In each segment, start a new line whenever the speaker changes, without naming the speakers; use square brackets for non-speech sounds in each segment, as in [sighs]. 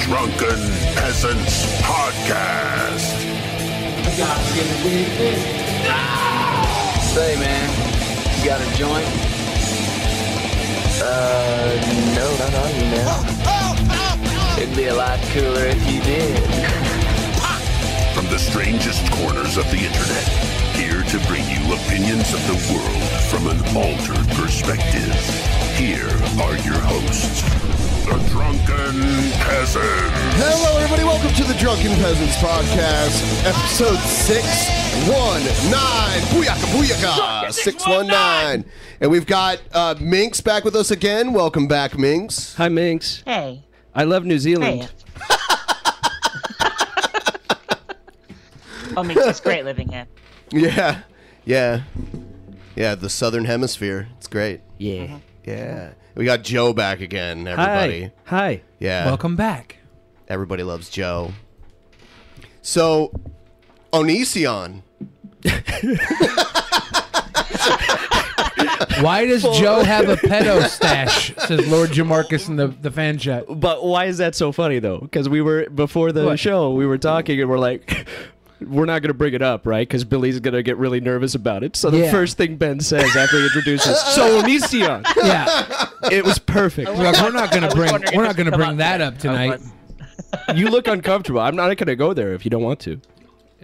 Drunken Peasants Podcast.
Say, man, you got a joint? Uh, no, not on you, man. It'd be a lot cooler if you did. [laughs]
From the strangest corners of the internet, here to bring you opinions of the world from an altered perspective. Here are your hosts, the Drunken Peasants.
Hello, everybody. Welcome to the Drunken Peasants Podcast, episode 619. Booyaka, booyaka. 619. And we've got uh, Minx back with us again. Welcome back, Minx.
Hi, Minx.
Hey.
I love New Zealand.
Hey. oh, Minx, it's great living
[laughs]
here.
Yeah. Yeah. Yeah, the Southern Hemisphere. It's great.
Yeah.
Yeah. We got Joe back again, everybody.
Hi. Hi.
Yeah.
Welcome back.
Everybody loves Joe. So, Onision.
Why does Joe
[laughs]
have a pedo stash? Says Lord Jamarcus in the, the fan chat.
But why is that so funny though? Because we were before the
What?
show, we were talking and we're like, we're not gonna bring it up, right? Because Billy's gonna get really nervous about it. So the
Yeah.
first thing Ben says after he
[laughs]
introduces, so Onision,
Yeah,
it was perfect.
Look, we're not
I
gonna
was
bring
wondering
we're
if
not
this
gonna
would come
bring that up
I
tonight.
was- [laughs]
You look uncomfortable. I'm not gonna go there if you don't want to.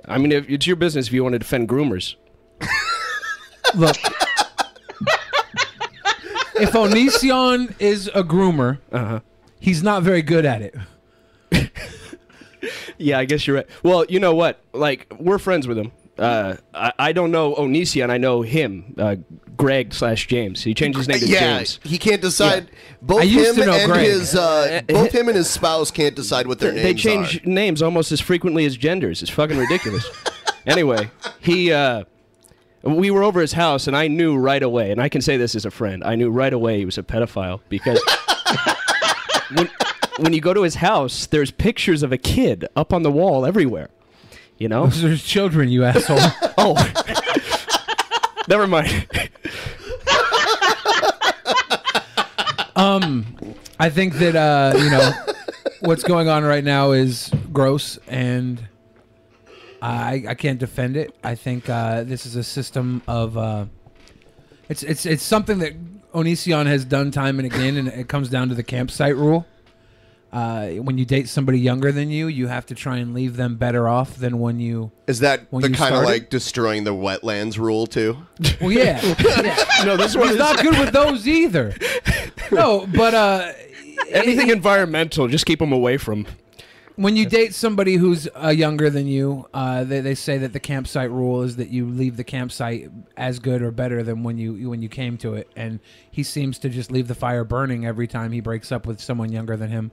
I mean, if, it's your business if you want to defend groomers.
Look, if Onision is a groomer,
Uh-huh.
he's not very good at it.
Yeah, I guess you're right. Well, you know what? Like, we're friends with him. Uh, I, I don't know Onision. I know him, uh, Greg slash James. He changed his name to
yeah,
James.
he can't decide. Both
I used
him
to know
and
Greg.
his uh, both him and his spouse can't decide what their
They
names
change
are.
names almost as frequently as genders. It's fucking
[laughs]
ridiculous. anyway, he. Uh, we were over his house, and I knew right away, and I can say this as a friend. I knew right away he was a pedophile because [laughs] when, when you go to his house, there's pictures of a kid up on the wall everywhere. You know,
There's children, you asshole.
[laughs] Oh. Never mind.
Um, I think that uh, you know what's going on right now is gross, and I I can't defend it. I think uh, this is a system of uh, it's it's it's something that Onision has done time and again, and it comes down to the campsite rule. Uh, when you date somebody younger than you, you have to try and leave them better off than when you.
Is that
When
the
you
kind of
started?
like destroying the wetlands rule too?
[laughs]
[laughs]
Well, yeah,
[laughs]
yeah.
No, this one
he's
is
not good with those either. No, but uh,
[laughs] anything environmental. Just keep them away from.
when you date somebody who's uh, younger than you, uh, they, they say that the campsite rule is that you leave the campsite as good or better than when you when you came to it. And he seems to just leave the fire burning every time he breaks up with someone younger than him.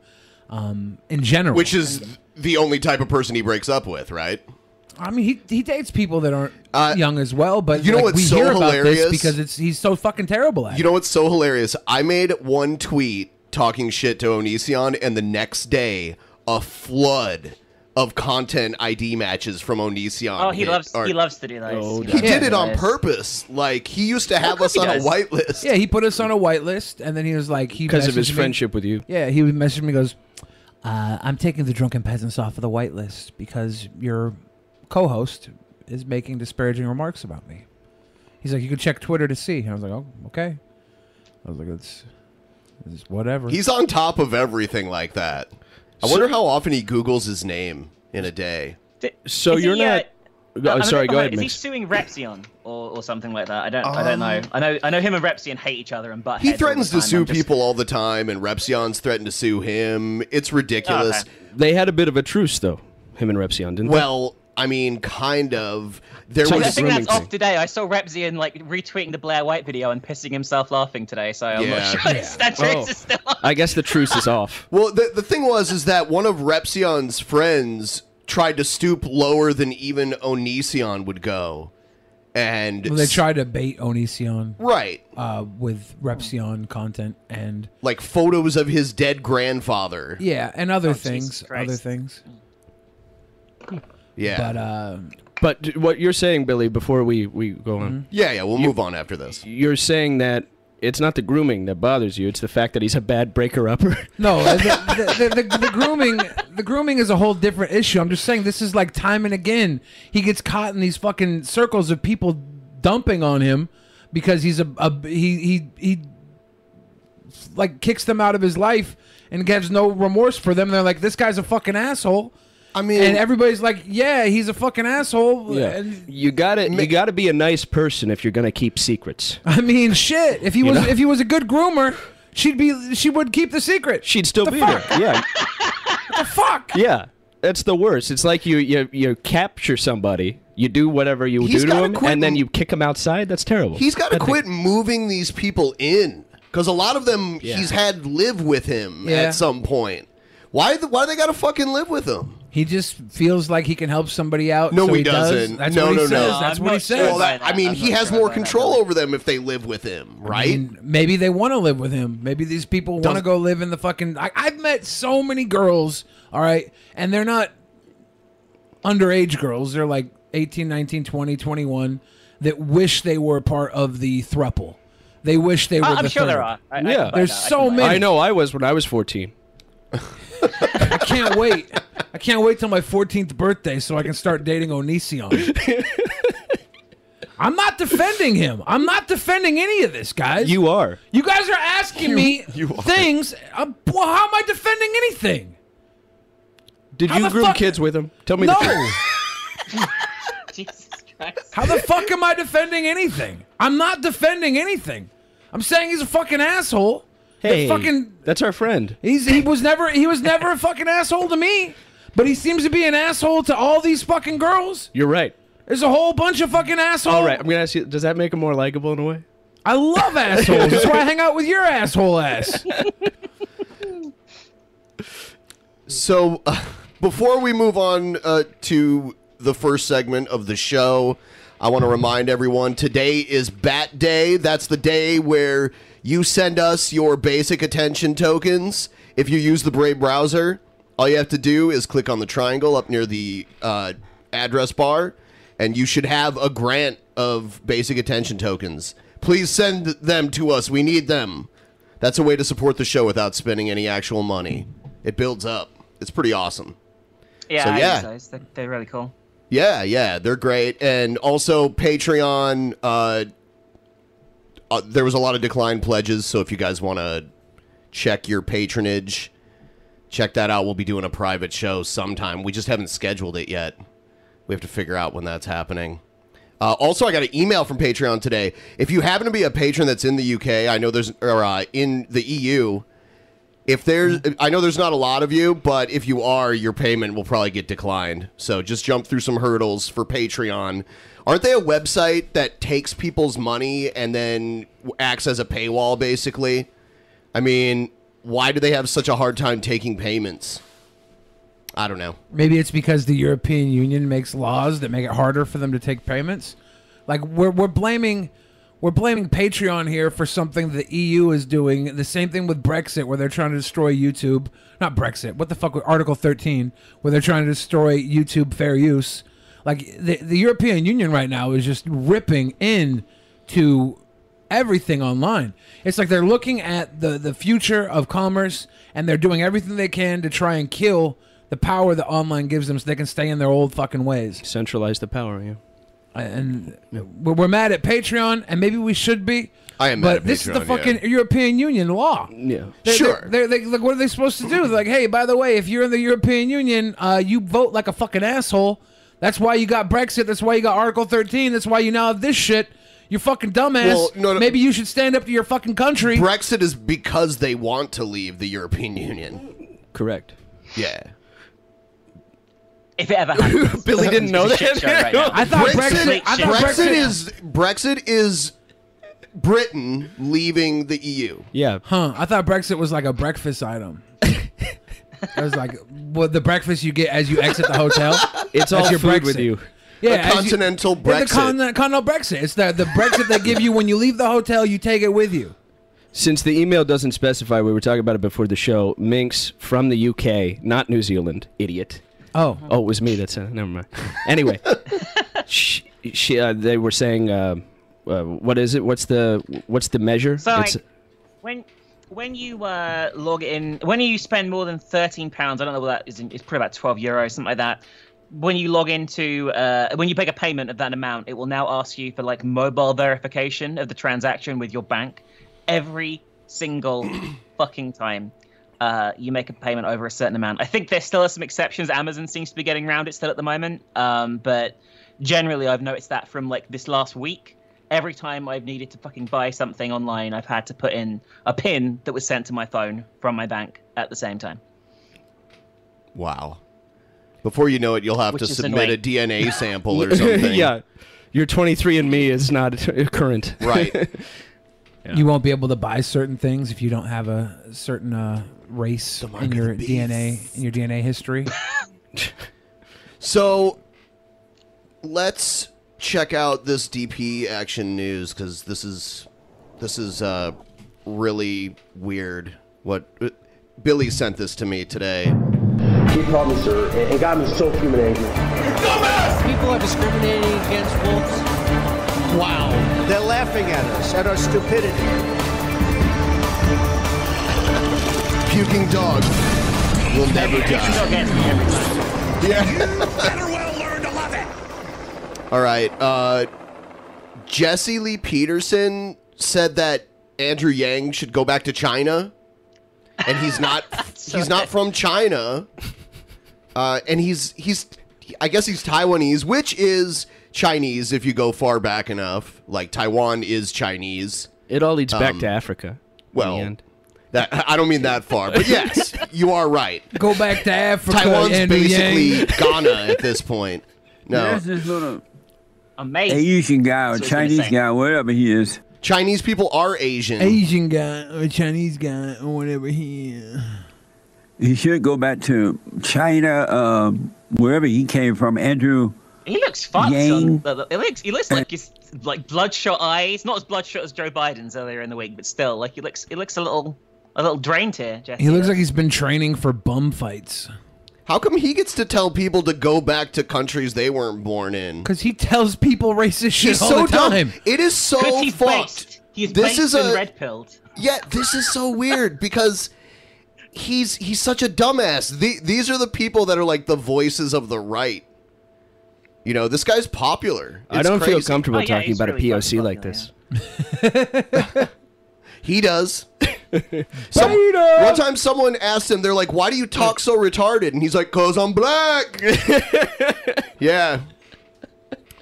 Um, in general,
Which is the only type of person he breaks up with, right?
I mean, he, he dates people that aren't
Uh,
young as well. But
you know
like,
what's
we
so
hear about
hilarious?
this because it's he's so fucking terrible at.
You
it.
know what's so hilarious? I made one tweet talking shit to Onision, and the next day, a flood of content ID matches from Onision.
Oh, he
hit
loves
our-
he loves to do those.
Oh,
He did it on
Yes.
purpose. Like he used to have us
he
on a
does.
whitelist.
Yeah, he put us on a white list, and then he was like, he
Because of his
messaged me-
friendship with you.
Yeah, he would message me and goes, uh, "I'm taking the drunken peasants off of the white list because your co-host is making disparaging remarks about me." He's like, "You can check Twitter to see." And I was like, "Oh, okay." I was like, "It's, it's whatever."
He's on top of everything like that. I wonder how often he Googles his name in a day.
Th-
So
is
you're
he, uh,
not.
I'm
oh,
a bit
sorry, go
behind-
ahead,
Is he
Mix.
suing Repsion or, or something like that? I don't I don't
Um,
know. I know I know him and Repsion hate each other and butt.
He threatens to sue people all the time, and Repsion's threatened to sue him. It's ridiculous.
Okay.
They had a bit of a truce, though, him and Repsion, didn't
Well, I mean, kind of. There
So
I
was
think that's
Remington.
off today. I saw Repsion like retweeting the Blair White video and pissing himself laughing today. So I'm
Yeah.
not sure [laughs] if that
Oh.
truth is still on.
they? I guess the truce is off.
[laughs] well. The, the thing was is that one of Repsion's friends tried to stoop lower than even Onision would go, and
Well, they tried to bait Onision
right
uh, with Repsion content and
like photos of his dead grandfather.
yeah, and
Oh,
other
Jesus
things,
Christ.
other things.
Yeah,
But uh,
But d- what you're saying, Billy, before we, we go on,
Mm-hmm.
yeah, yeah. We'll move on after this.
you're saying that it's not the grooming that bothers you. It's the fact that he's a bad breaker upper. [laughs]
No, the, the, the, the, the grooming, the grooming is a whole different issue. I'm just saying this is like time and again he gets caught in these fucking circles of people dumping on him because he's a, a he he he like kicks them out of his life and gives no remorse for them. They're like, this guy's a fucking asshole,
I mean,
and everybody's like, yeah, he's a fucking asshole. And-
you gotta you gotta be a nice person if you're gonna keep secrets.
I mean, shit. If he was
know?
if he was a good groomer, she'd be she would keep the secret.
She'd still be there.
[laughs]
Yeah,
the fuck.
yeah. That's the worst. It's like you you you capture somebody, you do whatever you
He's
do to
gotta
him,
quit
and then
m-
you kick him outside. That's terrible.
he's got to
That thing-
quit moving these people in because a lot of them he's had live with him
Yeah.
at some point. Why? The, why they got to fucking live with him?
He just feels like he can help somebody out.
No,
Oh, so
he
does.
doesn't.
That's
No,
what he
no, no.
says.
No,
That's
I'm
what he
not sure.
says.
Well, that, I mean,
I'm
he
not
has
sure
more
about that.
control over them if they live with him, right?
And maybe they want to live with him. Maybe these people want to go live in the fucking. I, I've met so many girls, all right, and they're not underage girls. They're like 18, 19, 20, 21 that wish they were part of the thruple. They wish they were
I- I'm
the
sure there
third.
are. I, I
Yeah.
can buy
There's
that. I can
so
buy that.
many.
I know. I was when I was 14.
I can't wait. I can't wait till my 14th birthday so I can start dating Onision. I'm not defending him. I'm not defending any of this, guys.
You are.
You guys are
[laughs]
asking me things. Um, well, how am I defending anything?
Did
How
you
the
groom
fuck-
kids with him? Tell me
No.
the
[laughs]
truth.
Jesus Christ.
How the fuck am I defending anything? I'm not defending anything. I'm saying he's a fucking asshole. The
Hey,
fucking
that's our friend.
he's he was never he was never a fucking asshole to me, but he seems to be an asshole to all these fucking girls.
You're right.
There's a whole bunch of fucking assholes.
All right, I'm gonna ask you. Does that make him more likable in a way?
I love assholes. That's why I hang out [laughs] with your asshole ass.
So, uh, before we move on uh, to the first segment of the show, I want to remind everyone today is Bat Day. That's the day where you send us your basic attention tokens. If you use the Brave browser, all you have to do is click on the triangle up near the uh, address bar, and you should have a grant of basic attention tokens. Please send them to us. We need them. That's a way to support the show without spending any actual money. It builds up. It's pretty awesome.
Yeah,
Oh. So,
I
yeah.
use those. They're, they're really cool.
Yeah, yeah, they're great. And also Patreon. Uh, uh, there was a lot of declined pledges, so if you guys want to check your patronage, check that out. We'll be doing a private show sometime. We just haven't scheduled it yet. We have to figure out when that's happening. Uh, also, I got an email from Patreon today. If you happen to be a patron that's in the UK, I know there's or uh, in the EU. If there's, I know there's not a lot of you, but if you are, your payment will probably get declined. So just jump through some hurdles for Patreon. Aren't they a website that takes people's money and then acts as a paywall, basically? I mean, why do they have such a hard time taking payments? I don't know.
Maybe it's because the European Union makes laws that make it harder for them to take payments. Like we're we're blaming we're blaming Patreon here for something the EU is doing. The same thing with Brexit, where they're trying to destroy YouTube. Not Brexit. What the fuck? with Article thirteen, where they're trying to destroy YouTube fair use. Like the the European Union right now is just ripping in to everything online. It's like they're looking at the the future of commerce and they're doing everything they can to try and kill the power that online gives them so they can stay in their old fucking ways.
Centralize the power. Yeah.
And we're we're mad at Patreon and maybe we should be.
I am
But
mad at
this is the
Patreon,
fucking European Union law.
[laughs] Yeah.
They're,
Sure.
They're, they're, they like, what are they supposed to do? They're like, hey, by the way, if you're in the European Union, uh, you vote like a fucking asshole. That's why you got Brexit. That's why you got Article 13. That's why you now have this shit. You fucking dumbass.
Well, no, no.
Maybe you should stand up to your fucking country.
Brexit is because they want to leave the European Union.
Correct.
Yeah.
If it ever
[laughs]
happens.
Billy didn't know
It's a shit
that.
show right now.
I thought Brexit.
Brexit-
I thought
Brexit
Brexit,
is Brexit is Britain leaving the E EU.
Yeah.
Huh? I thought Brexit was like a
[laughs]
breakfast item. I was like, well, the breakfast you get as you exit the hotel.
[laughs] It's all
your
food
Brexit.
with you.
Yeah, as you-
continental
Yeah, The
Brexit.
con- continental Brexit. It's the the Brexit they give you when you leave the hotel. You take it with you.
Since the email doesn't specify, we were talking about it before the show. Minx from the UK, not New Zealand. Idiot.
Oh,
Oh,
[laughs]
it was me. That's uh, never mind. Anyway, she, she uh, they were saying uh, uh, what is it? What's the what's the measure?
So like,
It's-
when when you uh, log in, when you spend more than thirteen pounds, I don't know what that is. In, it's probably about twelve euros, something like that. When you log into, uh, when you make a payment of that amount, it will now ask you for like mobile verification of the transaction with your bank every single fucking time uh, you make a payment over a certain amount. I think there still are some exceptions. Amazon seems to be getting around it still at the moment, um, but generally, I've noticed that from like this last week. Every time I've needed to fucking buy something online, I've had to put in a pin that was sent to my phone from my bank at the same time.
Wow. Before you know it, you'll have
Which
to
is
submit a
annoying. [laughs]
DNA sample or
[laughs]
something.
yeah, your 23 and Me is not [laughs] current. [laughs]
Right.
You won't be able to buy certain things if you don't have a certain uh, race in your DNA in your DNA history.
So let's check out this DP action news because this is this is uh, really weird. What Billy sent this to me today.
He called me sir and, and got me so human angry.
People are discriminating against wolves. Wow.
They're laughing at us, at our stupidity.
Puking dog will never die.
Still gets me every time.
All right. Uh, Jesse Lee Peterson said that Andrew Yang should go back to China, and he's not. he's not from China, uh, and he's he's. I guess he's Taiwanese, which is Chinese if you go far back enough. Like Taiwan is Chinese.
It all leads
Um,
back to Africa. in the
well,
end.
That I don't mean that far,
[laughs]
but yes, you are right.
Go back to Africa.
Taiwan's
Andrew
basically
Yang.
Ghana at this point. No,
There's this little
Amazing.
Asian guy or
That's what I was gonna
Chinese
say.
guy, whatever he is.
Chinese people are Asian.
Asian guy or Chinese guy or whatever he is.
He should go back to China, uh, wherever he came from. Andrew,
He looks fucked.
Yang.
On, he looks. He looks like he's like bloodshot eyes. Not as bloodshot as Joe Biden's earlier in the week, but still, like he looks. He looks a little, a little drained here. Jesse.
He looks like he's been training for bum fights.
How come he gets to tell people to go back to countries they weren't born in?
Cause he tells people racist shit
He's
all
so
the time.
dumb. It is so
Because he's
fucked.
based. He's
this
based
is
and
a
red pilled.
yeah. This is so weird because he's he's such a dumbass. The, these are the people that are like the voices of the right. You know, this guy's popular.
I
It's
don't feel
crazy.
comfortable
Oh, yeah,
talking
he's
about
really
a POC
fucking
like
popular,
this.
He does. Some,
Beta!
one time someone asked him, they're like, why do you talk so retarded? And he's like, because I'm black. yeah.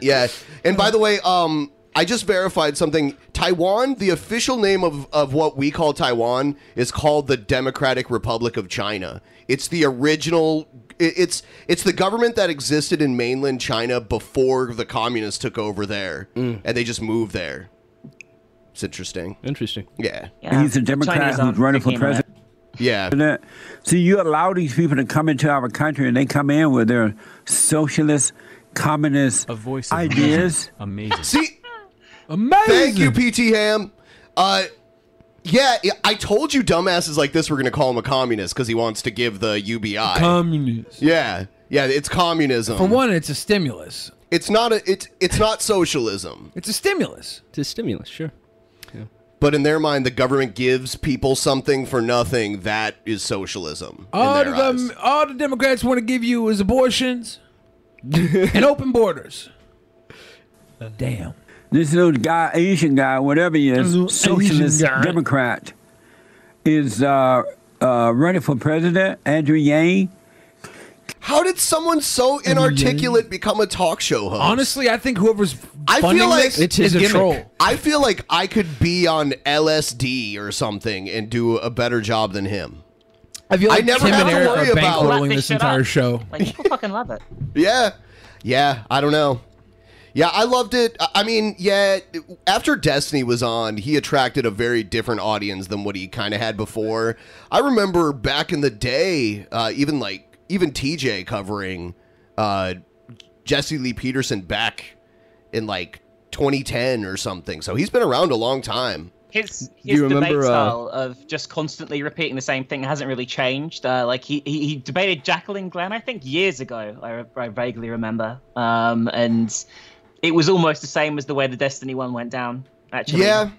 Yeah. And by the way, um, I just verified something. Taiwan, the official name of, of what we call Taiwan, is called the Democratic Republic of China. It's the original. it- It's it's the government that existed in mainland China before the communists took over there, and they just moved there. It's interesting.
Interesting.
Yeah,
Yeah.
he's a Democrat
Chinese
who's
aren't
running for
picking on it.
president.
yeah.
that. See, you allow these people to come into our country, and they come in with their socialist, communist
A voice of
ideas.
Amazing.
See,
Amazing.
Thank you, PT Ham. Uh, yeah, I- I told you dumbasses like this were going to call him a communist because he wants to give the UBI.
Communist.
yeah, yeah, it's communism.
For one, it's a stimulus.
it's not a it's it's not socialism.
It's a stimulus.
It's a stimulus, sure.
But in their mind, the government gives people something for nothing. That is socialism. in
All the
their
gov-
eyes.
all the Democrats want to give you is abortions and open borders. Damn.
This little guy, Asian guy, whatever he is,
Little
socialist
Asian guy.
Democrat, is uh, uh, running for president. Andrew Yang.
How did someone so inarticulate become a talk show host?
Honestly, I think whoever's
I
funding
feel like
this
It's his
is a
gimmick.
troll.
I feel like I could be on LSD or something and do a better job than him.
I feel
I
like
never
Tim
have
and
to
Eric
worry
are
about-
Wrap
bankrolling
this
this
shit
entire
up.
show.
Like people fucking love it.
Yeah. Yeah, I don't know. Yeah, I loved it. I- I mean, yeah, after Destiny was on, he attracted a very different audience than what he kind of had before. I remember back in the day, uh, even like even TJ covering uh, Jesse Lee Peterson back in like 2010 or something. So he's been around a long time.
his
you
his
remember,
debate
uh,
style of just constantly repeating the same thing hasn't really changed. Uh, like he, he he debated Jacqueline Glenn, I think, years ago. I, I vaguely remember. Um, and It was almost the same as the way the Destiny one went down. Actually,
Yeah.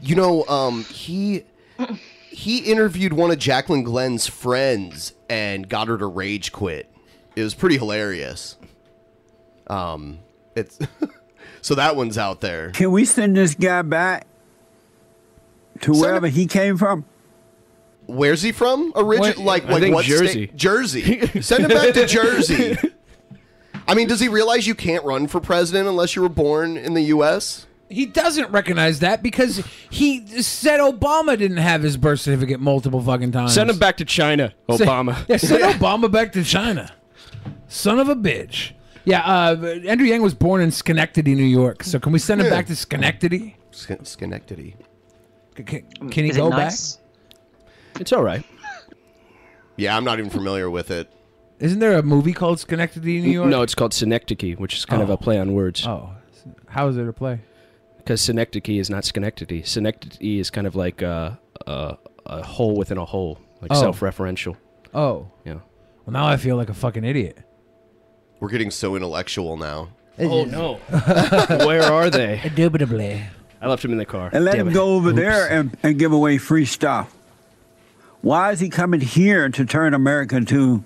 You know, um, he he interviewed one of Jacqueline Glenn's friends and got her to rage quit. It was pretty hilarious. Um, it's [laughs] so that one's out there.
Can we send this guy back to
Send
wherever he came from?
Where's he from? Origin,
What-
like
I
like
think
what
Jersey. [laughs]
state? Jersey. Send him back to Jersey. I mean, does he realize you can't run for president unless you were born in the U.S.?
He doesn't recognize that because he said Obama didn't have his birth certificate multiple fucking times.
Send him back to China,
Send-
Obama.
[laughs] yeah, send
[laughs]
Obama back to China. Son of a bitch. Yeah, uh, Andrew Yang was born in Schenectady, New York. So can we send him
Yeah.
back to Schenectady?
Sc- Schenectady.
C- Can, can
Mm.
he
Is it
go
nice?
It's all right.
Yeah, I'm not even familiar with it.
back? Isn't there a movie called Schenectady, New York?
No, it's called synecdoche, which is kind of a play on words.
Oh, how is it a play?
Because synecdoche is not Schenectady. Synecdoche is kind of like a, a, a hole within a hole, like
Oh.
self-referential.
Oh,
Yeah.
well now I feel like a fucking idiot.
We're getting so intellectual now.
Oh
[laughs]
no. [laughs] Where are they?
Indubitably.
I left him in the car.
And let
Damn
him
it.
go over there and, and give away free stuff. Why is he coming here to turn America to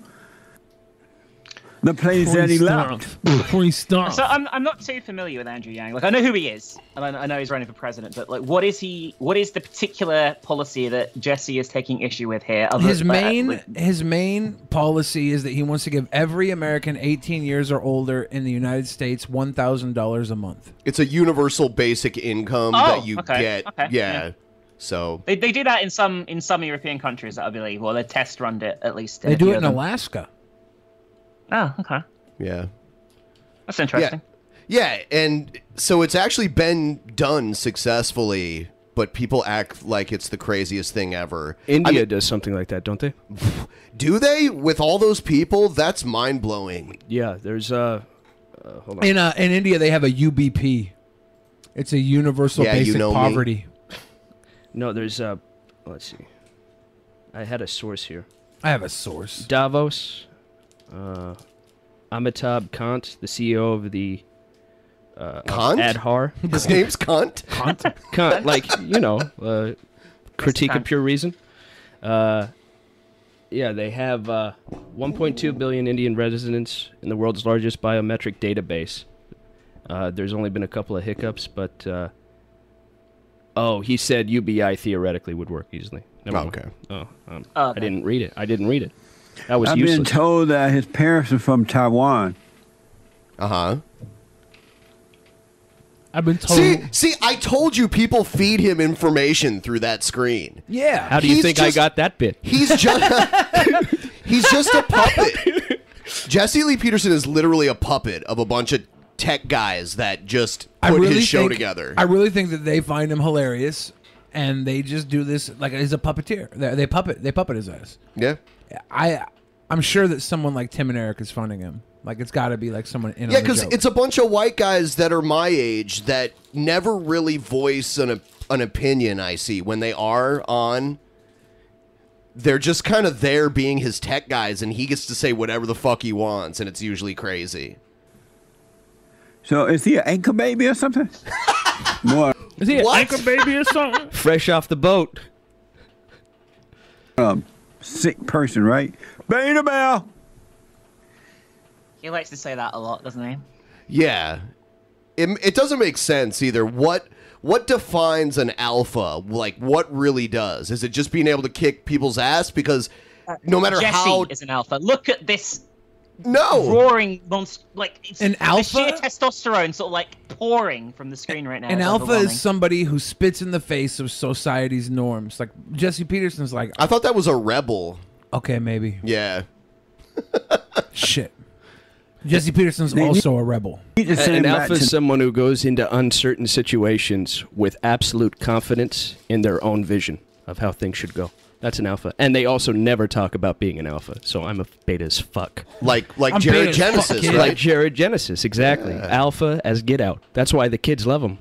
the place that he left?
Free stuff.
So I'm, I'm not too familiar with Andrew Yang. Like I know who he is, and I, I know he's running for president. But like, what is he? What is the particular policy that Jesse is taking issue with here? Other,
his
uh,
main
like-
his main policy is that he wants to give every American 18 years or older in the United States $1,000 a month.
It's a universal basic income
Oh,
that you
okay,
get.
okay,
yeah.
yeah.
So
They, they do that in some in some European countries, I believe. Well, they test run it at least.
They do
few of
it in
them.
Alaska.
Oh, okay.
yeah.
That's interesting.
Yeah, and so it's actually been done successfully, but people act like it's the craziest thing ever.
India
I mean,
does something like that, don't they?
[laughs] do they with all those people? That's mind blowing.
Yeah. There's uh, uh hold on.
In uh, in India they have a UBP. It's a universal
Yeah, you
basic
know me.
poverty.
No, there's uh let's see. I had a source here.
I have a source.
Davos, uh, Amitabh Kant, the CEO of the uh,
Kant?
Adhar.
[laughs] His name's Cunt.
[laughs] Kant, like you know, uh, critique of
Kant.
pure reason. Uh, yeah, they have uh, 1.2 billion Indian residents in the world's largest biometric database. Uh, there's only been a couple of hiccups, but uh, oh, he said UBI theoretically would work easily. Never mind.
Okay.
Oh, um,
Oh,
I
okay.
didn't read it. I didn't read it. That was
I've
useless.
been told that his parents are from Taiwan.
Uh huh.
I've been told.
See, see, I told you people feed him information through that screen.
yeah.
How do you
He's
think
just-
I got that bit? [laughs]
He's just [laughs] he's just a puppet. Jesse Lee Peterson is literally a puppet of a bunch of tech guys that just
I
put
really
his show
think-
together.
I really think that they find him hilarious, and they just do this like he's a puppeteer. They, they puppet. They puppet his ass.
yeah.
I I'm sure that someone like Tim and Eric is funding him. Like it's got to be like someone in.
Yeah,
because
because it's a bunch of white guys that are my age that never really voice an op- an opinion. I see when they are on, they're just kind of there being his tech guys, and he gets to say whatever the fuck he wants, and it's usually crazy.
So is he an anchor baby or something? More
is he
What?
baby or something?
Fresh off the boat.
Um, sick person, right? Beta Bell.
He likes to say that a lot, doesn't he?
Yeah, it it doesn't make sense either. What what defines an alpha? Like what really does? Is it just being able to kick people's ass? Because no matter
Uh, Jesse
how
is an alpha. Look at this
no,
roaring monster. Like it's,
An
the
alpha?
sheer testosterone sort of like pouring from the screen right now.
An
is
alpha
overwhelming.
is somebody who spits in the face of society's norms. Like Jesse Peterson's like,
I thought that was a rebel. [laughs]
okay, maybe
Yeah.
shit. Jesse Peterson's also a rebel.
Need to send him
An
back
alpha
to-
is someone who goes into uncertain situations with absolute confidence in their own vision of how things should go. That's an alpha. And they also never talk about being an alpha. So I'm a beta as fuck.
Like like
I'm
Jared
beta as fuck,
Genesis,
kid.
right?
Like Jared Genesis, exactly. Alpha as get out. That's why the kids love him.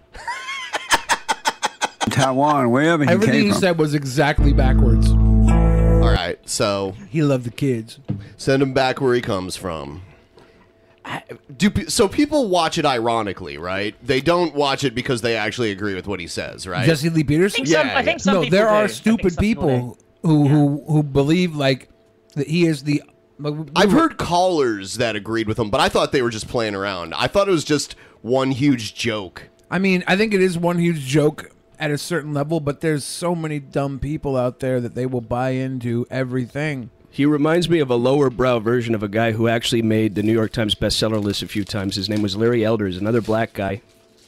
Taiwan, wherever he
Everything
came
you
from.
said was exactly backwards.
All right, so
He loved the kids.
send him back where he comes from. do pe- so people watch it ironically, right? They don't watch it because they actually agree with what he says, right?
Jesse Lee Peters.
think some- I think some
no,
people
there
do. I
are
think
stupid
some people
people who who who believe like that he is the. like, we
I've
were-
heard callers that agreed with him, but I thought they were just playing around. I thought it was just one huge joke.
I mean, I think it is one huge joke at a certain level, but there's so many dumb people out there that they will buy into everything.
He reminds me of a lower brow version of a guy who actually made the New York Times bestseller list a few times. His name was Larry Elders, another black guy.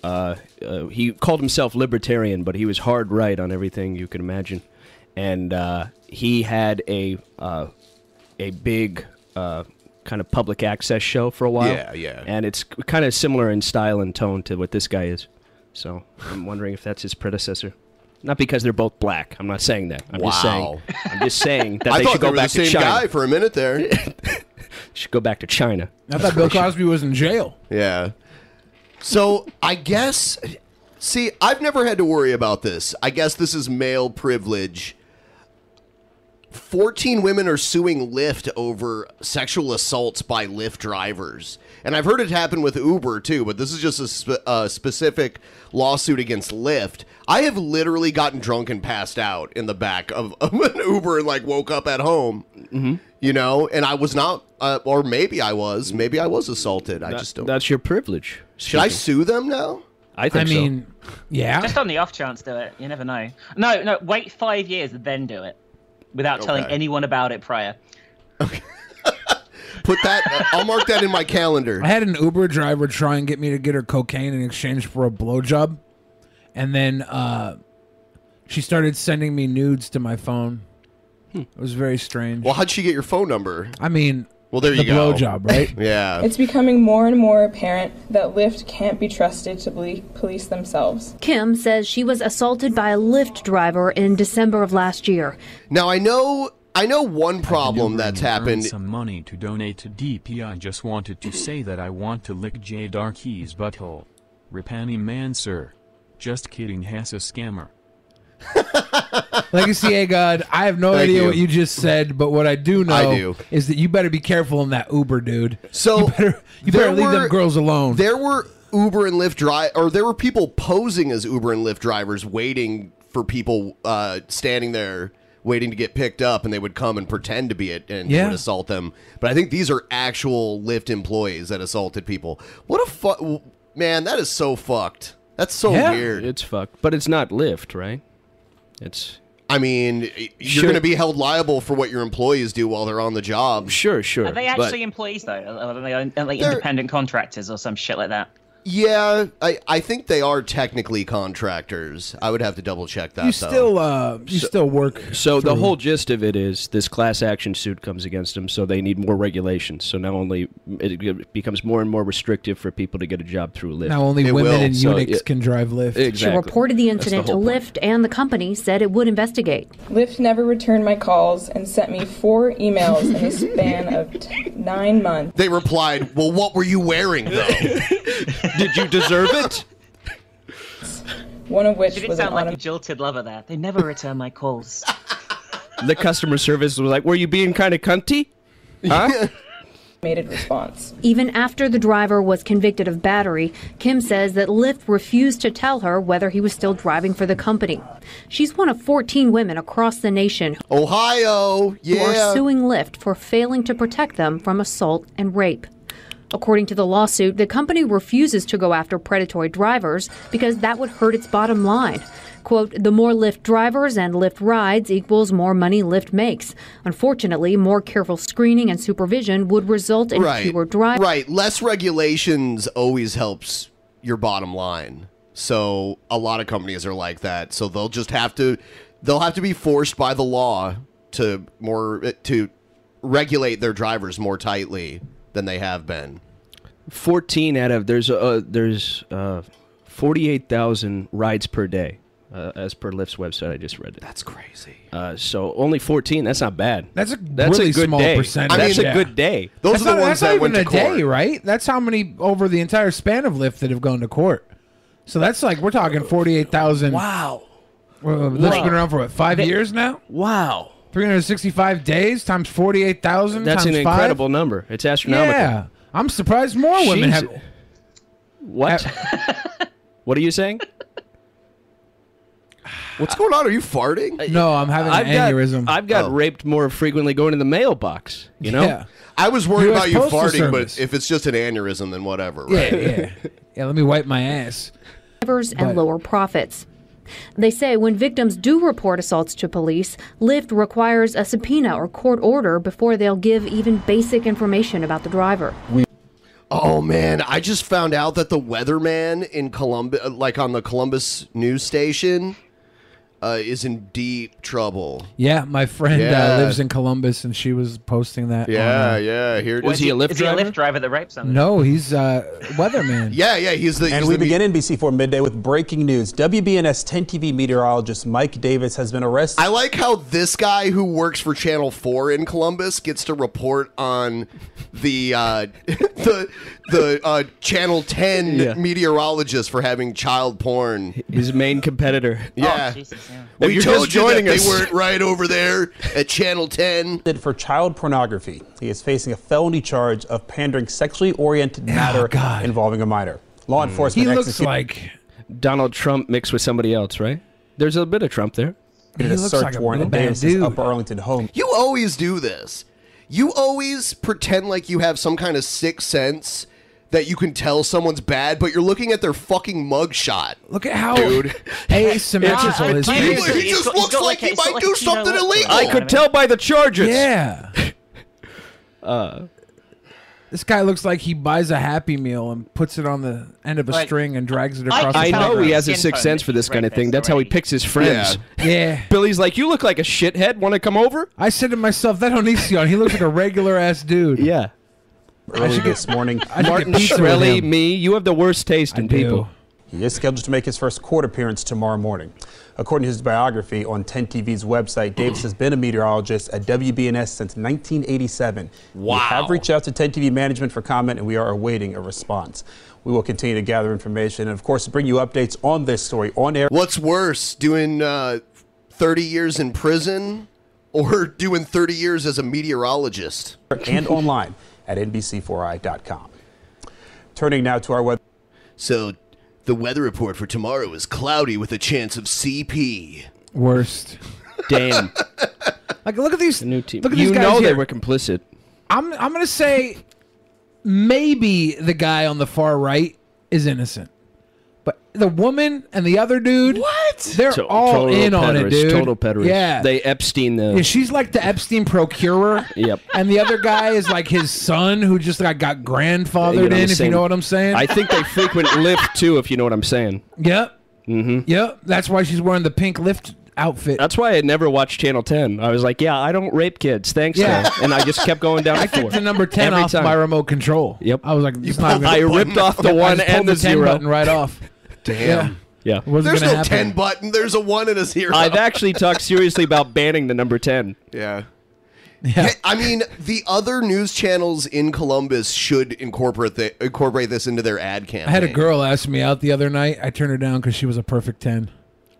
Uh, uh, he called himself libertarian, but he was hard right on everything you can imagine. And uh, he had a uh, a big uh, kind of public access show for a while.
Yeah, yeah.
And it's kind of similar in style and tone to what this guy is. So I'm wondering if that's his predecessor. Not because they're both black. I'm not saying that. I'm just saying.
Wow.
I'm just saying that
I
they
thought
should
they
go
were the
back
same
to China
guy for a minute there.
should go back to China.
[laughs] I thought Bill Cosby was in jail.
Yeah. So I guess, see, I've never had to worry about this. I guess this is male privilege. 14 women are suing Lyft over sexual assaults by Lyft drivers. And I've heard it happen with Uber too, but this is just a, sp- a specific lawsuit against Lyft. I have literally gotten drunk and passed out in the back of, [laughs] of an Uber and like woke up at home,
Mm-hmm.
you know, and I was not, uh, or maybe I was, maybe I was assaulted. I just don't.
That's your privilege.
Should I sue them now?
I
I
think so.
mean, yeah.
Just on the off chance, do it. You never know. No, no. Wait five years, then do it, without telling
Okay.
anyone about it prior.
Put that. uh, I'll mark that
[laughs]
in my calendar.
I had an Uber driver try and get me to get her cocaine in exchange for a blowjob, and then uh, she started sending me nudes to my phone.
Hmm.
It was very strange.
Well, how'd she get your phone number?
I mean,
Well, there
the
you go.
blowjob, right?
[laughs] Yeah.
[laughs] It's becoming more and more apparent that Lyft can't be trusted to ble- police themselves.
Kim says she was assaulted by a Lyft driver in December of last year.
Now I know. I know one problem that's happened.
Some money to donate to DP. I just wanted to say that I want to lick J. Darkey's butthole. Ripani man, sir. Just kidding, has a scammer.
[laughs] Legacy A God, I have no
Thank
idea
you.
what you just said, but what I do know
I do.
is that you better be careful in that Uber, dude.
So
you better, you
there
better leave
were-
them girls alone.
There were Uber and Lyft drive, or there were people posing as Uber and Lyft drivers, waiting for people uh, standing there waiting to get picked up, and they would come and pretend to be it and
Yeah.
would assault them. But I think these are actual Lyft employees that assaulted people. What a fuck, man! That is so fucked. That's so
Yeah.
weird.
It's fucked, but it's not Lyft, right? It's
I mean, y- you're
Sure.
going to be held liable for what your employees do while they're on the job.
sure, sure.
Are they
but-
actually employees though? Are are they, are they
They're-
independent contractors or some shit like that?
Yeah, I, I think they are technically contractors. I would have to double check that.
you
though.
still, uh, you still work.
so the whole gist of it is this class action suit comes against them, so they need more regulations. So now only it becomes more and more restrictive for people to get a job through Lyft.
Now only
It
women
will,
and
so
eunuchs
it-
can drive Lyft.
exactly.
She reported the
That's
incident to
whole point.
Lyft, and the company said it would investigate.
Lyft never returned my calls and sent me four emails in the span of t- nine months.
They replied, "Well, what were you wearing though? [laughs] Did you deserve it?"
One of which
Did it
was an
sound like a
automatic
jilted lover there? They never return my calls.
The customer service was like, "Were you being kind of cunty?"
[laughs]
Huh?
response.
[laughs] Even after the driver was convicted of battery, Kim says that Lyft refused to tell her whether he was still driving for the company. She's one of 14 women across the nation
Ohio,
who are
yeah.
suing Lyft for failing to protect them from assault and rape. According to the lawsuit, the company refuses to go after predatory drivers because that would hurt its bottom line. Quote, the more Lyft drivers and Lyft rides equals more money Lyft makes. Unfortunately, more careful screening and supervision would result in
Right,
fewer drivers.
right. Less regulations always helps your bottom line. So a lot of companies are like that. So they'll just have to, they'll have to be forced by the law to more to regulate their drivers more tightly than they have been.
14 out of there's uh, there's uh, 48,000 rides per day uh, as per Lyft's website. I just read it. That's crazy. Uh, so only 14. That's not bad.
That's a really small
day.
percentage.
That's
I mean,
a good day.
Those
that's
are the
not,
ones
that's
that
not even
went to
a
court.
day, right? That's how many over the entire span of Lyft that have gone to court. So that's like we're talking forty-eight thousand.
Wow.
Lyft's been around for what five years now?
Wow.
365 days times 48,000
That's
times
an
five?
incredible number. It's astronomical.
Yeah. I'm surprised more women
Jesus.
have.
What? what are you saying?
What's going on? Are you farting?
No, I'm having an
got-
aneurysm.
Uh, I've got
Oh.
raped more frequently going to the mailbox. You know,
Yeah.
I was worried
US
about you
Postal
farting,
Service.
but if it's just an aneurysm, then whatever,
Yeah,
right?
yeah. Yeah, let me wipe my ass.
drivers and lower profits. They say when victims do report assaults to police, Lyft requires a subpoena or court order before they'll give even basic information about the driver.
[laughs] Oh man, I just found out that the weatherman in Columbus, like on the Columbus news station, uh, is in deep trouble.
Yeah, my friend
Yeah.
uh, lives in Columbus, and she was posting that. on,
Yeah,
uh,
yeah. Here,
Was he a Lyft Is he a driver? Lyft driver that rapes them?
No, he's uh,
[laughs]
weatherman.
Yeah, yeah, he's the.
And we begin NBC4 midday with breaking news. WBNS 10 TV meteorologist Mike Davis has been arrested.
I like how this guy who works for Channel Four in Columbus gets to report on the uh, [laughs] the the uh, Channel Ten
Yeah.
meteorologist for having child porn.
his main competitor.
Oh, Yeah,
Oh,
If
we
you're
told
just
you
joining
that
us-
they weren't right over there at Channel Ten.
Arrested for child pornography. He is facing a felony charge of pandering sexually oriented
Oh,
matter involving a minor.
Hmm.
Law enforcement executed
Donald Trump mixed with somebody else, right? There's a bit of Trump there.
a search warrant in Davis's Upper Arlington home.
You always do this. You always pretend like you have some kind of sixth sense that you can tell someone's bad, but you're looking at their fucking mugshot.
Look at how [laughs]
dude
asymmetrical his
He,
face is.
he just looks like, he might do something illegal.
I could tell Oh, by the charges.
Yeah.
[laughs] Uh,
This guy looks like he buys a Happy Meal and puts it on the end of a
Like,
string and drags it
I-
across.
I
the
know he
background.
has a sixth sense for this kind of thing. That's how he picks his friends.
Yeah. Yeah.
[laughs] Billy's like, "You look like a shithead. Want to come over?"
I said to myself, that Onision, he looks like a regular ass dude.
Yeah.
Early this morning,
[laughs] I should get
Martin
pizza with
Shkreli,
him.
me, you have the worst taste in people.
He is scheduled to make his first court appearance tomorrow morning. According to his biography on 10 TV's website, Davis has been a meteorologist at WBNS since 1987. Wow. We have reached out to 10 TV management for comment, and we are awaiting a response. We will continue to gather information and, of course, bring you updates on this story on air.
What's worse, doing uh, 30 years in prison or doing 30 years as a meteorologist?
and online at NBC4i.com. Turning now to our web.
So, the weather report for tomorrow is cloudy with a chance of CP.
[laughs] Worst.
Damn.
Like, look at these.
New team.
Look at
you
these guys
know they
here.
were complicit.
I'm I'm gonna say maybe the guy on the far right is innocent, but the woman and the other dude, what? They're
To-
all
total
in on it,
pederast,
dude.
Total pederast.
Yeah.
They Epstein the.
yeah, she's like the Epstein procurer,
[laughs] yep.
and the other guy is like his son who just like got
You know,
grandfathered
the
in. If you
same-
know what I'm saying?
I think they frequent Lyft too, if you know what I'm saying.
Yep.
Mm-hmm.
Yep. That's why she's wearing the pink lift outfit.
That's why I never watched Channel 10. I was like, yeah, I don't rape kids. Thanks,
Yeah.
though. And I just kept going down
[laughs] I
to
kicked
four.
the number ten
Every
off
time.
my remote control. Yep. I was like, it's not
pulled
gonna-
the I button
[laughs]
ripped off the
Yep, I
one
just
and
pulled
the
10
zero.
button
[laughs]
[laughs]
right off.
Damn.
Yeah.
Wasn't
There's
gonna
no
happen.
10 button, there's a 1 and a 0.
I've
[laughs]
actually talked seriously about banning the number 10.
Yeah. Hey, I mean, the other news channels in Columbus should incorporate the, incorporate this into their ad campaign.
I had a girl ask me out the other night. I turned her down because she was a perfect ten.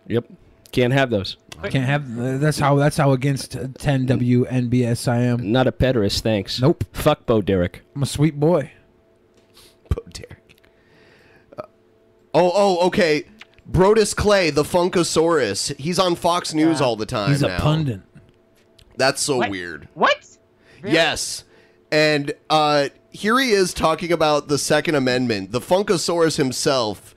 Yep. Can't have those.
Can't have. uh, That's how. That's how against uh, ten WNBS I am.
Not a pederast, thanks. Nope. Fuck Bo Derek.
I'm a sweet boy.
Oh, oh, okay. Brodus Clay, the Funkosaurus. He's on Fox News all the time.
He's a
now.
pundit.
That's so weird.
What?
Yes. And uh, here he is talking about the Second Amendment. The Funkosaurus himself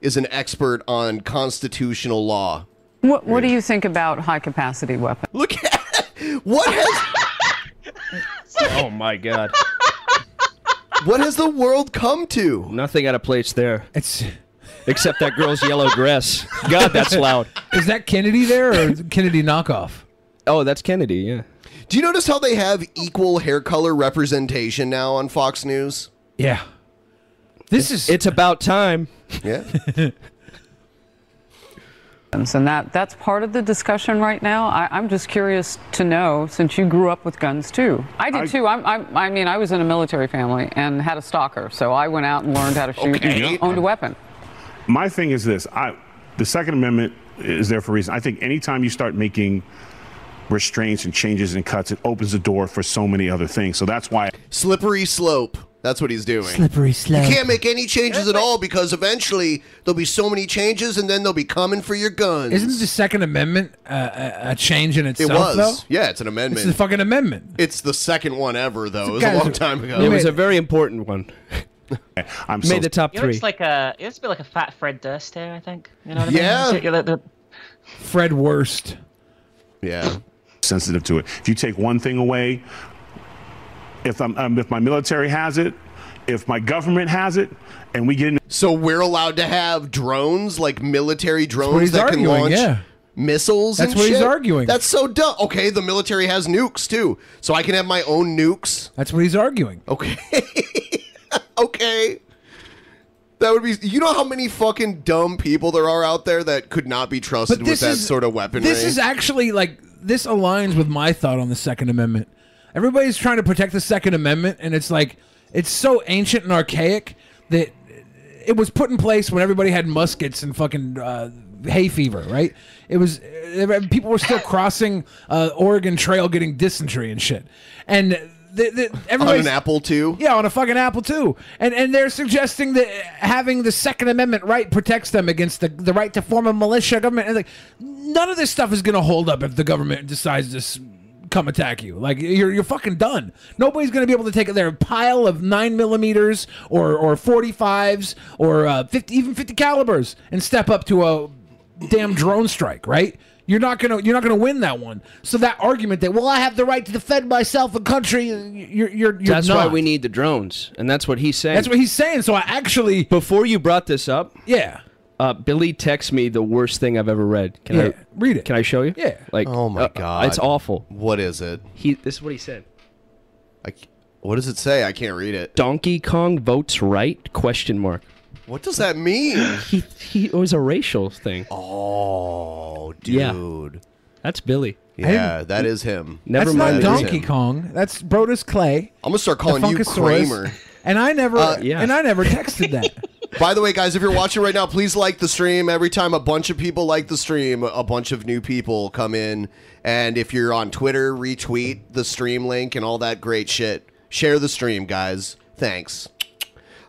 is an expert on constitutional law.
What, what do you think about high capacity weapons?
Look at what has
Oh, my God.
what has the world come to?
Nothing out of place there.
It's.
Except that girl's yellow dress. God, that's loud.
Is that Kennedy there or is Kennedy knockoff?
Oh, that's Kennedy, yeah.
Do you notice how they have equal hair color representation now on Fox News?
Yeah. This is.
It's about time.
Yeah.
[laughs] And that, that's part of the discussion right now. I, I'm just curious to know, since you grew up with guns too. I did too. I'm, I'm, I mean, I was in a military family and had a stalker, so I went out and learned how to shoot
Okay.
and owned a weapon.
My thing is this: I, the Second Amendment is there for a reason. I think anytime you start making restraints and changes and cuts, it opens the door for so many other things. So that's why
Slippery slope. That's what he's doing.
Slippery slope.
You can't make any changes at all because eventually there'll be so many changes, and then they'll be coming for your guns.
Isn't the Second Amendment uh, a, a change in itself?
it was?
Though?
Yeah, it's an amendment.
It's a fucking amendment.
It's the second one ever, though. It was a
guys,
long time ago.
It was a very important [laughs] one.
I'm
Made the top
He
three.
looks like a. He looks a bit like a fat Fred Durst here. I think. You know what I
Yeah.
mean? Yeah.
Fred Worst.
Yeah.
Sensitive to it. If you take one thing away, if I'm, um, if my military has it, if my government has it, and we get into
So we're allowed to have drones, like military drones
he's
that can
arguing,
launch
yeah.
missiles.
That's
and
what he's
shit?
arguing.
That's so dumb. Okay, the military has nukes too, so I can have my own nukes.
That's what he's arguing.
Okay. okay. That would be. You know how many fucking dumb people there are out there that could not be trusted with
this
that
is-
sort of weaponry.
This is actually like this aligns with my thought on the Second Amendment. Everybody's trying to protect the Second Amendment, and it's like it's so ancient and archaic that it was put in place when everybody had muskets and fucking uh, hay fever, right? It was uh, people were still crossing uh, Oregon Trail getting dysentery and shit, and. The, the, everybody's-
an Apple II?
Yeah, on a fucking Apple II. And and they're suggesting that having the Second Amendment right protects them against the, the right to form a militia government. And like, none of this stuff is going to hold up if the government decides to s- come attack you. Like you're you're fucking done. Nobody's going to be able to take their pile of nine millimeters or or forty fives or uh, fifty even fifty calibers and step up to a damn drone strike, right? You're not gonna you're not gonna win that one. So that argument that well I have the right to defend myself and country, you're you're, you're
that's why
not.
we need the drones, and that's what he's saying.
That's what he's saying. So I actually
before you brought this up,
yeah,
uh, Billy texts me the worst thing I've ever read. Can
Yeah,
I read it? Can I show you?
Yeah.
Like
Oh my
uh,
god,
it's awful.
What is it?
He. This is what he said.
I c what does it say? I can't read it.
Donkey Kong votes right? Question mark.
What does that mean?
He he it was a racial thing.
Oh, dude.
That's Billy.
Yeah, that is him.
Never
that's
mind.
not
That is
Donkey
him.
Kong. That's Brodus Clay.
I'm gonna start
the
calling you
Funkasaurus.
Kramer.
And I never
Uh, yeah.
and I never texted that.
[laughs] By the way, guys, if you're watching right now, please like the stream. Every time a bunch of people like the stream, a bunch of new people come in. And if you're on Twitter, retweet the stream link and all that great shit. Share the stream, guys. Thanks.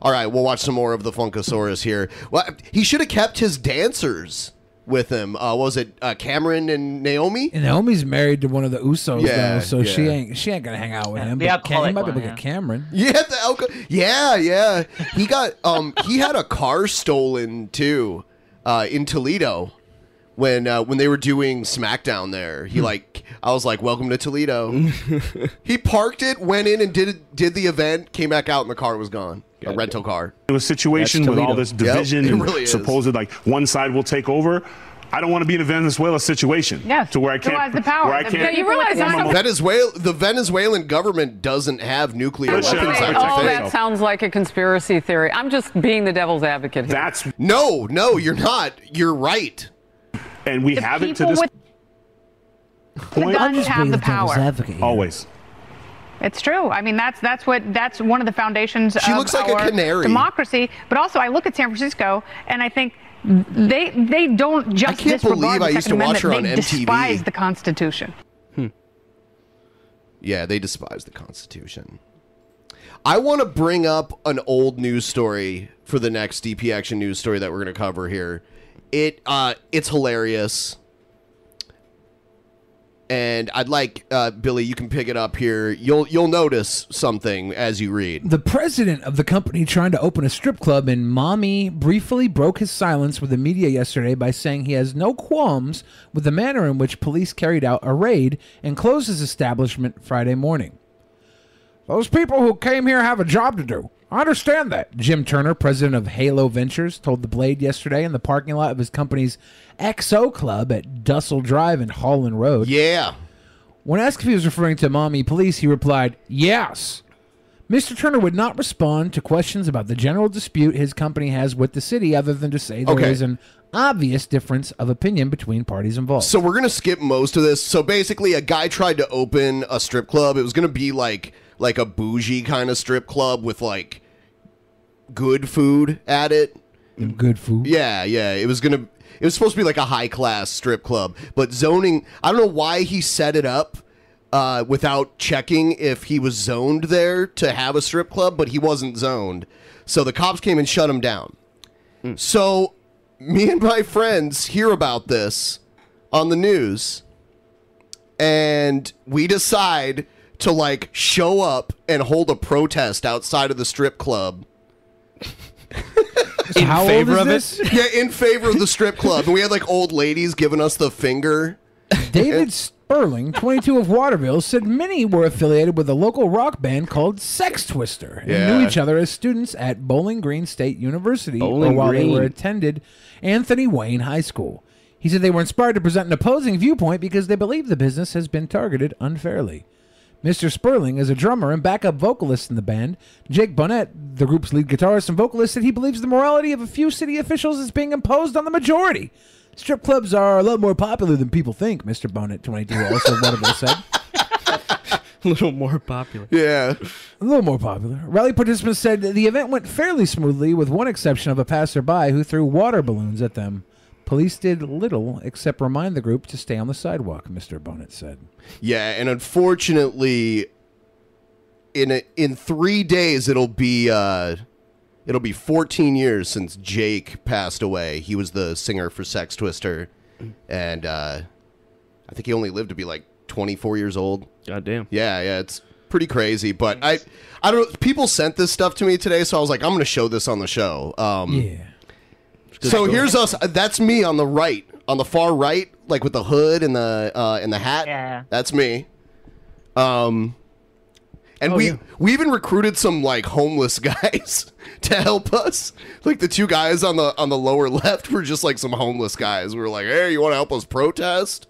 All right, we'll watch some more of the Funkosaurus here. Well, he should have kept his dancers with him. Uh, what was it uh, Cameron and Naomi?
And Naomi's married to one of the Usos
Yeah,
though, so she
yeah.
ain't she ain't gonna hang out with him.
the
but Cam- he
alcoholic
might be
one,
able to
yeah.
get Cameron.
Yeah, the alcohol. Yeah, yeah. He got um he had a car stolen too, uh, in Toledo, when uh, when they were doing SmackDown there.
Hmm.
He like I was like, "Welcome to
[laughs]
Toledo." he parked it, went in and did did the event, came back out, and the car was gone. A rental car.
a situation
That's
with all
Toledo.
this division
Yep, it
and
really is.
supposed like one side will take over. I don't want to be in a Venezuela situation.
Yes.
To where I can't.
Utilize the power.
Where I
The
can't.
people You realize with the that's-
Venezuela, the Venezuelan government doesn't have nuclear
All
weapons. I don't
that
think.
sounds like a conspiracy theory. I'm just being the devil's advocate here.
That's
no, no, you're not. You're right.
And we have it to this point.
guns I'm just have being the the devil's power. advocate
Always.
It's true. I mean, that's that's what that's one of the foundations
She
of
looks like a
our
canary.
democracy. But also, I look at San Francisco and I think they they don't just
can't
disregard
believe
the
I used
Second
to watch her
Amendment. they
on MTV.
despise the Constitution.
Yeah, they despise the Constitution. I want to bring up an old news story for the next DP Action news story that we're going to cover here. It uh, it's hilarious, and I'd like uh, Billy. You can pick it up here. You'll you'll notice something as you read.
The president of the company trying to open a strip club in Mommy briefly broke his silence with the media yesterday by saying he has no qualms with the manner in which police carried out a raid and closed his establishment Friday morning. Those people who came here have a job to do. I understand that. Jim Turner, president of Halo Ventures, told The Blade yesterday in the parking lot of his company's XO Club at Dussel Drive in Holland Road.
Yeah.
When asked if he was referring to mommy police, he replied, Yes. Mr. Turner would not respond to questions about the general dispute his company has with the city, other than to say there is
Okay.
an obvious difference of opinion between parties involved.
So we're gonna skip most of this. So basically, a guy tried to open a strip club. It was gonna be like like a bougie kind of strip club with like good food at it.
Good food.
Yeah, yeah. It was gonna. It was supposed to be like a high class strip club, but zoning. I don't know why he set it up. uh, without checking if he was zoned there to have a strip club, but he wasn't zoned. So the cops came and shut him down.
Hmm.
So me and my friends hear about this on the news and we decide to like show up and hold a protest outside of the strip club
in How old favor is of it? this?
yeah in favor of the strip club and we had like old ladies giving us the finger
David Sperling, 22 of Waterville, said many were affiliated with a local rock band called Sex Twister and
Yeah.
knew each other as students at Bowling Green State University or
Bowling
while
Green.
they were attended Anthony Wayne High School. He said they were inspired to present an opposing viewpoint because they believe the business has been targeted unfairly. Mr. Sperling is a drummer and backup vocalist in the band. Jake Bonnet, the group's lead guitarist and vocalist, said he believes the morality of a few city officials is being imposed on the majority. Strip clubs are a lot more popular than people think, Mr. Bonnet, 22, also one of us said.
[laughs] a little more popular.
Yeah.
A little more popular. Rally participants said that the event went fairly smoothly, with one exception of a passerby who threw water balloons at them. Police did little except remind the group to stay on the sidewalk, Mr. Bonnet said.
Yeah, and unfortunately, in a, in three days it'll be uh, it'll be 14 years since Jake passed away. He was the singer for Sex Twister, and uh, I think he only lived to be like 24 years old.
God damn.
Yeah, yeah, it's pretty crazy. But I I don't. know. People sent this stuff to me today, so I was like, I'm gonna show this on the show. Um,
yeah.
So here's us. That's me on the right, on the far right, like with the hood and the uh, and the hat.
Yeah.
That's me. Um, and
Oh,
we
yeah.
we even recruited some like homeless [laughs] guys to help us. Like the two guys on the on the lower [laughs] left were just like some homeless guys. We were like, "Hey, you want to help us protest?"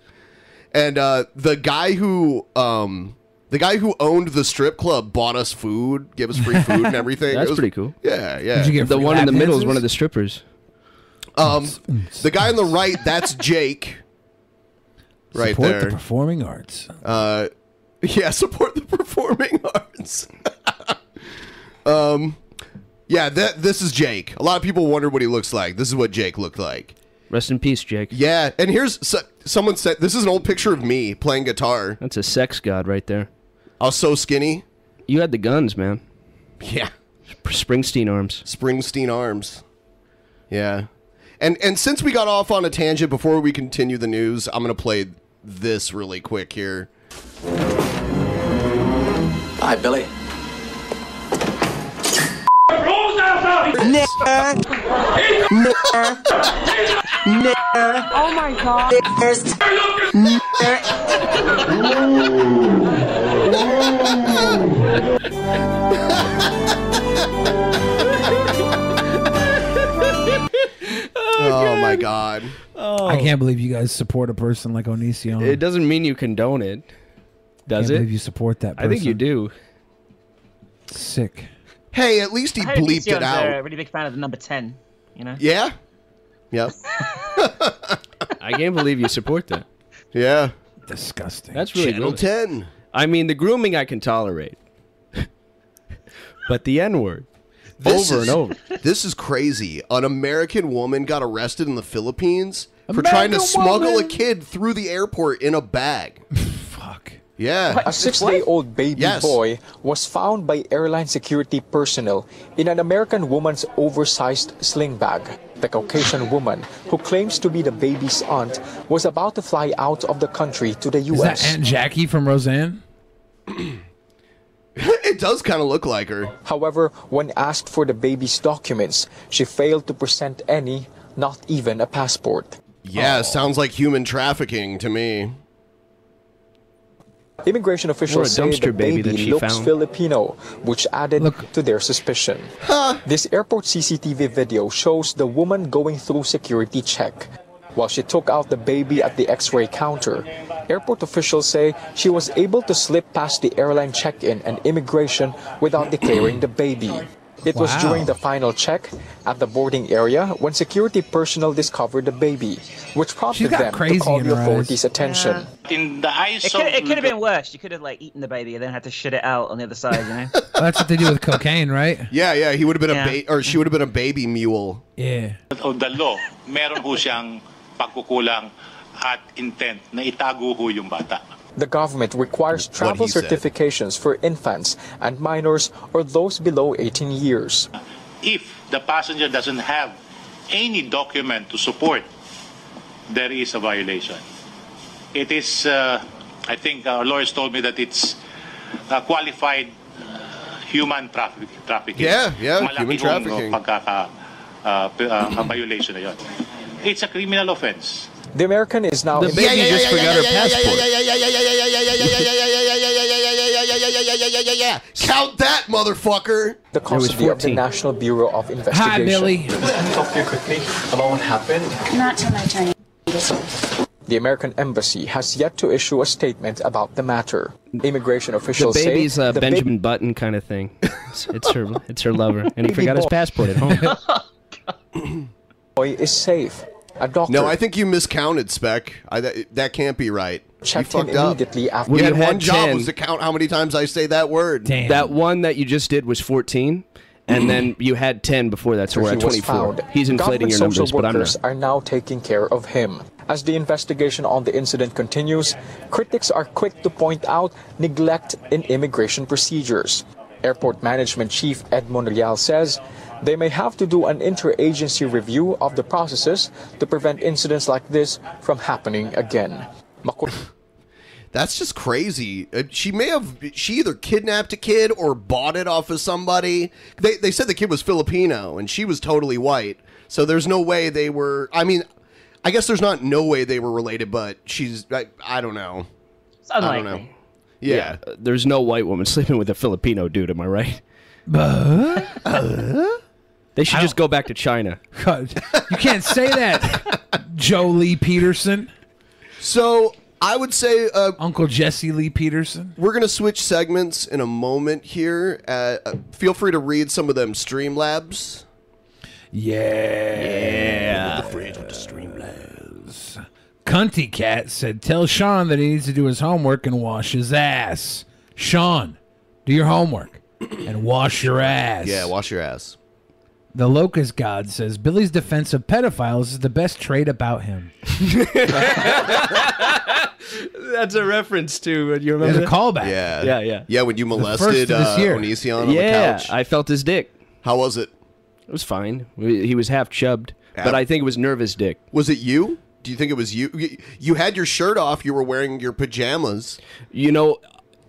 And uh, the guy who um the guy who owned the strip club bought us food, gave us free
[laughs]
food and everything.
That's
It was-
pretty cool.
Yeah, yeah.
the one in the middle is one of the strippers.
[laughs]
Um, the guy on the right, that's Jake. Right
Support
there.
the performing arts.
uh, [laughs] yeah, support the performing [laughs] arts. um, yeah, that this is Jake. A lot of people wonder what he looks like. This is what Jake looked like.
Rest in peace, Jake.
Yeah, and here's so, someone said this is an old picture of me playing guitar.
That's a sex god right there.
I was so skinny.
You had the guns, man.
Yeah.
Springsteen arms.
Springsteen arms. Yeah. And and since we got off on a tangent before we continue the news, I'm going to play this really quick here.
Hi, Billy.
Oh my god.
[laughs] Oh my god.
Oh.
I can't believe you guys support a person like Onision.
It doesn't mean you condone it, does
Oh. Can't
it?
believe you support that
I think you do.
Sick.
Hey, at least he
I heard
bleeped it
Dion's A
out.
really big fan of the number ten. You know.
Yeah. Yep.
I can't believe you support that.
Yeah.
Disgusting.
That's really
Channel
grooming.
10.
I mean, the grooming I can tolerate, but the N word
This
over
is-
and over.
[laughs] This is crazy. An American woman got arrested in the Philippines for
American
trying to smuggle a
woman?
kid through the airport in a bag. Fuck. Yeah.
A six day old baby
Yes.
boy was found by airline security personnel in an American woman's oversized sling bag. The Caucasian woman, who claims to be the baby's aunt, was about to fly out of the country to the
Is that
U.S.
Aunt Jackie from Roseanne?
[laughs]
[laughs]
it does kind of look like her.
However, when asked for the baby's documents, she failed to present any, not even a passport.
Yeah, sounds like human trafficking to me.
Immigration officials
Or a
say the
dumpster baby
baby,
that she
looks
found.
Filipino, which added to their suspicion. This airport CCTV video shows the woman going through security check. While she took out the baby at the x-ray counter, airport officials say she was able to slip past the airline check-in and immigration without declaring the baby. It was
Wow.
during the final check at the boarding area when security personnel discovered the baby, which prompted
got
them to
crazy
call
in
the
her eyes.
authorities' attention.
In the eyes it could, it could have been worse. You could have like eaten the baby and then had to shit it out on the other side. You know.
[laughs]
Well, that's what they do with cocaine, right?
Yeah, yeah, he would have been
Yeah.
a ba- or she would have been a baby mule.
Yeah.
of the law, meron ho siyang pagkukulang at intent na itago ho yung bata.
The government requires travel
said.
certifications for infants and minors or those below 18 years.
If the passenger doesn't have any document to support, there is a violation. It is, uh, I think our lawyers told me that it's uh, qualified uh, human traffic, trafficking.
Yeah, yeah,
Malaki
human
hong,
trafficking.
no, pagkaka, uh, p- uh, violation na yun. It's a criminal offense.
The American is now
The baby Yeah, yeah, just yeah, forgot yeah, her yeah, yeah, passport. yeah,
Count that, motherfucker.
The custody of the National Bureau of Investigation.
Billy.
Talk to you quickly about what happened.
Not till my turn.
The American embassy has yet to issue a statement about the matter. Immigration
The
officials
baby's
say
uh,
the big-
Benjamin Button kind of thing. It's, it's her, it's her lover, and he
Baby
forgot his
boy.
passport at
[laughs]
home.
boy is safe. A doctor.
No, I think you miscounted, Spec. I, that, that can't be right.
Checked
you
in
fucked up.
immediately after-
You
We
had,
had
one job
10.
was to count how many times I say that word.
That one that you just did was 14, and then you had 10 before that, so we're
he
at
was
24.
found.
He's inflating
Government
your numbers,
social
but I'm
workers
not.
are now taking care of him. As the investigation on the incident continues, critics are quick to point out neglect in immigration procedures. Airport Management Chief Ed Monreal says they may have to do an interagency review of the processes to prevent incidents like this from happening again. Makur-
[laughs] That's just crazy. Uh, She may have she either kidnapped a kid or bought it off of somebody. They they said the kid was Filipino and she was totally white. So there's no way they were. I mean, I guess there's not no way they were related, but she's I, I don't know. I don't know. Yeah.
uh, There's no white woman [laughs] sleeping with a Filipino dude, am I right? They should just go back to China.
God, you can't say that,
[laughs]
Jolie Peterson.
So I would say uh,
Uncle Jesse Lee Peterson.
We're gonna switch segments in a moment here. Uh, uh, feel free to read some of them Streamlabs.
Yeah. Cunty Cat said, "Tell Sean that he needs to do his homework and wash his ass." Sean, do your homework and wash your ass.
Yeah, wash your ass.
The Locust God says Billy's defense of pedophiles is the best trait about him.
That's a reference to, uh, you
There's
remember?
a callback.
Yeah,
Yeah, yeah.
yeah. When you
The first
molested
of this
uh,
year.
Onision on
Yeah,
the couch,
I felt his dick.
How was it?
It was fine. We- He was half chubbed,
Ab-
but I think it was nervous dick.
Was it you? Do you think it was you? You- You had your shirt off. You were wearing your pajamas.
You know,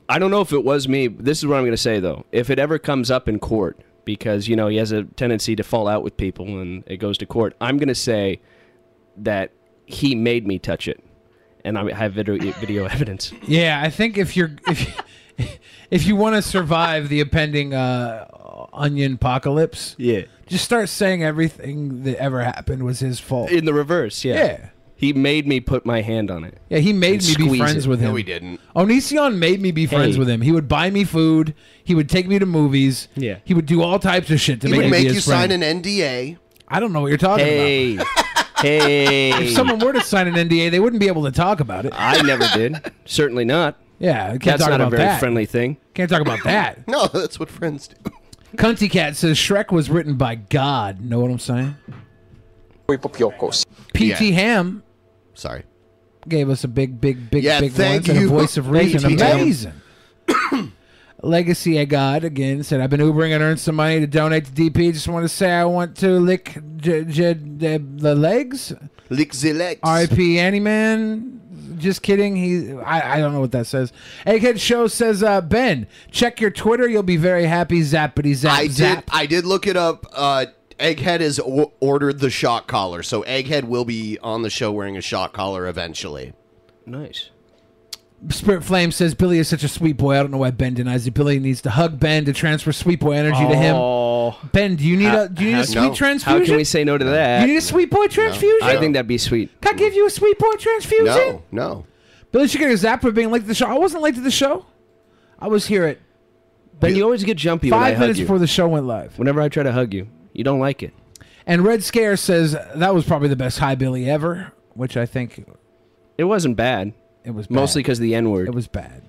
I don't know if it was me. This is what I'm going to say though. If it ever comes up in court, because you know he has a tendency to fall out with people, and it goes to court, I'm going to say that he made me touch it, and I have video, video [laughs] evidence.
Yeah, I think if you're [laughs] if if you want to survive the impending uh, onion apocalypse,
yeah,
just start saying everything that ever happened was his fault.
In the reverse, yeah.
Yeah.
He made me put my hand on it.
Yeah, he made
And
me be
squeeze
friends
it.
with him. Onision made me be friends
Hey.
with him. He would buy me food. He would take me to movies.
Yeah.
He would do all types of shit to
He
make
would
me
make
be his
you
friend.
sign an NDA.
I don't know what you're talking
Hey. about.
[laughs]
hey.
If someone were to sign an NDA, they wouldn't be able to talk about it.
I never did. Certainly not.
Yeah, can't
that's
talk
not
about
a very
that.
friendly thing.
Can't talk about
[laughs]
that.
No, that's what friends do.
Cunty Cat says Shrek was written by God. Know what I'm saying? PT
Yeah.
Ham
Sorry.
gave us a big, big, big,
Yeah,
big
thank
one and a
you,
voice of reason.
PT Ham.
Amazing. [coughs] Legacy of God again said, I've been Ubering and earned some money to donate to DP. Just want to say I want to lick j- j- the the legs.
Lick the legs.
RIP Anyman. Just kidding. He, I, I don't know what that says. Egghead Show says, uh, Ben, check your Twitter. You'll be very happy. Zappity zap
I
zap.
did. I did look it up. Uh, Egghead has o- ordered the shock collar, so Egghead will be on the show wearing a shock collar eventually.
Nice.
Spirit Flame says Billy is such a sweet boy. I don't know why Ben denies it. Billy needs to hug Ben to transfer sweet boy energy to
Oh.
him. Ben, do you need
How-
a do you need
how-
a sweet
no.
transfusion?
How can we say no to that?
You need a sweet boy transfusion.
I think that'd be sweet.
Can I give you a sweet boy transfusion?
no.
Billy should get a zap for being late to the show. I wasn't late to the show. I was here at
Ben, you always get jumpy when I
five
hug
minutes
you.
before the show went live.
Whenever I try to hug you, you don't like it.
And Red Scare says that was probably the best high Billy ever, which I think
It wasn't bad.
It was
mostly because the N word.
It was bad.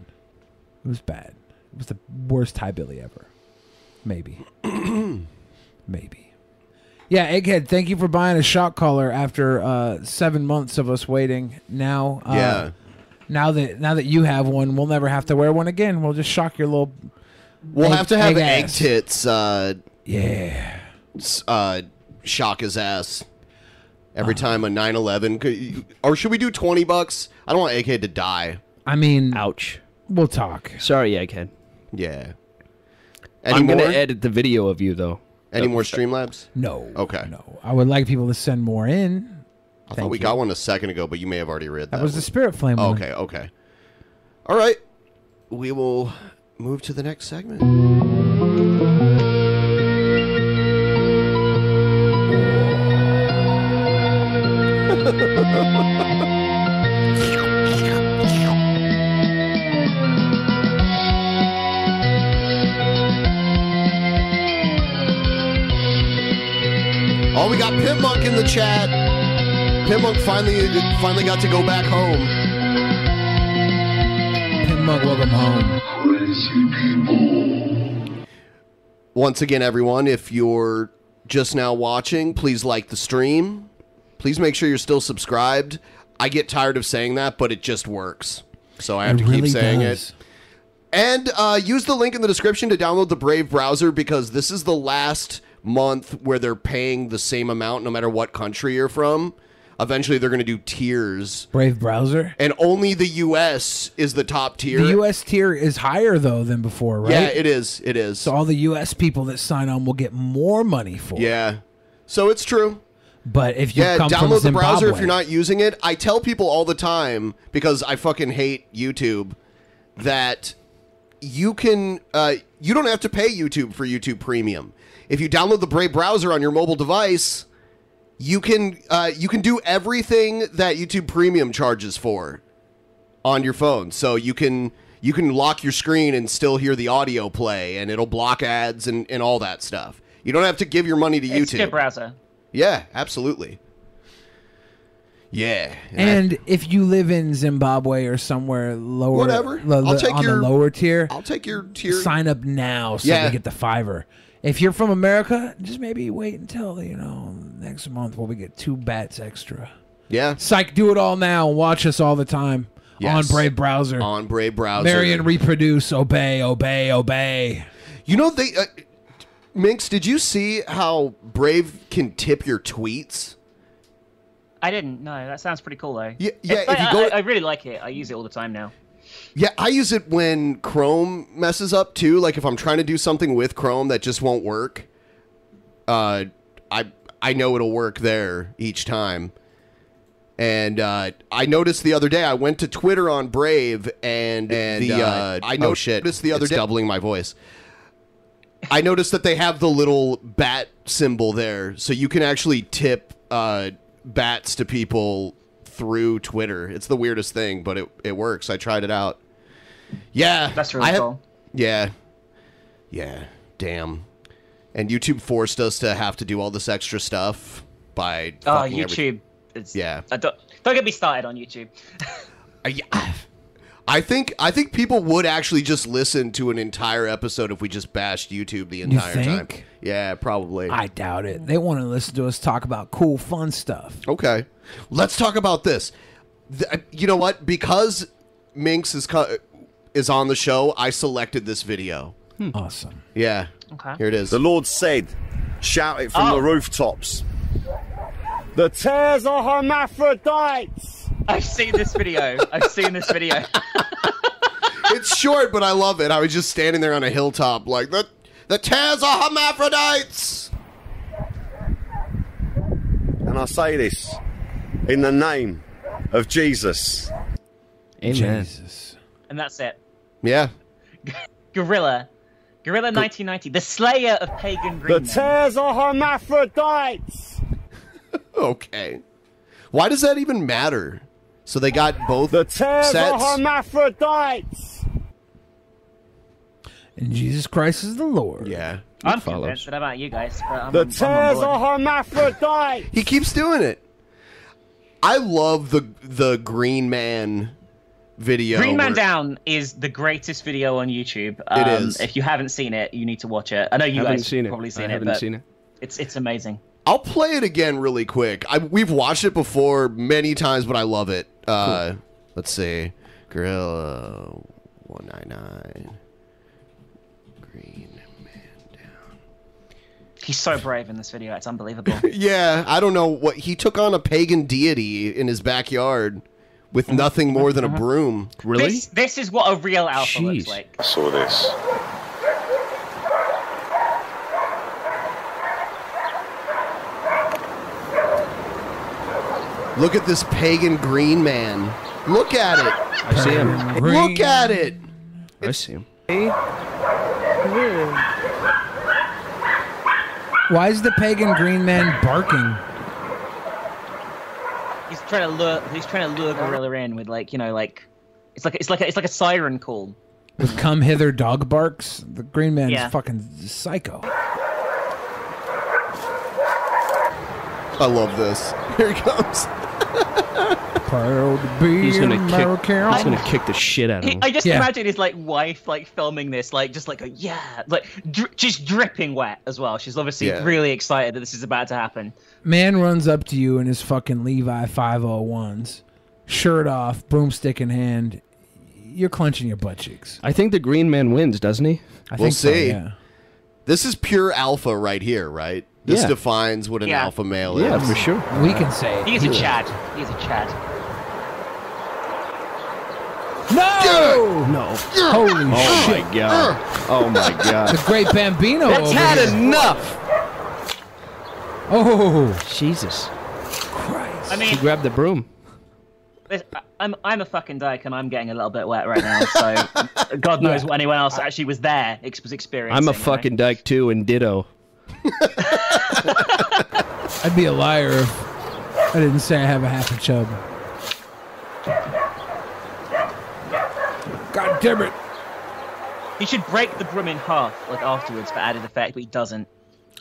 It was bad. It was the worst high Billy ever. Maybe. Maybe. Yeah, Egghead, thank you for buying a shock collar after uh, seven months of us waiting. Now, uh,
Yeah.
now that now that you have one, we'll never have to wear one again. We'll just shock your little.
We'll have to have egg,
ass.
tits. Uh,
yeah.
Uh, shock his ass every time a 911. Could- Or should we do 20 bucks? I don't want Egghead to die.
I mean,
ouch.
We'll talk.
Sorry, Egghead.
Yeah.
I'm
Any
gonna
more?
edit the video of you though.
Any more Streamlabs?
No.
Okay. No.
I would like people to send more in.
I
Thank
thought we
you.
got one a second ago, but you may have already read that.
That was the spirit flame.
Oh,
one.
okay, okay. All right. We will move to the next segment.
Oh,
we got Pitmonk in the chat. Pitmonk finally finally got to go back home.
Pitmonk, welcome home.
Once again, everyone, if you're just now watching, please like the stream. Please make sure you're still subscribed. I get tired of saying that, but it just works. So I have
It
to
really
keep saying
does.
it. And uh, use the link in the description to download the Brave browser because this is the last month where they're paying the same amount no matter what country you're from. Eventually, they're going to do tiers.
Brave browser.
And only the U.S. is the top tier.
The U.S. tier is higher though than before, right?
Yeah, it is. It is.
So all the U.S. people that sign on will get more money for.
Yeah. So it's true.
But if you
yeah,
come from
download the browser if
Zimbabwe-
you're not using it. I tell people all the time because I fucking hate YouTube that you can uh, you don't have to pay YouTube for YouTube Premium. If you download the Brave browser on your mobile device, you can uh, you can do everything that YouTube Premium charges for on your phone. So you can you can lock your screen and still hear the audio play, and it'll block ads and, and all that stuff. You don't have to give your money to
It's
YouTube.
good browser.
Yeah, absolutely. Yeah.
And if you live in Zimbabwe or somewhere lower,
Whatever.
lo-
I'll
lo-
take
on
your-
the lower tier,
I'll take your tier.
Sign up now so
Yeah.
we get the fiver. If you're from America, just maybe wait until you know next month where we get two bats extra.
Yeah.
Psych, do it all now. and Watch us all the time
Yes.
on Brave Browser.
On Brave Browser.
Marry and reproduce. Obey. Obey. Obey.
You know they. Uh, Minx, did you see how Brave can tip your tweets?
I didn't. No, that sounds pretty cool though.
Yeah, yeah,
It's-
if
I,
you go-
I- I really like it. I use it all the time now.
Yeah, I use it when Chrome messes up too. Like if I'm trying to do something with Chrome that just won't work, uh, I I know it'll work there each time. And uh, I noticed the other day I went to Twitter on Brave and and the,
uh,
uh, I
oh,
noticed
shit.
the other
It's
day doubling my voice. I noticed that they have the little bat symbol there, so you can actually tip uh, bats to people through Twitter. It's the weirdest thing, but it, it works. I tried it out. Yeah, that's
really
cool. Yeah, yeah. Damn. And YouTube forced us to have to do all this extra stuff by.
Oh,
Uh,
fucking every-
YouTube. It's,
yeah.
I don't, don't get me started on YouTube.
I think I think people would actually just listen to an entire episode if we just bashed YouTube the entire time.
think?
Yeah, probably.
I doubt it. They want to listen to us talk about cool, fun stuff.
Okay. Let's talk about this. Th- uh, you know what? Because Minx is co- is on the show, I selected this video.
Awesome.
Yeah.
Okay.
Here it is.
The Lord said, shout it from
Oh.
the rooftops. The tears are hermaphrodites.
I've seen this video. I've seen this
[laughs]
video.
it's short, but I love it. I was just standing there on a hilltop, like the the tears are hermaphrodites.
And I say this in the name of Jesus.
Amen.
Jesus.
And that's it.
Yeah.
Gorilla. Gorilla 1990. The slayer of pagan
The
green.
tears are hermaphrodites.
[laughs] Okay. Why does that even matter? So they got both the
Tears
sets.
are hermaphrodites.
And Jesus Christ is the Lord.
Yeah.
I'm convinced. I don't know about you guys, but I'm,
The
I'm, I'm on
tears
board.
are hermaphrodites.
He keeps doing it. I love the the Green Man video.
Green Man
where-
Down is the greatest video on YouTube. Um,
It is.
If you haven't seen it, you need to watch it. I know you
Haven't
guys
seen
have
it.
probably seen
I
it,
haven't
but
seen it.
it's it's amazing.
I'll play it again really quick. I, we've watched it before many times, but I love it. Uh, Let's see. Gorilla 199.
He's so brave in this video. It's unbelievable.
Yeah, I don't know what he took on a pagan deity in his backyard with nothing more than a broom.
This, this is what a real alpha looks like.
I saw this. Look at this pagan green man. Look at it. I
see him.
Look at it.
I see him.
Why is the pagan green man barking?
He's trying to lure. He's trying to lure gorilla in with like you know like, it's like it's like a, it's like a siren call.
With come hither dog barks? The green man
Yeah.
is fucking psycho.
I love this. Here he comes. [laughs]
Proud to be
He's gonna
American.
kick. He's gonna kick the shit out of
He,
him.
I just imagine his like wife like filming this like just like a, yeah like dri she's dripping wet as well. She's obviously
Yeah.
really excited that this is about to happen.
Man runs up to you in his fucking Levi 501s, shirt off, broomstick in hand. You're clenching your butt cheeks.
I think the green man wins, doesn't he?
I
we'll
think so,
see.
yeah.
This is pure alpha right here, right? This
Yeah.
defines what an
Yeah.
alpha male
Yeah,
is.
for sure.
We can say
He is a Chad. He is a Chad.
No! No. Holy
Oh
shit.
my god. Oh
[laughs]
my god.
The great Bambino.
That's
over
had
here.
enough.
Oh
Jesus.
I mean,
He grabbed the broom.
This- I- I'm I'm a fucking dyke and I'm getting a little bit wet right now.
[laughs]
So God knows what anyone else actually was there ex- was experiencing.
I'm a
you know?
fucking dyke too, and ditto.
I'd be a liar if I didn't say I have a half a chub. God damn it!
He should break the broom in half like afterwards for added effect, but he doesn't.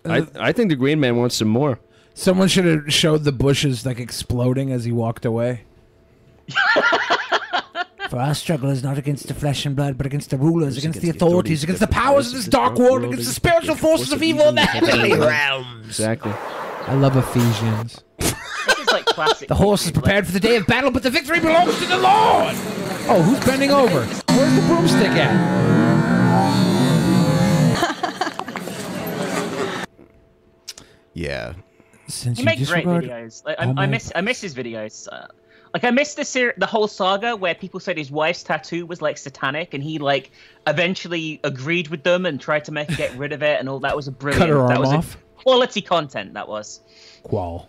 I I think the green man wants some more.
Someone should have showed the bushes like exploding as he walked away. [laughs] For our struggle is not against the flesh and blood, but against the rulers, against, the authorities, against the powers of this dark world, against the spiritual forces of evil in the heavenly realm.
Exactly.
[laughs] I love Ephesians.
This is like classic.
The horse is prepared for the day of battle, but the victory belongs to the Lord. Oh, who's bending over? Where's the broomstick at?
Yeah.
Since
He makes great videos. Like, I,
Oh
I
my-
miss I miss his videos. Uh, like I miss the ser- the whole saga where people said his wife's tattoo was like satanic, and he like eventually agreed with them and tried to make her get rid of it, and all
[laughs]
that was a brilliant.
her
that
arm
was a
off?
Quality content that was.
Qual.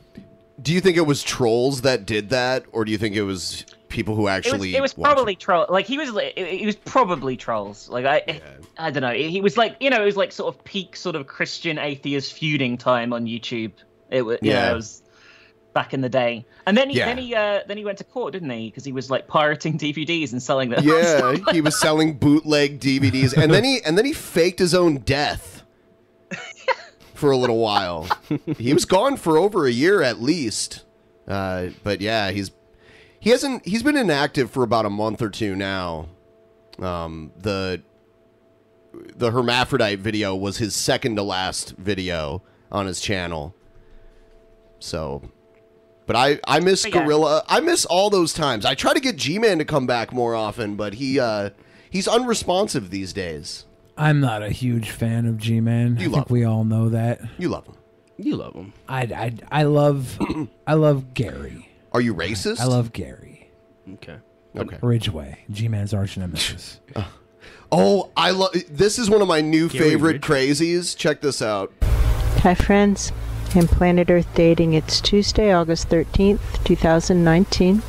Do you think it was trolls that did that, or do you think it was people who actually?
it was, it was
watched
probably troll. Like he was, like, it, it was probably trolls. Like I, [laughs] I don't know. He was like, you know, it was like sort of peak sort of Christian atheist feuding time on YouTube. It was, yeah,
Yeah.
it was back in the day. And then he,
Yeah.
then he, uh, then he went to court, didn't he? Because he was like pirating [laughs] DVDs and selling them. [laughs]
Yeah, he was selling bootleg DVDs, and then he and then he faked his
[laughs]
own death for a little while. He was gone for over a year at least. Uh, but yeah, he's he hasn't he's been inactive for about a month or two now. Um, the the hermaphrodite video was his second to last video on his channel. So, but I I miss
But yeah.
Gorilla. I miss all those times. I try to get G Man to come back more often, but he uh he's unresponsive these days.
I'm not a huge fan of G-Man.
You
I
love
think we all know that.
You love him.
You love him.
I, I, I love I love Gary.
Are you racist?
I love Gary.
Okay.
Okay.
Ridgeway, G-Man's arch nemesis.
Oh, I love this is one of my new
Gary
favorite crazies. Check this out.
Hi, friends. I'm Planet Earth Dating. It's Tuesday, August 13th, 2019.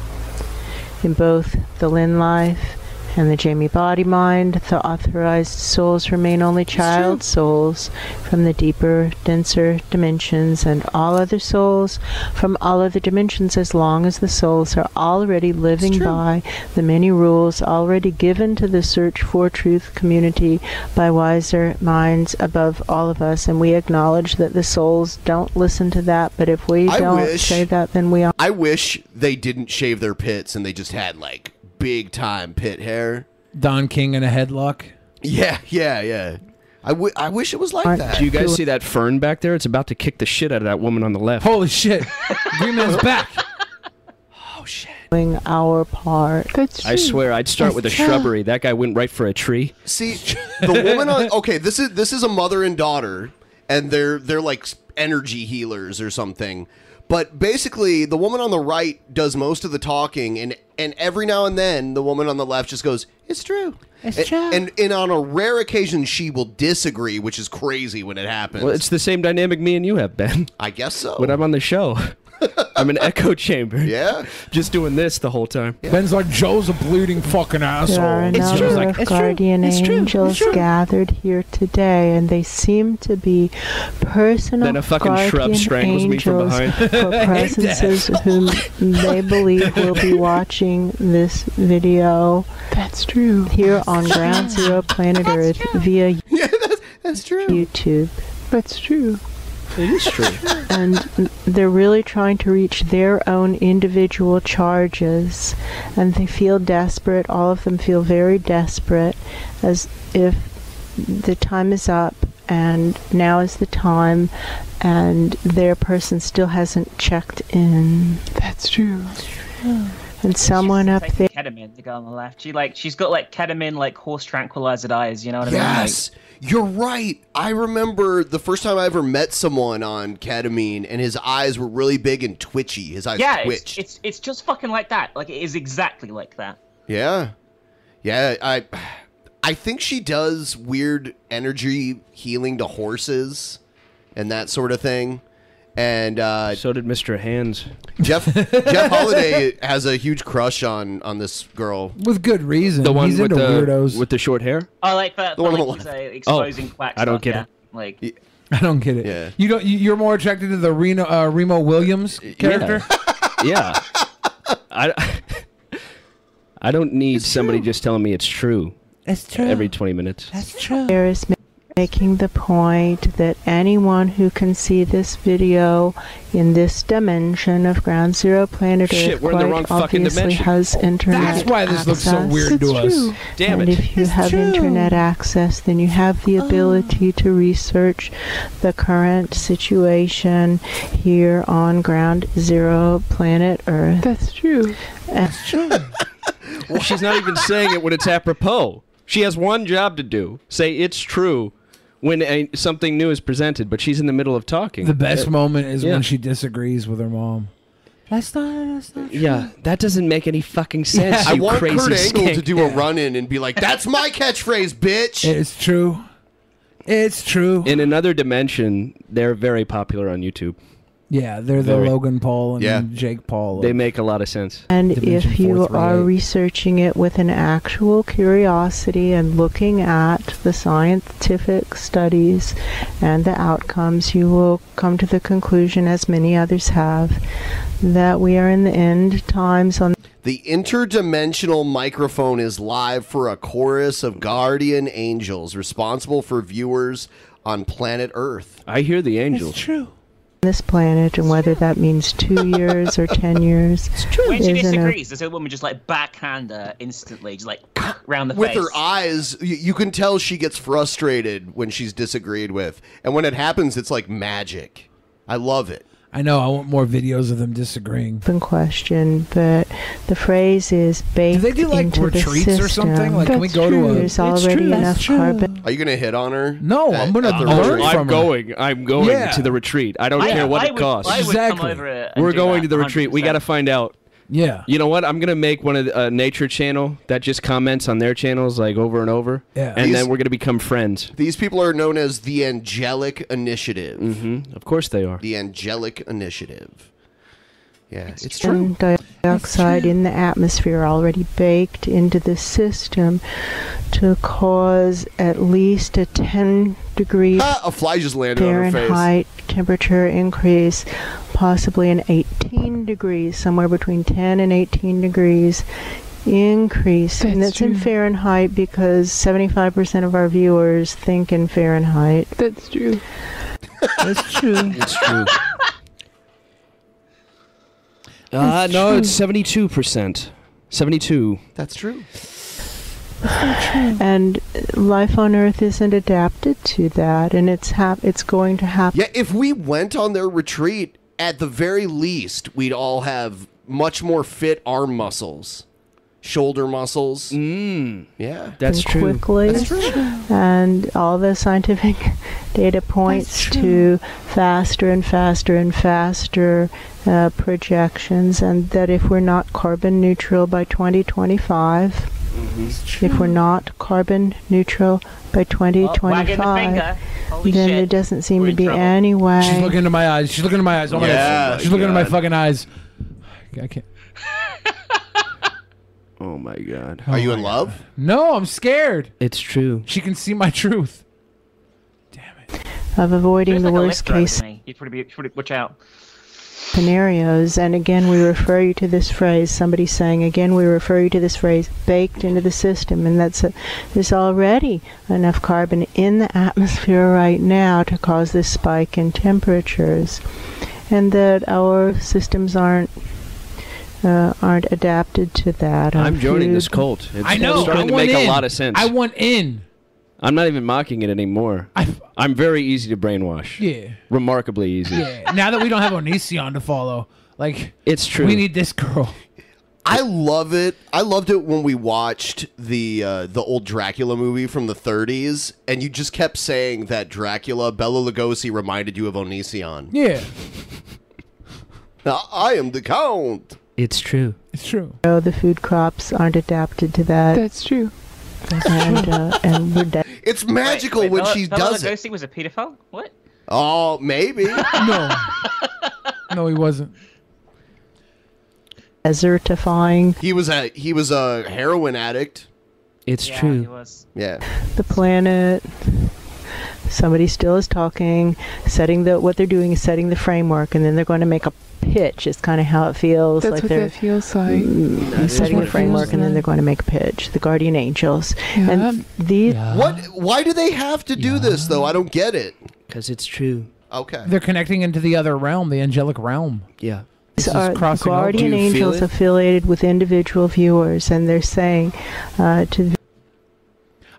In both the Lynn Life and the Jamie Body Mind, the authorized souls remain only child souls from the deeper, denser dimensions, and all other souls from all other dimensions as long as the souls are already living by the many rules already given to the search for truth community by wiser minds above all of us. And we acknowledge that the souls don't listen to that, but if we
I
don't
wish-
say that, then we all.
I wish they didn't shave their pits and they just had like big time pit hair.
Don King in a headlock.
Yeah, yeah, yeah. I, w- I wish it was like that.
Do you guys see that fern back [laughs] there? It's about to kick the shit out of that woman on the left.
Holy shit! Green man's back.
Oh
shit. Doing our part.
I swear, I'd start with a shrubbery. That guy went right for a tree.
See, the woman on okay, this is this is a mother and daughter, and they're they're like energy healers or something. But basically, the woman on the right does most of the talking, and and every now and then, the woman on the left just goes, "It's true,
it's
true." And and on a rare occasion, she will disagree, which is crazy when it happens.
Well, it's the same dynamic me and you have, Ben.
I guess so.
When I'm on the show, I'm an
[laughs]
echo chamber.
Yeah.
Just doing this the whole time.
Ben's like Joe's a bleeding fucking
There are a
asshole.
number of guardian angels gathered here today, and they seem to be personal
Then a fucking
guardian
shrub strangles me from
angels
[laughs] behind.
for
I hate that.
presences whom they believe
[laughs]
will be watching this video. That's true. Here on Ground Zero Planet Earth
[laughs]
via
that's true.
YouTube. That's true.
It is true.
[laughs] and they're really trying to reach their own individual charges and they feel desperate all of them feel very desperate as if the time is up and now is the time and their person still hasn't checked in that's true and someone up there
Ketamine, the girl on the left. She like she's got like ketamine like horse tranquilizer eyes. You know what I mean? Like,
Yes, you're right. I remember the first time I ever met someone on ketamine, and his eyes were really big and twitchy. His eyes
yeah, it's,
twitched.
it's it's just fucking like that. Like it is exactly like that.
Yeah. Yeah, I I think she does weird energy healing to horses and that sort of thing. And uh,
so did Mr. Hands.
Jeff
[laughs]
Jeff Holiday has a huge crush on on this girl.
With good reason.
The one
He's
with
into
the
weirdos.
with the short hair.
Oh, like that.
The
The
one on
like,
the
he's,
left.
uh,
Oh.
exposing quack
I
stuff,
don't get
yeah.
it.
Like
I don't get it.
Yeah.
You don't. you- You're more attracted to the Reno, uh, Remo Williams character.
Yeah. I, [laughs] I don't need somebody just telling me it's true.
It's true.
Every 20 minutes.
That's true. There is ma- making the point that anyone who can see this video in this dimension of Ground Zero Planet
Shit,
Earth
we're in
quite
the wrong fucking
obviously
dimension.
has internet
That's why this looks so
access.
weird to It's us. true. Damn
and
it.
if you have internet access, then you have the ability to research the current situation here on Ground Zero Planet Earth. That's true. That's true.
Well, she's not even saying it when it's apropos. She has one job to do: say it's true when a, something new is presented. But she's in the middle of talking.
The best
Uh,
moment is
yeah.
when she disagrees with her mom.
That's not. That's not Yeah, that doesn't make any fucking sense.
I
you
want
crazy
Kurt Angle
skank.
to do a run in and be like, That's my catchphrase, bitch.
It's true. It's true.
In another dimension, they're very popular on YouTube.
Yeah, they're the
Very-
Logan Paul and
Yeah.
Jake Paul.
They make a lot of sense.
And
Dimension
if you are
438.
researching it with an actual curiosity and looking at the scientific studies and the outcomes, you will come to the conclusion, as many others have, that we are in the end times on
The interdimensional microphone is live for a chorus of guardian angels responsible for viewers on planet Earth.
I hear the angels.
true.
this planet, and whether that means two years or ten years,
when she
isn't a
disagrees, this old woman just like backhand her instantly, just like [laughs] round the
with
face.
her eyes you, you can tell she gets frustrated when she's disagreed with and when it happens it's like magic i love it
I know. I want more videos of them disagreeing.
open question, but the phrase is baked
they do, like,
into
retreats
the
or
system.
something? Like, can we That's go to
true. a-
There's
It's
already
true. That's
enough
true.
carbon.
are you gonna hit on her
no
at,
I'm gonna
at the
learn
retreat?
I'm going. Uh, I'm going to the retreat. I don't
I-
care what
I
it
would-
costs.
I would come Exactly. over and
We're
do
going
that,
to the retreat. We got to find out.
Yeah.
You know what? I'm gonna make one of the, uh, nature channel that just comments on their channels like over and over.
Yeah.
And
These-
then we're gonna become friends.
these people are known as the angelic initiative mm-hmm.
of course they are
the angelic initiative yeah it's,
carbon
true
dioxide in the atmosphere already baked into the system to cause at least a 10 degree
Ah, a fly just landed on her face
Fahrenheit temperature increase, possibly an 18 degrees, somewhere between 10 and 18 degrees increase. and that's in Fahrenheit because 75% of our viewers think in Fahrenheit. That's [laughs] true. That's true.
It's
[laughs]
true. Uh,
That's
no,
true.
it's seventy-two percent. Seventy-two.
That's true.
and life on Earth isn't adapted to that, and it's hap- it's going to happen.
yeah if we went on their retreat at the very least we'd all have much more fit arm muscles, shoulder muscles.
Mm.
Yeah,
and quickly.
That's true.
And all the scientific [laughs] data points to faster and faster and faster uh, projections, and that if we're not carbon neutral by 2025,
Mm-hmm.
if we're not carbon neutral by 2025,
finger. Holy
then
shit.
there doesn't seem to be any way.
She's looking into my eyes. She's looking into my eyes. Oh my
Yeah,
god. She's looking into my
God.
fucking eyes. I can't.
Oh my god.
Are you
in love?
No, I'm scared.
It's true.
She can see my truth.
of avoiding
There's
the
like a
worst
lift
case
around me. You'd probably, be, should watch out.
scenarios. And again, we refer you to this phrase. Somebody saying, again, we refer you to this phrase, baked into the system. And that's a, there's already enough carbon in the atmosphere [laughs] right now to cause this spike in temperatures, and that our systems aren't. Uh, aren't adapted to that. Our
I'm joining this
food-
cult. It's,
I know.
it's starting
I
to
want
make
in.
a lot of sense.
I want in.
I'm not even mocking it anymore. i am very easy to brainwash.
Yeah.
Remarkably easy.
Yeah. now that we don't have Onision to follow, like
it's true.
We need this girl.
I love it. I loved it when we watched the uh, the old Dracula movie from the 30s, and you just kept saying that Dracula, Bela Lugosi, reminded you of Onision.
Yeah.
Now, I am the count.
It's true.
It's true.
Oh, the food crops aren't adapted to that.
That's true.
and, uh, and
[laughs]
we're dead.
It's magical when
Bella,
she
Bella
does it.
Lugosi was a pedophile. What?
Oh,
[laughs]
maybe. [laughs]
no. No, he wasn't.
desertifying
He was a he was a heroin addict.
It's
true.
Yeah.
the planet. Somebody still is talking, setting the what they're doing is setting the framework, and then they're going to make a pitch. Is kind of how it feels.
That's
like
what
they're
that feels like.
Mm,
That is
setting
what
the
it
framework,
feels
and then they're
like.
going to make a pitch. The guardian angels and these.
What? Why do they have to do this though? I don't get it.
Because it's true.
Okay.
They're connecting into the other realm, the angelic realm.
Yeah.
This
These
is
are the
crossing over.
guardian
Do you feel
angels
it?
affiliated with individual viewers, and they're saying uh, to the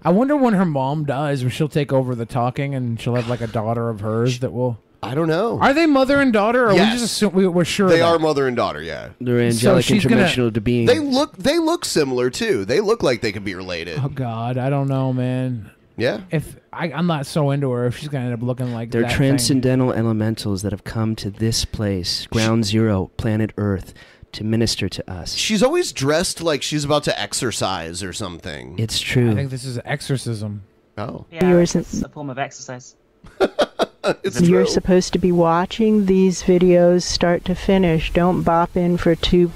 I wonder when her mom dies, if she'll take over the talking and she'll have like a daughter of hers that will.
I don't know.
Are they mother and daughter? Or we
Yes.
just assume we, we're sure
They
of
are
that?
mother and daughter. Yeah.
They're
angelic she's gonna- interdimensional
to being.
They look they look similar too. They look like they could be related.
Oh God, I don't know, man.
Yeah.
If I, I'm not so into her, if she's gonna end up looking like
They're
that thing.
transcendental elementals that have come to this place, ground zero, planet Earth, to minister to us.
She's always dressed like she's about to exercise or something.
It's true.
I think this is exorcism.
Oh,
viewers and
It's a form of exercise.
You're supposed to be watching these videos start to finish. Don't bop in for two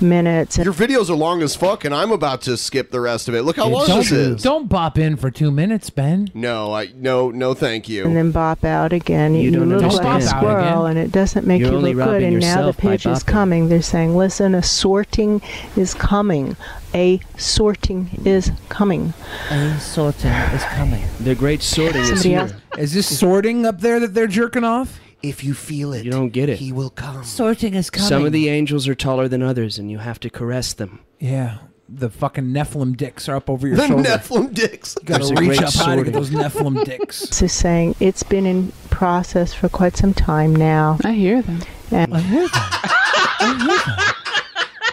minutes.
Your videos are long as fuck, and I'm about to skip the rest of it. Look how long
don't,
this is.
Don't bop in for two minutes, Ben.
No, I no no thank
and
you.
then bop out again. You,
You don't
look like a
understand. Don't bop out
squirrel,
again.
and it doesn't make
You're
you
only
look good.
robbing
And now the
yourself by
pitch is
bopping.
coming. They're saying, "Listen, a sorting is coming. A sorting is coming."
A sorting is coming.
The great sorting is
Somebody
here.
else-
Is this sorting up there
[laughs]
that they're jerking off?
If you feel it,
you don't get it. He
will come.
Sorting is coming.
Some of the angels are taller than others, and you have to caress them.
Yeah, the fucking Nephilim dicks are up over your
The
shoulder.
Nephilim dicks.
You gotta
There's a
reach
great
up high to
sorting.
get
[laughs]
those Nephilim dicks.
This is saying it's been in process for quite some time now. I hear them. And
I hear that.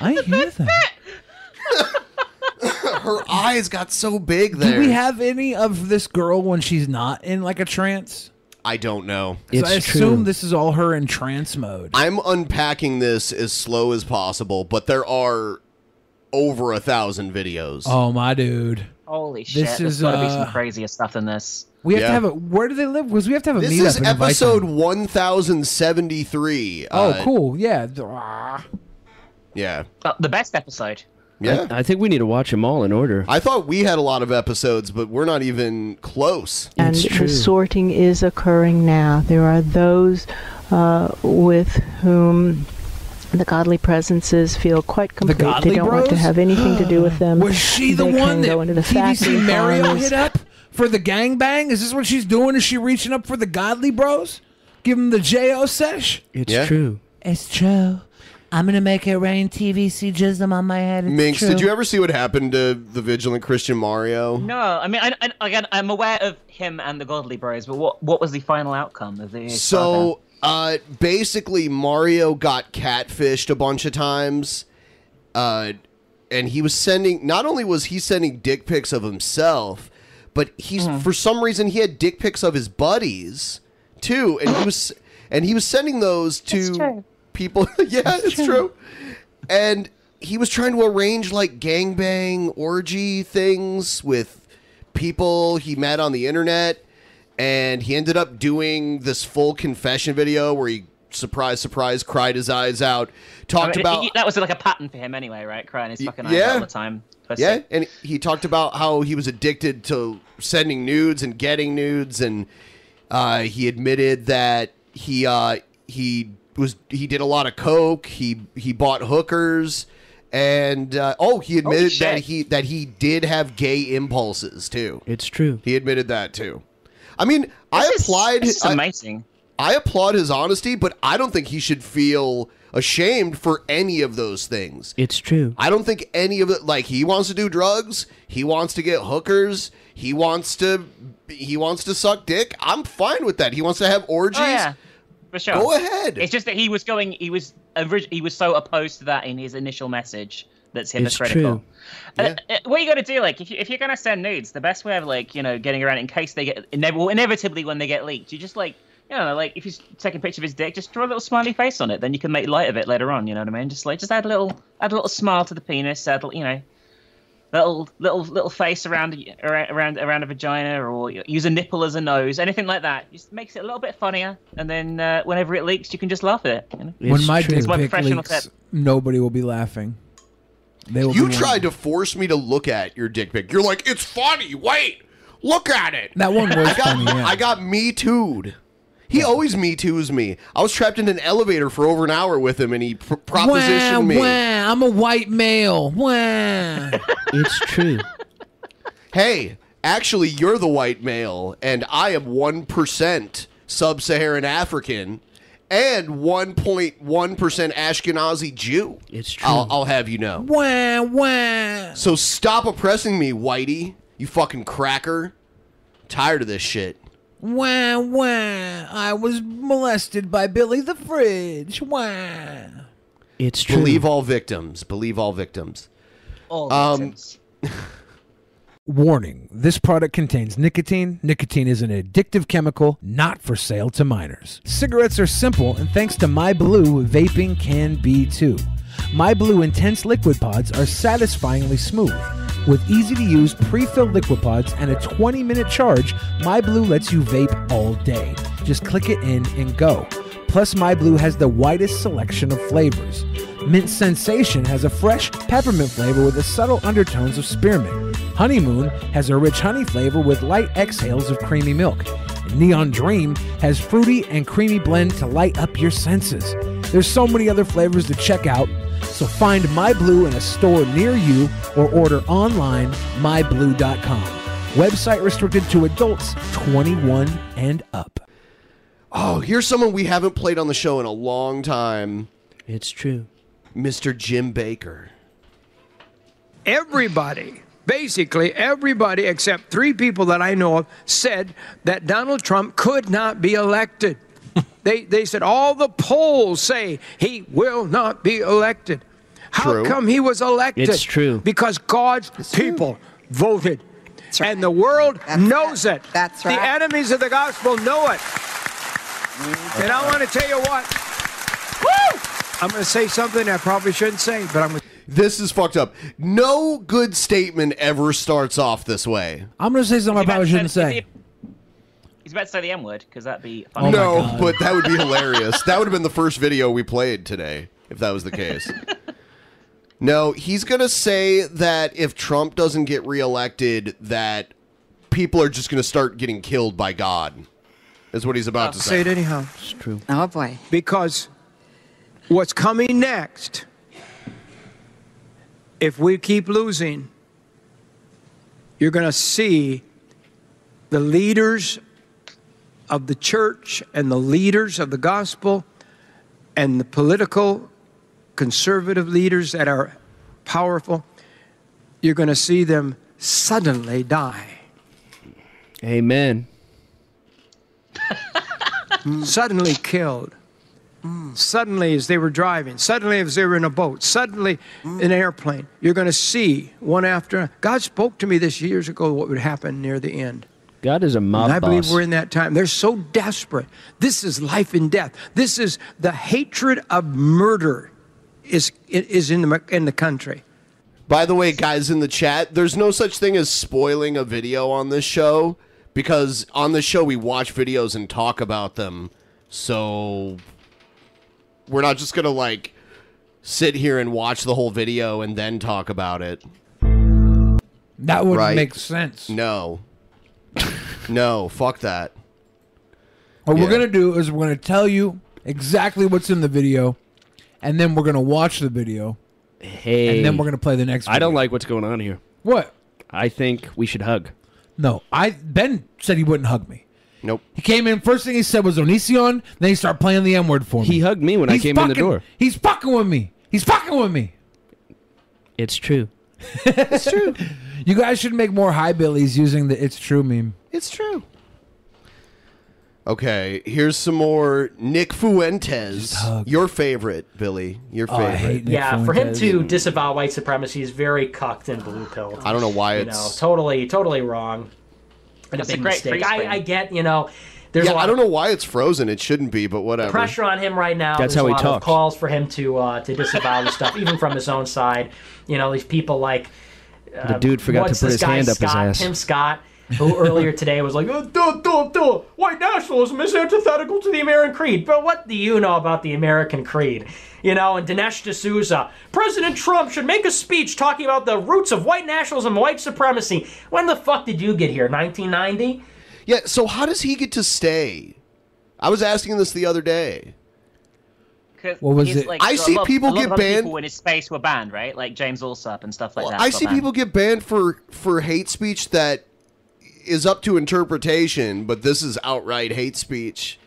I
[laughs]
hear that.
Her eyes got so big
Do
there.
we have any of this girl when she's not in like a trance?
I don't know.
'Cause I assume this is all her in trance mode.
I'm unpacking this as slow as possible, but there are over a thousand videos.
Oh my dude.
Holy shit!
This
There's
is,
gotta be some
uh,
crazier stuff than this.
We have to have a. Where do they live? Because we have to have a
This
meetup.
is
and invite them.
episode 1073.
Oh,
Uh,
cool. Yeah. Ah.
Yeah.
the best episode.
Yeah.
I, I think we need to watch them all in order.
I thought we had a lot of episodes, but we're not even close.
and the sorting is occurring now. There are those uh, with whom the godly presences feel quite complete.
godly
they don't want to
bros?
have anything to do with them.
Was she the
They
one
can
that
go into the factory
TVC Mario
farms.
hit up for the gangbang? Is this what she's doing? Is she reaching up for the godly bros? Give them the J.O. sesh?
It's true.
It's true.
I'm gonna make it rain. TVC jism on my head. It's
Minx,
true.
did you ever see what happened to the vigilant Christian Mario?
No, I mean, I, I, again, I'm aware of him and the Godly Bros, but what what was the final outcome of the?
So uh, basically, Mario got catfished a bunch of times, uh, and he was sending. Not only was he sending dick pics of himself, but he's for some reason he had dick pics of his buddies too, and he was and he was sending those to people. [laughs] yeah, it's true. And he was trying to arrange like gangbang orgy things with people he met on the internet and he ended up doing this full confession video where he surprise surprise cried his eyes out
I
talked
mean,
about
he- that was like a pattern for him anyway, right? Crying his fucking eyes out
yeah.
all the time. Pussy.
yeah and he talked about how he was addicted to sending nudes and getting nudes and uh, he admitted that he uh, he was he did a lot of coke he he bought hookers and uh, oh he admitted that
shit.
he that he did have gay impulses too
it's true
he admitted that too i mean i applied
this is
I-
amazing.
I applaud his honesty, but I don't think he should feel ashamed for any of those things.
It's true.
I don't think any of it like he wants to do drugs, he wants to get hookers, he wants to he wants to suck dick. I'm fine with that. He wants to have orgies.
Oh, yeah. For sure.
Go ahead.
It's just that he was going. He was orig- he was so opposed to that in his initial message. That's hypocritical. Uh, uh, what you got to do, like, if, you, if you're gonna send nudes, the best way of like, you know, getting around it in case they get inev- well, inevitably when they get leaked, you just like, you know, like if you s- take a picture of his dick, just draw a little smiley face on it. Then you can make light of it later on. You know what I mean? Just like, just add a little, add a little smile to the penis. Add, a- you know, little, little, little face around, the- around, around, around a vagina, or use a nipple as a nose, anything like that. Just makes it a little bit funnier. And then uh, whenever it leaks, you can just laugh at it. You know?
when my dick
It's my
pic
professional
leaks,
tip.
nobody will be laughing. They will.
You
be
tried to force me to look at your dick pic. You're like, "It's funny. Wait. Look at it."
That one was
I got,
funny, yeah.
I got me too'd. He always me too's me. I was trapped in an elevator for over an hour with him and he pr- propositioned
wah,
me.
Wah, I'm a white male. Wah.
It's true. hey, actually, you're the white male, and I am 1% sub Saharan African and 1.1% Ashkenazi Jew. It's true. I'll, I'll have you know.
wah, wah.
So stop oppressing me, whitey. You fucking cracker. Tired of this shit.
Wah, wah. I was molested by Billy the Fridge. Wah.
It's
true. Believe all victims. Believe all victims. Um,
All
victims.
Warning this product contains nicotine. Nicotine is an addictive chemical not for sale to minors. Cigarettes are simple, and thanks to My Blue, vaping can be too. My Blue Intense Liquid Pods are satisfyingly smooth. With easy to use pre filled liquid pods and a 20 minute charge, My Blue lets you vape all day. Just click it in and go. Plus, My Blue has the widest selection of flavors. Mint Sensation has a fresh peppermint flavor with the subtle undertones of spearmint. Honeymoon has a rich honey flavor with light exhales of creamy milk. And Neon Dream has fruity and creamy blend to light up your senses. There's so many other flavors to check out, so find My Blue in a store near you or order online myblue.com. Website restricted to adults 21 and up.
Oh, here's someone we haven't played on the show in a long time.
It's true.
Mr. Jim Baker.
[clears throat] everybody, basically everybody except three people that I know of, said that Donald Trump could not be
[laughs]
elected. they, they said all the polls say he will not be elected. How
True.
come he was elected?
It's true.
Because God's people voted. And the world knows it. That's
right.
The enemies of the gospel know it. And I want to tell you what. Woo! I'm going to say something I probably shouldn't say, but I'm going to.
This is fucked up. No good statement ever starts off this way.
I'm going to say something I probably shouldn't say.
He's about to say the M word because that'd be
Oh
funny.
No, but that would be hilarious. that would have been the first video we played today if that was the case. no, he's going to say that if Trump doesn't get reelected that people are just going to start getting killed by God. Is what he's about to
say
say.
it anyhow.
It's true.
Oh boy. Because what's coming next, if we keep losing, you're going to see the leaders of the church and the leaders of the gospel and the political conservative leaders that are powerful, you're going to see them suddenly die.
Amen.
suddenly killed. Suddenly, as they were driving, suddenly, as they were in a boat, suddenly, in an airplane, you're going to see one after. God spoke to me this years ago what would happen near the end.
God is a mob
And I believe
boss.
we're in that time. They're so desperate. This is life and death. This is the hatred of murder is is in the in the country.
By the way, guys in the chat, there's no such thing as spoiling a video on this show because on this show we watch videos and talk about them. So we're not just going to like sit here and watch the whole video and then talk about it.
That wouldn't make
sense. No. no, fuck that.
What we're gonna do is we're gonna tell you exactly what's in the video, and then we're gonna watch the video.
Hey.
And then we're gonna play the next.
I don't like what's going on here.
What?
I think we should hug.
No, I Ben said he wouldn't hug me.
Nope.
He came in first thing he said was Onision. Then he started playing the M word for me. He
hugged me when I came in the door.
He's fucking with me. He's fucking with me.
It's
[laughs]
true.
it's true. You guys should make more high billies using the "It's True" meme.
It's true. Okay, here's some more Nick Fuentes. Your favorite, Billy. Your
Oh, I
favorite.
hate Nick Yeah, for him to disavow white supremacy is very cucked and blue pill.
I don't know why
you
it's-
know, totally, totally wrong. And
That's
a
a
big
great
mistake.
freeze frame.
I, I get, you know, there's
yeah,
a lot
I don't know why it's frozen. It shouldn't be, but whatever.
of pressure on him right now.
That's
There's
how
a
he
lot
talks.
Of calls for him to uh, to disavow the stuff, even from his own side. You know, these people like uh,
The dude forgot to
what's
put
this
his
guy,
hand up his
Scott,
ass.
Tim Scott, who earlier today was like, "Uh, duh, duh, duh, white nationalism is antithetical to the American creed. But what do you know about the American creed? You know, and Dinesh D'Souza, President Trump should make a speech talking about the roots of white nationalism and white supremacy. When the fuck did you get here? 1990?
Yeah, so how does he get to stay? I was asking this the other day. What was it? I see
a
people
lot
get
of other
banned-
People in his space were banned, right? Like James Alsop and stuff like that.
I
got
see
banned.
people get banned for for hate speech that is up to interpretation, but this is outright hate speech.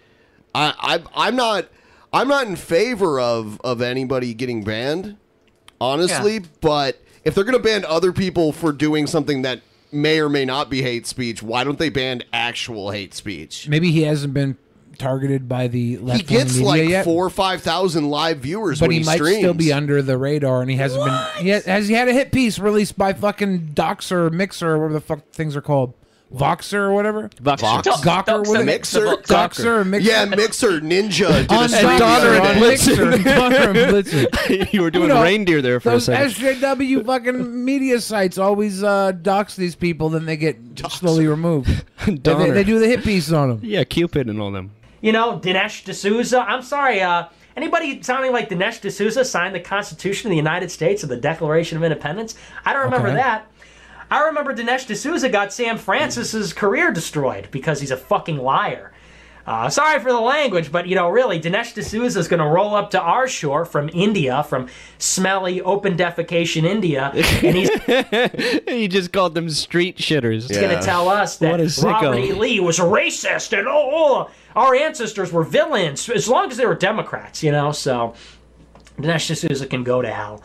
I, I I'm not I'm not in favor of of anybody getting banned, honestly. But if they're gonna ban other people for doing something that may or may not be hate speech, why don't they ban actual hate speech?
Maybe he hasn't been targeted by the left.
He gets
media
like
yet.
four or five thousand live viewers
but
when
he,
he,
might
streams.
still be under the radar, and he hasn't been. He has, has he had a hit piece released by fucking Doxer, Mixer, or whatever the fuck things are called, Voxer or whatever.
Voxer. Dox-
Gawker,
Doxer,
what is it?
Mixer,
Doxer, or Mixer.
Yeah, Mixer Ninja did a
[laughs] On
stream the
Doxer
other
and
day.
Mixer. [laughs] Doxer and
[laughs]
Blitzer.
you were doing
You know,
reindeer there for a
Those
second.
SJW fucking media sites always uh, dox these people, then they get
[laughs]
slowly removed. they, they-
Donner.
they do the hit piece on them.
[laughs] yeah, Cupid and all them.
You know, Dinesh D'Souza. I'm sorry, uh, anybody sounding like Dinesh D'Souza signed the Constitution of the United States or the Declaration of Independence? I don't remember
Okay.
that. I remember Dinesh D'Souza got Sam Francis's career destroyed because he's a fucking liar. Uh, sorry for the language, but you know, really, Dinesh D'Souza is going to roll up to our shore from India, from smelly open defecation India, and he's
he just called them street shitters.
It's going to tell us that
What a
Robert
sicko.
E. Lee was racist and oh, oh, our ancestors were villains as long as they were Democrats, you know? So Dinesh D'Souza can go to hell.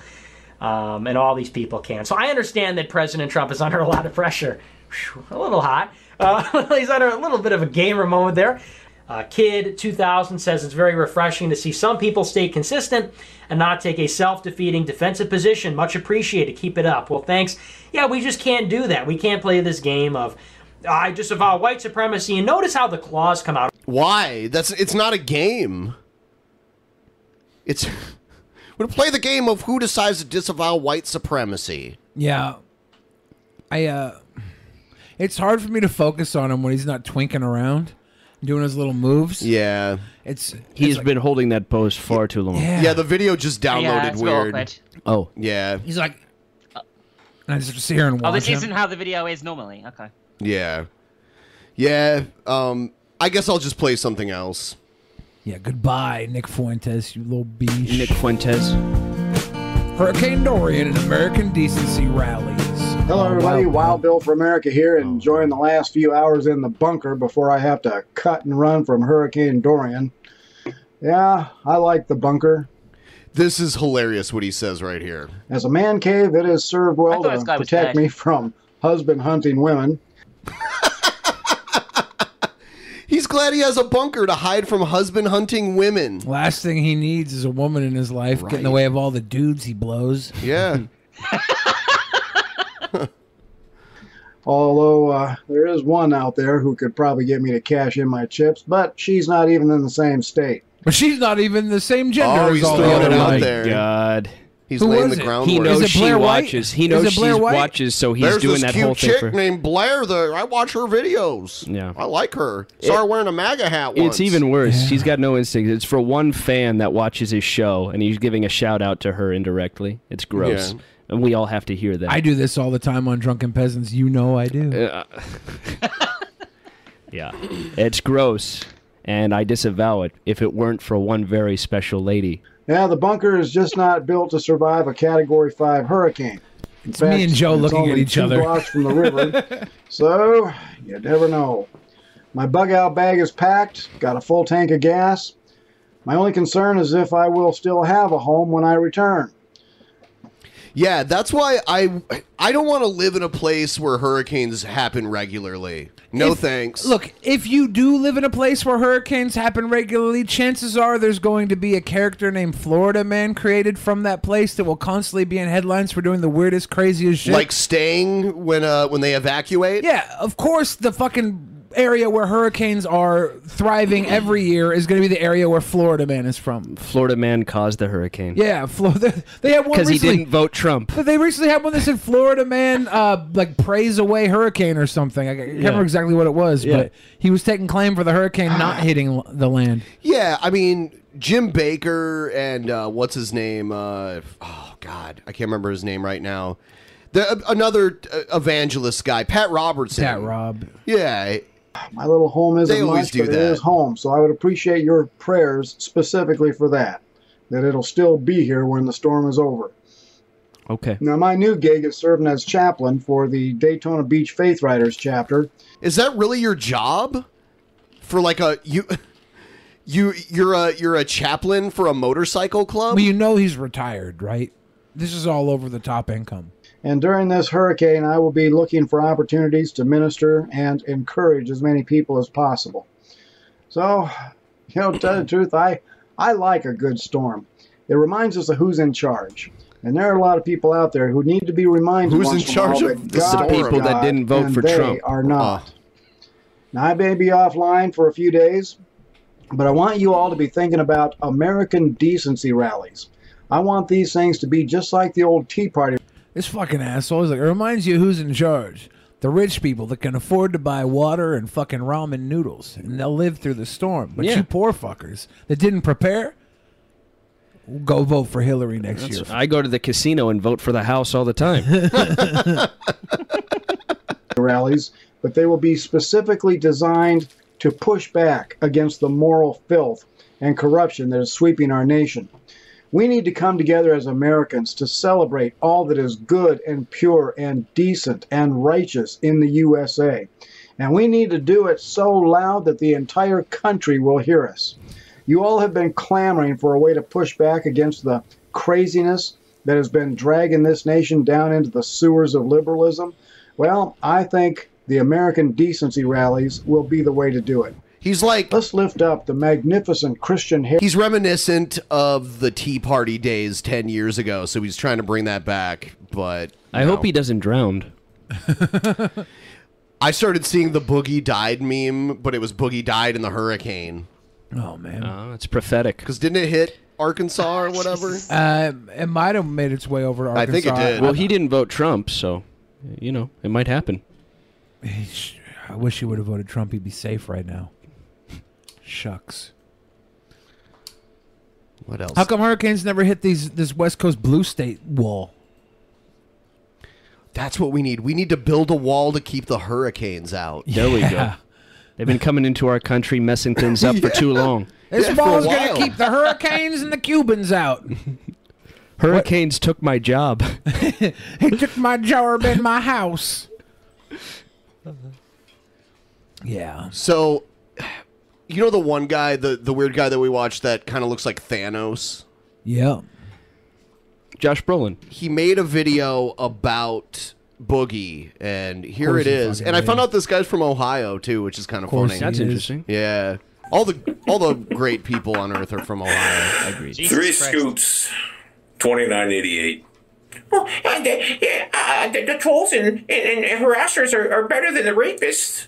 Um, and all these people can. So I understand that President Trump is under a lot of pressure. Whew, a little hot. Uh, [laughs] he's under a little bit of a gamer moment there. Uh, Kid 2000 says it's very refreshing to see some people stay consistent and not take a self defeating defensive position. Much appreciated. Keep it up. Well, thanks. Yeah, we just can't do that. We can't play this game of I disavow white supremacy. And notice how the claws come out.
Why? That's it's not a game. It's [laughs] we're gonna play the game of who decides to disavow white supremacy.
Yeah. I uh it's hard for me to focus on him when he's not twinking around, doing his little moves.
Yeah.
It's
He's been holding that pose far too long.
Yeah, the video just downloaded
it's a bit
weird.
awkward.
Oh.
Yeah.
He's like and I just sit here and
Oh,
watch
this
him.
isn't how the video is normally. Okay.
Yeah. Yeah. Um I guess I'll just play something else.
Yeah, goodbye, Nick Fuentes, you little beast.
Nick Fuentes.
Hurricane Dorian and American decency rallies.
[laughs] Hello, everybody.
Wild,
Bill for America here, and enjoying the last few hours in the bunker before I have to cut and run from Hurricane Dorian. Yeah, I like the bunker.
This is hilarious what he says right here.
As a man cave, it has served well
thought this guy
to
was
protect
dead.
me from husband hunting women.
He's glad he has a bunker to hide from husband hunting women.
Last thing he needs is a woman in his life get in the way of all the dudes he blows.
Yeah.
Although uh, there is one out there who could probably get me to cash in my chips, but she's not even in the same state.
But she's not even the same gender
Oh,
as
he's
all the
throwing
other
it out
women.
there.
God.
He's
Who
laying
was
the
it?
ground.
He
work.
knows she watches. He knows she watches, so he's
There's
doing
this
that
cute
whole thing.
chick
for-
named Blair. There, I watch her videos.
Yeah.
I like her. Saw her wearing a MAGA hat once.
It's even worse. She's got no instinct. It's for one fan that watches his show, and he's giving a shout out to her indirectly. It's gross,
Yeah.
and we all have to hear that.
[laughs] I do this all the time on Drunken Peasants. You know I do.
Uh, [laughs] yeah, it's gross, and I disavow it. If it weren't for one very special lady,
Yeah, the bunker is just not built to survive a Category 5 hurricane. In
It's me and Joe
it's
looking at
only
each
two
other.
blocks from
[laughs]
the river, so you never know. My bug out bag is packed, got a full tank of gas. My only concern is if I will still have a home when I return.
Yeah, that's why I I don't want to live in a place where hurricanes happen regularly. No
If-
thanks.
Look, if you do live in a place where hurricanes happen regularly, chances are there's going to be a character named Florida Man created from that place that will constantly be in headlines for doing the weirdest, craziest shit.
like staying when uh when they evacuate.
yeah, of course, the fucking area where hurricanes are thriving every year is going to be the area where Florida Man is from.
Florida man caused the hurricane.
Yeah, Florida. [laughs] They had one
because he
recently.
didn't vote Trump.
But [laughs] they recently had one that said Florida man uh, like prays away hurricane or something. I can't remember exactly what it was,
Yeah.
but he was taking claim for the hurricane not hitting l- the land.
Yeah, I mean Jim Baker and uh, what's his name? Uh, oh God, I can't remember his name right now. The, another uh, evangelist guy, Pat Robertson. Pat
Rob.
Yeah.
My little home isn't
They always
much,
do
but it
that.
is home, so I would appreciate your prayers specifically for that. That it'll still be here when the storm is over.
Okay.
Now, my new gig is serving as chaplain for the Daytona Beach Faith Riders chapter.
Is that really your job? For like a you, [laughs] you you're a you're a chaplain for a motorcycle club.
Well, you know he's retired, right? This is all over the top income.
And during this hurricane, I will be looking for opportunities to minister and encourage as many people as possible. So, you know, to tell the truth, I, I like a good storm. It reminds us of who's in charge. And there are a lot of people out there who need to be reminded
Who's
once
in
in a while
charge
that
of the
God is
people that
God
didn't vote
and
for
they
Trump? Ah.
are not. Now, I may be offline for a few days, but I want you all to be thinking about American decency rallies. I want these things to be just like the old Tea Party
This fucking asshole is like, it reminds you who's in charge. The rich people that can afford to buy water and fucking ramen noodles, and they'll live through the storm. But you poor fuckers that didn't prepare, go vote for Hillary next year.
I go to the casino and vote for the house all the
[laughs]
time.
[laughs] rallies, but they will be specifically designed to push back against the moral filth and corruption that is sweeping our nation. We need to come together as Americans to celebrate all that is good and pure and decent and righteous in the USA. And we need to do it so loud that the entire country will hear us. You all have been clamoring for a way to push back against the craziness that has been dragging this nation down into the sewers of liberalism. Well, I think the American decency rallies will be the way to do it.
He's like,
let's lift up the magnificent Christian heritage.
He's reminiscent of the Tea Party days 10 years ago, so he's trying to bring that back, but.
I hope he doesn't drown.
I started seeing the Boogie Died meme, but it was Boogie Died in the hurricane.
Oh, man.
Oh, it's prophetic.
Because didn't it hit
[laughs]
Arkansas or whatever?
Uh, it might have made its way over to Arkansas.
Well, he didn't vote Trump, so you know it might happen.
I wish he would have voted Trump. He'd be safe right now. Shucks.
What else?
How come hurricanes never hit these this West Coast blue state wall?
That's what we need. We need to build a wall to keep the hurricanes out.
There we go. They've been coming into our country, messing things up
[laughs]
for too long.
This
Yeah, for
wall's
a
going
while.
to keep the hurricanes and the Cubans [laughs] out.
Hurricanes took my job.
He took my job in my house. Yeah.
So, you know the one guy, the, the weird guy that we watched that kind of looks like Thanos?
Yeah.
Josh Brolin.
He made a video about Boogie, and here
Course
it
he
is.
fucking
And I
did.
found out this guy's from Ohio too, which is kind of
Course
funny.
he That's is. interesting.
Yeah, all the all the great people on Earth are from Ohio. Agreed.
Three scoops, twenty nine eighty eight.
Well, and the, yeah, uh, the, the trolls and, and, and harassers are, are better than the rapists.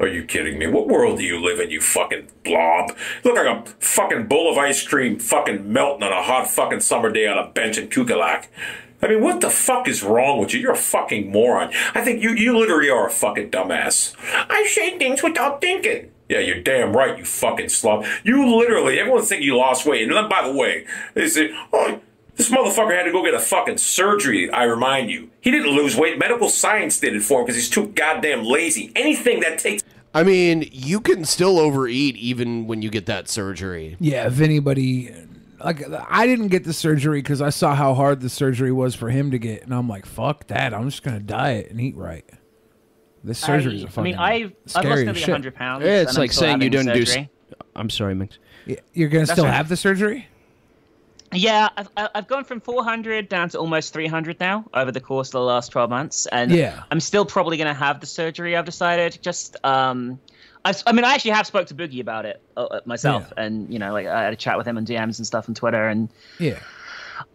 Are you kidding me? What world do you live in, you fucking blob? You look like a fucking bowl of ice cream fucking melting on a hot fucking summer day on a bench in Kukulak. I mean, what the fuck is wrong with you? You're a fucking moron. I think you, you literally are a fucking dumbass.
I say things without thinking.
Yeah, you're damn right, you fucking slob. You literally, everyone's thinking you lost weight. And then, by the way, they say, oh, this motherfucker had to go get a fucking surgery, I remind you. He didn't lose weight. Medical science did it for him because he's too goddamn lazy. Anything that takes
I mean, you can still overeat even when you get that surgery.
Yeah, if anybody like I didn't get the surgery because I saw how hard the surgery was for him to get, and I'm like, fuck that. I'm just gonna diet and eat right. This surgery is a
I
fucking.
mean, I've I've
scary
lost
as
nearly
shit.
100 pounds.
Yeah, it's
and I'm
like
still
saying you
having
don't do. s-
surgery.
I'm sorry, Minx.
You're gonna
That's
still
right.
have the surgery?
Yeah, I've, I- I've gone from 400 down to almost 300 now over the course of the last 12 months, and
Yeah.
I'm still probably going to have the surgery. I've decided. Just, um, I, s- I mean, I actually have spoke to Boogie about it uh, uh, myself, and you know, like I had a chat with him on DMs and stuff on Twitter, and
Yeah.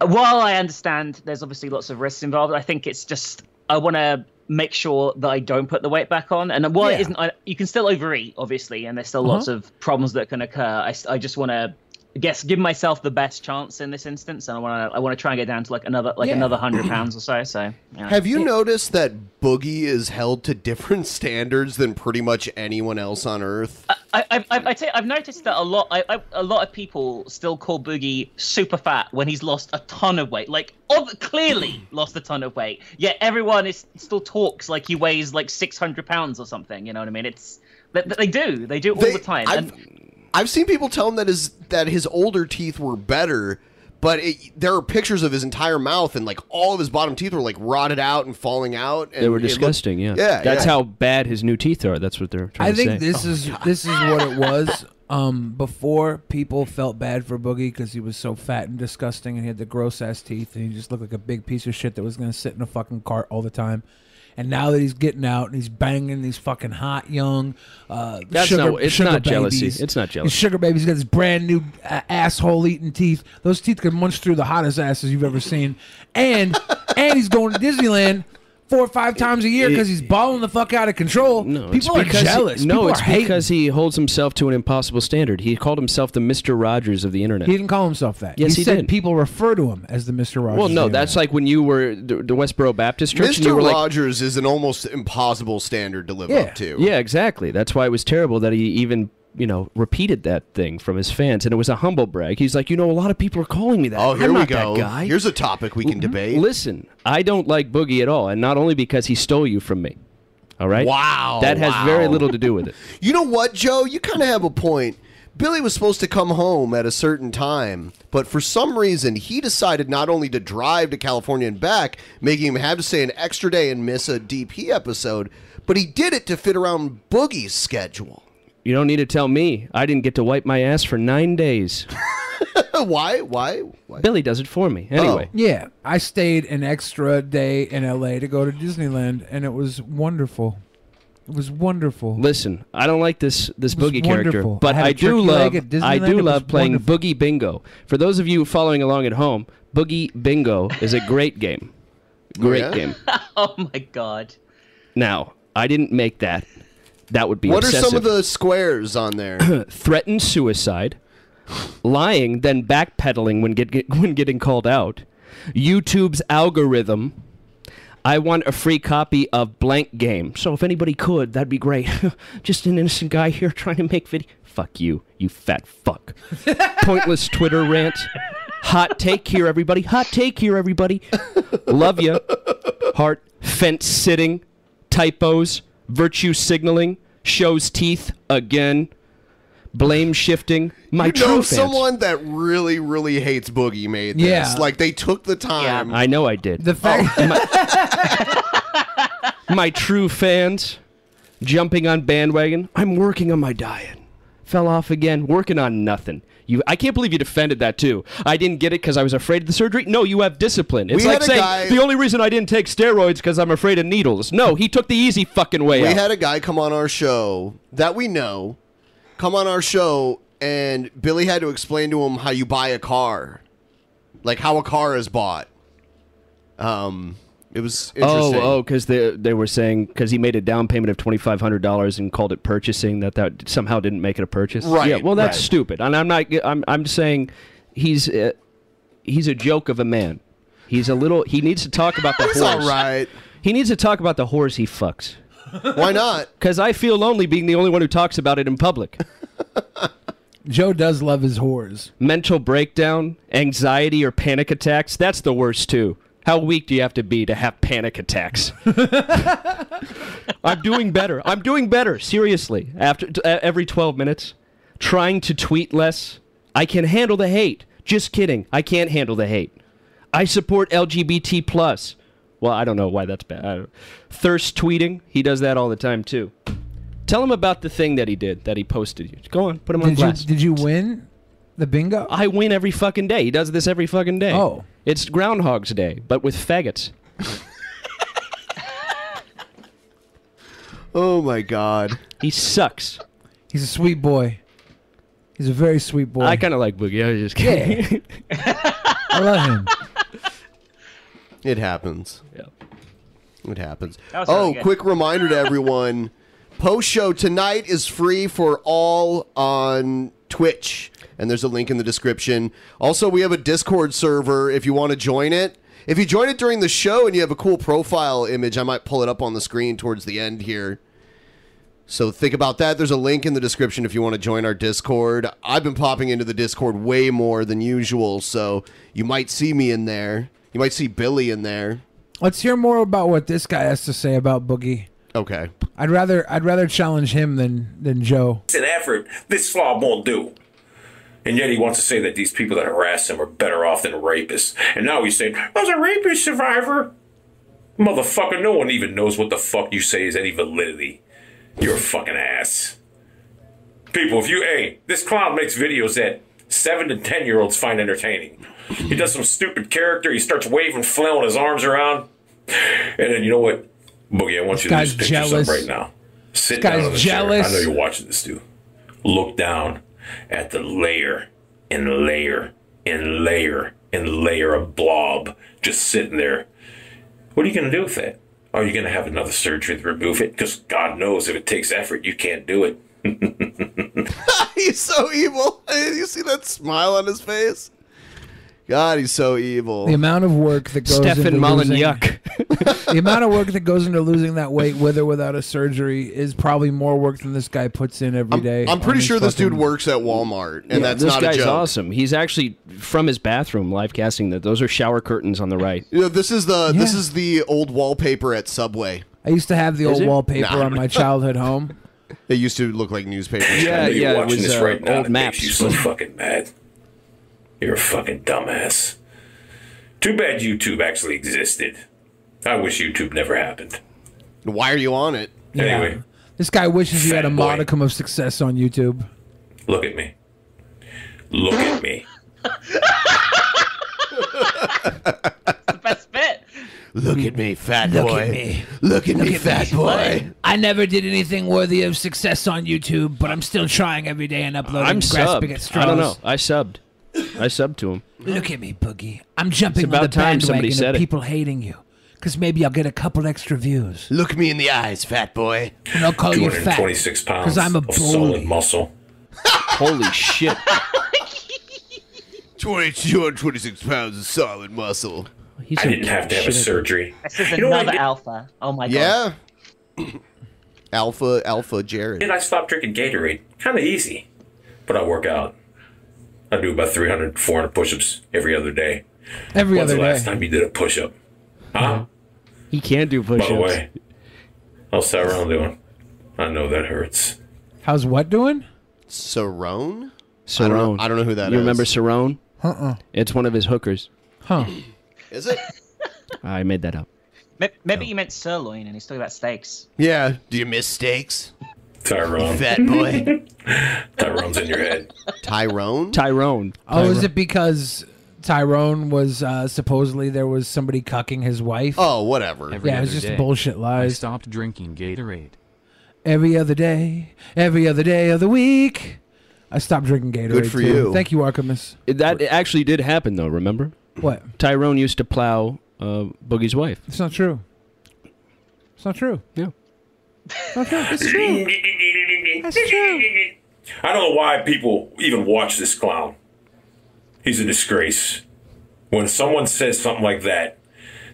while I understand there's obviously lots of risks involved, I think it's just I want to make sure that I don't put the weight back on. And while
Yeah.
it isn't, I, you can still overeat, obviously, and there's still lots
Uh-huh.
of problems that can occur. I, s- I just want to guess give myself the best chance in this instance, and I want to I want to try and get down to like another like
Yeah.
another
[clears throat]
hundred pounds or so. So yeah.
Have you noticed that Boogie is held to different standards than pretty much anyone else on Earth?
I, I, I, I tell you, I've noticed that a lot. I, I, a lot of people still call Boogie super fat when he's lost a ton of weight. Like, ob- clearly lost a ton of weight. Yet everyone is still talks like he weighs like six hundred pounds or something. You know what I mean? It's they, they do. They do all the time.
I've, [laughs]
and
I've seen people tell him that his that his older teeth were better, but it, there are pictures of his entire mouth and like all of his bottom teeth were like rotted out and falling out. And
They were
it looked-
disgusting. Yeah.
yeah.
That's
yeah.
how bad his new teeth are. That's what they're trying
I
to
think
say.
this is this is what it was. Um, before people felt bad for Boogie because he was so fat and disgusting, and he had the gross ass teeth, and he just looked like a big piece of shit that was gonna sit in a fucking cart all the time. And now that he's getting out and he's banging these fucking hot young, uh,
That's
sugar,
not- it's
sugar
not jealousy.
babies.
It's not
These
jealousy.
Sugar babies got his brand new uh, asshole eating teeth. Those teeth could munch through the hottest asses you've ever seen.
[laughs]
And and he's going to Disneyland four or five times a year because he's balling the fuck out of control.
Oh.
No,
It's
people are
because he-
jealous.
no,
people
it's
are hating.
because he holds himself to an impossible standard. He called himself the Mister Rogers of the internet.
He didn't call himself that.
Yes,
he,
he
said
did.
people refer to him as the Mister Rogers.
well, no,
Theater.
that's like when you were the, the Westboro Baptist Church. And you
Mr.
were like,
Rogers is an almost impossible standard to live up to.
Yeah, exactly. That's why it was terrible that he even, you know, repeated that thing from his fans, and it was a humble brag. He's like, you know, a lot of people are calling me that.
Oh, here
I'm
we
not
go.
That guy.
Here's a topic we can debate.
Mm-hmm. Listen, I don't like Boogie at all, and not only because he stole you from me. All right.
Oh,
Wow,
That has
wow.
very little to
[laughs]
do with it.
[laughs] You know what, Joe? You kind of have a point. Billy was supposed to come home at a certain time, but for some reason, he decided not only to drive to California and back, making him have to stay an extra day and miss a DP episode, but he did it to fit around Boogie's schedule.
You don't need to tell me. I didn't get to wipe my ass for nine days.
[laughs] Why? Why? Why? Oh.
Billy does it for me. Anyway.
oh. yeah. I stayed an extra day in L.A. to go to Disneyland, and it was wonderful. It was wonderful.
Listen, I don't like this this
It was
boogie character,
wonderful.
but
I
I,
had a
do
turkey
love
leg at
I
Disneyland. It
do
was
love playing
wonderful.
boogie bingo. For those of you following along at home, boogie bingo is a great game. Great
yeah?
game.
[laughs] oh my god.
Now, I didn't make that. That would be
what
obsessive.
are some of the squares on there?
[clears throat] threaten suicide, lying, then backpedaling when get, [laughs] get- when getting called out. YouTube's algorithm. I want a free copy of blank game. So if anybody could, that'd be great. [laughs] Just an innocent guy here trying to make video. Fuck you, you fat fuck. Pointless Twitter rant. Hot take here, everybody. Hot take here, everybody. Love ya. Heart fence sitting, typos, virtue signaling, shows teeth again blame shifting. My
you
true
know
fans.
someone that really, really hates Boogie made this.
Yeah.
Like they took the time.
I know I did. Oh, The
fact
my, my true fans jumping on bandwagon. I'm working on my diet. Fell off again, working on nothing. You, I can't believe you defended that too. I didn't get it because I was afraid of the surgery. No, you have discipline. It's
We
like
had a
saying
guy-
the only reason I didn't take steroids because I'm afraid of needles. No, he took the easy fucking way
we
out.
had a guy come on our show that we know come on our show and billy had to explain to him how you buy a car like how a car is bought um it was
Oh,
interesting
oh, because they they were saying because he made a down payment of twenty five hundred dollars and called it purchasing that that somehow didn't make it a purchase.
Right,
Yeah. Well, that's
right.
stupid, and I'm not. I'm I'm saying he's uh, he's a joke of a man. He's a little. He needs to talk about the
[laughs] He's
horse.
all right.
He needs to talk about the horse he fucks. oh. [laughs]
Why not?
Because I feel lonely being the only one who talks about it in public.
Joe does love his whores.
Mental breakdown, anxiety, or panic attacks. That's the worst too. How weak do you have to be to have panic attacks? I'm doing better. I'm doing better. Seriously, after t- uh, every 12 minutes, trying to tweet less. I can handle the hate. Just kidding. I can't handle the hate. I support LGBT plus. Well, I don't know why that's bad. I don't- Thirst tweeting. He does that all the time too. Tell him about the thing that he did that he posted. Go on, put him on
Did you,
blast.
did you win the bingo?
I win every fucking day. He does this every fucking day. Oh. It's Groundhog's Day, but with faggots.
[laughs] oh my god.
He sucks.
He's a sweet boy. He's a very sweet boy.
I kind of like Boogie. I was just kidding. [laughs]
Yeah. I love him.
It happens.
Yeah.
It happens.
That was really
oh,
good.
quick reminder to
[laughs]
everyone post show tonight is free for all on Twitch, and there's a link in the description. Also, we have a Discord server if you want to join it. If you join it during the show and you have a cool profile image, I might pull it up on the screen towards the end here. So think about that. There's a link in the description if you want to join our Discord. I've been popping into the Discord way more than usual, so you might see me in there. You might see Billy in there.
Let's hear more about what this guy has to say about Boogie.
Okay.
I'd rather I'd rather challenge him than than Joe.
It's an effort this slob won't do. And yet he wants to say that these people that harass him are better off than rapists. And now he's saying, I was a rapist survivor. Motherfucker, no one even knows what the fuck you say is any validity. You're a fucking ass. People, if you, hey, this clown makes videos that seven to ten year olds find entertaining. He does some stupid character, he starts waving, flailing his arms around. And then you know what? Boogie, I want
This
you to
guy's
just pick this up
jealous.
right now. Sit
This guy's
down on the
jealous.
chair. I know you're watching this too. Look down at the layer and layer and layer and layer of blob just sitting there. What are you going to do with that? Are you going to have another surgery to remove it? Because God knows if it takes effort, you can't do it. [laughs]
[laughs] he's so evil. You see that smile on his face? God, he's so evil.
The amount of work that goes
Stefan
into losing,
Molyneux.
[laughs] the amount of work that goes into losing that weight, with or without a surgery, is probably more work than this guy puts in every day.
I'm pretty
on
sure this
fucking-
dude works at Walmart, and
Yeah,
that's
this
not
guy's
a joke.
awesome. He's actually from his bathroom live casting that. Those are shower curtains on the right.
You know, this is the this is the old wallpaper at Subway.
I used to have the
Is
old
it?
wallpaper
Nah.
on my childhood home.
It used to look like newspapers.
I know you're watching this
uh,
right now. and It makes you so
[laughs]
fucking mad. You're a fucking dumbass. Too bad YouTube actually existed. I wish YouTube never happened.
Why are you on it?
Anyway,
This guy wishes he had a
Fat boy.
modicum of success on YouTube.
look at me. Look at me.
Best fit.
Look at me, fat
Look
boy.
at me.
Look at me, fat boy.
I never did anything worthy of success on YouTube, but I'm still trying every day and
[laughs]
uploading.
I'm subbed. I don't know. I subbed. I subbed to him.
Look at me, Boogie. I'm jumping
It's about
on the
time somebody
bandwagon
said
of
it.
people hating you, because maybe I'll get a couple extra views.
Look me in the eyes, fat boy.
And I'll call you fat.
226 pounds
'cause I'm a
of solid
bully.
muscle.
[laughs]
Holy shit.
226 pounds of solid muscle.
I didn't have to have a surgery.
This is
You know what I
another
did-
alpha. Oh my god.
Yeah. [coughs] alpha, alpha Jared.
And I stopped drinking Gatorade. Kind of easy. But I work out. I do about 300, 400 push ups every other day.
Every
When's
other
the last
day. Uh-huh.
time you did a push up? Huh?
He can do
By
push-ups.
the way, how's Tyrone doing? I know that hurts.
How's what doing?
Sarone?
Sarone.
know- I don't know who that
you remember
is.
Sarone?
Uh-uh.
It's one of his hookers.
Huh.
[laughs]
Is it?
I made that up.
May- Maybe you meant sirloin, and he's talking about steaks.
Yeah. Do you miss steaks?
Tyrone.
Fat boy.
[laughs] Tyrone's in your head.
Tyrone?
Tyrone.
Oh, is it because Tyrone was uh, supposedly there was somebody cucking his wife?
Oh, whatever.
Every
yeah, it was
other
just
day,
bullshit
I
lies.
stopped drinking Gatorade.
Every other day, every other day of the week, I stopped drinking Gatorade.
Good for
too.
you.
Thank you, Archimus.
That actually did happen, though. Remember?
What?
Tyrone used to plow uh, Boogie's wife.
It's not true. It's not true.
Yeah.
Not true. It's true.
[laughs]
That's true.
I don't know why people even watch this clown. He's a disgrace. When someone says something like that,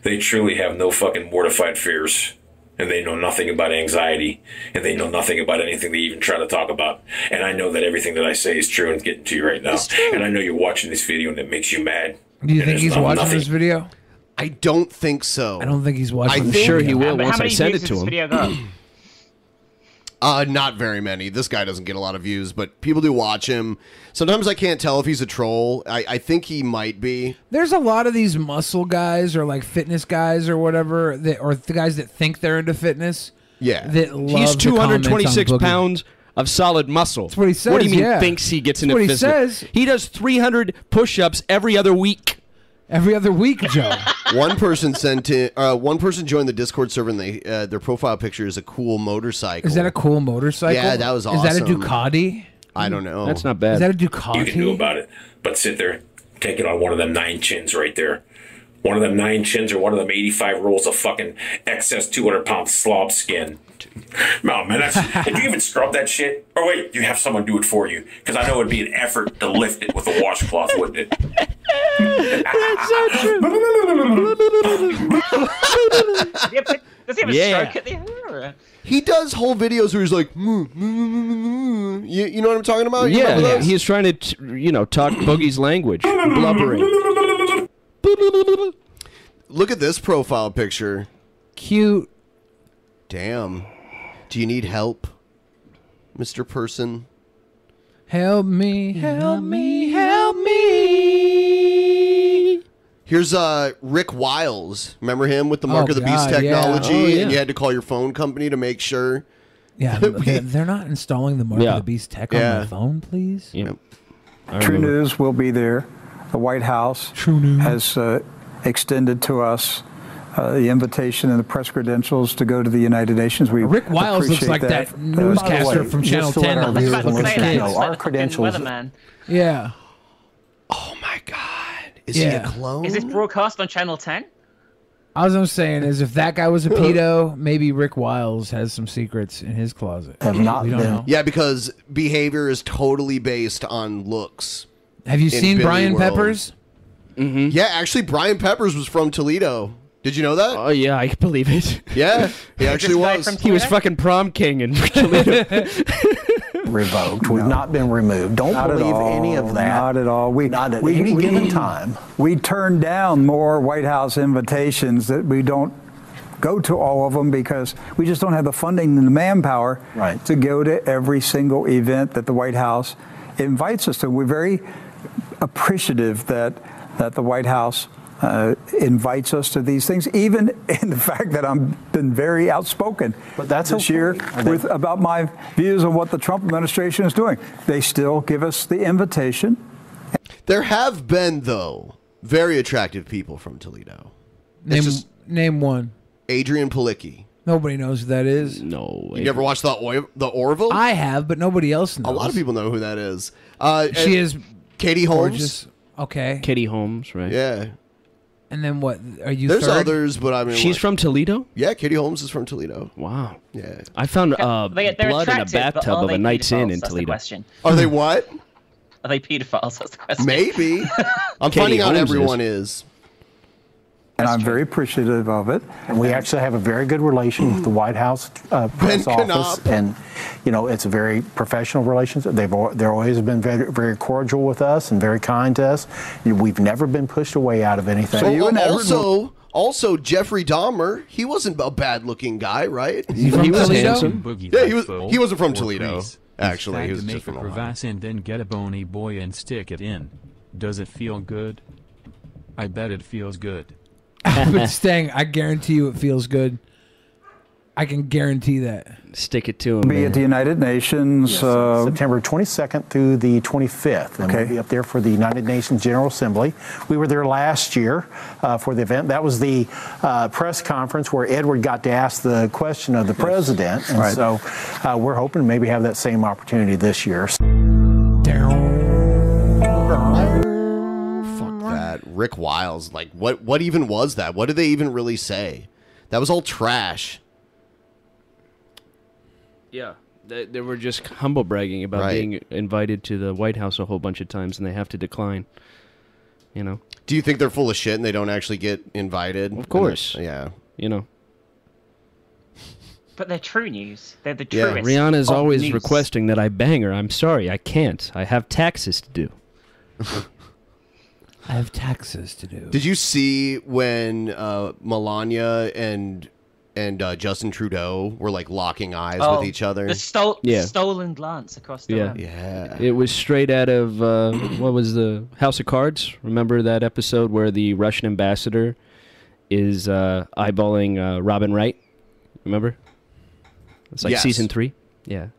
they truly have no fucking mortified fears. And they know nothing about anxiety. And they know nothing about anything they even try to talk about. And I know that everything that I say is true and it's getting to you right now. And I know you're watching this video and it makes you mad.
Do you
And
think
it's
he's
not
watching
nothing.
this video?
I don't think so. I
don't think he's watching.
I
this
think-
video.
[clears throat] Uh, not very many. This guy doesn't get a lot of views, but people do watch him. Sometimes I can't tell if he's a troll. I, I think he might be.
There's a lot of these muscle guys or like fitness guys or whatever that or the guys that think they're into fitness.
Yeah.
That love
He's
the comments on
226
Boogie.
pounds of solid muscle. That's
what he
What do
says,
you mean
yeah.
thinks he gets
That's
into
what he
physical?
says.
He does 300 push-ups every other week.
Every other week,
[laughs]
Joe.
one
[laughs]
person sent in. Uh, one person joined the Discord server, and they uh, their profile picture is a cool motorcycle.
Is that a cool motorcycle?
Yeah, that was awesome.
Is that a
[laughs]
Ducati?
I don't know.
That's not
bad.
Is that
[laughs]
a Ducati?
You can do about it. But sit there, take it on one of them nine chins right there. One of them nine chins or one of them 85 rolls of fucking excess 200 pound slob skin. No, man, that's. did you even scrub that shit? Or wait, you have someone do it for you. Because I know it'd be an effort to lift it with a washcloth, wouldn't it?
That's so true. does he have, [laughs] does he have
Yeah.
a stroke at the end? Or?
He does whole videos where he's like, "Mm, mm, mm, mm, mm." you, you know what I'm talking about? You
yeah,
remember those?
he's trying to, t- you know,
[clears throat]
talk Boogie's language, blubbering.
Look at this profile picture.
Cute.
Damn. Do you need help, Mr. Person?
Help me, help me, help
me.
Here's uh, Rick Wiles. Remember him with the Mark
Oh,
of the Beast
God, yeah.
technology?
Oh, yeah.
And you had to call your phone company to make sure.
Yeah, they're, they're not installing the Mark
Yeah.
of the Beast tech on
Yeah.
my phone, please.
True News will be there. The White House has uh, extended to us uh, the invitation and the press credentials to go to the United Nations. We Rick
Wiles looks like that newscaster from Channel 10 that looks like a kid. Looks like
our
the
credentials.
Weatherman.
Yeah.
Is
he a Yeah.
clone?
Is this broadcast on Channel 10?
All I'm saying is, if that guy was a pedo, maybe Rick Wiles has some secrets in his closet. we don't know.
Yeah, because behavior is totally based on looks.
Have you
in
seen
Billy
Brian
world.
Peppers?
Mm-hmm. Yeah, actually, Brian Peppers was from Toledo. Did you know that? Oh
yeah, I believe it.
Yeah,
[laughs]
he actually was.
He was fucking prom king in
[laughs]
Toledo.
Revoked. We've not been removed. Don't
Not at
believe
all.
any of that. Not at all. We, not at
any given
time. We turn down more White House invitations that we don't go to all of them because we just don't have the funding and the manpower to go to every single event that the White House invites us to. We're very appreciative that that the White House uh, invites us to these things, even [laughs] in the fact that I've been very outspoken but that's this year with about my views on what the Trump administration is doing. They still give us the invitation.
There have been, though, very attractive people from Toledo.
Name name one.
Adrian Palicki.
Nobody knows who that is.
No.
You ever watched the Oi- the Orville?
I have, but nobody else knows.
A lot of people know who that is. Uh,
She
and
is
Katie Holmes.
gorgeous. Okay.
Kitty Holmes, right?
Yeah.
And then what? Are you?
There's
third?
others, but I mean,
She's
what-
from Toledo.
Yeah, Katie Holmes is from Toledo.
Wow.
Yeah.
I found uh,
They- they're
blood in a
attractive, but
bathtub
are
of
they
a night's inn
pedophiles?
in
That's the
Toledo.
question.
Are
[laughs]
they what?
Are they pedophiles? [laughs] That's the question.
Maybe. I'm
Katie
finding out
Holmes
everyone
is.
is.
And I'm very appreciative of it. And we actually have a very good relation with the White House uh, press
Knopp.
office, and you know it's a very professional relationship. They've al- they're always been very, very cordial with us and very kind to us. You- We've never been pushed away out of anything.
So uh, also, also Jeffrey Dahmer, he wasn't a bad-looking guy, right?
he from He was Toledo? handsome.
Boogie
Yeah, he was.
Bull
He wasn't from
or
Toledo.
Greece. It's time
Actually, he was
to make
just
a
from Ohio.
crevasse and then get a bony boy and stick it in. Does it feel good? I
[laughs]
bet it feels good.
but Stang, I guarantee you, it feels good. I can guarantee that.
Stick it to him.
Be at the United Nations.
Yes,
uh,
September 22nd through the 25th. And we'll be up there for the United Nations General Assembly. We were there last year uh, for the event. That was the uh, press conference where Edward got to ask the question of the president. And
Right.
so uh, we're hoping to maybe have that same opportunity this year.
Fuck that. Rick Wiles. Like, what? What even was that? What did they even really say? That was all trash.
Yeah. They, they were just humble bragging about
Right.
being invited to the White House a whole bunch of times, and they have to decline. You know.
Do you think they're full of shit and they don't actually get invited? Of
course.
Yeah.
You know.
But they're true news. They're the
Yeah.
truest.
Rihanna is
of
always
news.
requesting that I bang her. I'm sorry, I can't. I have taxes to do.
[laughs]
I have taxes to do.
Did you see when uh, Melania and and uh, Justin Trudeau were like locking eyes
Oh,
with each other?
The stole,
Yeah.
stolen glance across the
Yeah.
room.
Yeah.
It was straight out of uh, [clears throat] what was the House of Cards? Remember that episode where the Russian ambassador is uh, eyeballing uh, Robin Wright? Remember? It's like
Yes.
season three. Yeah.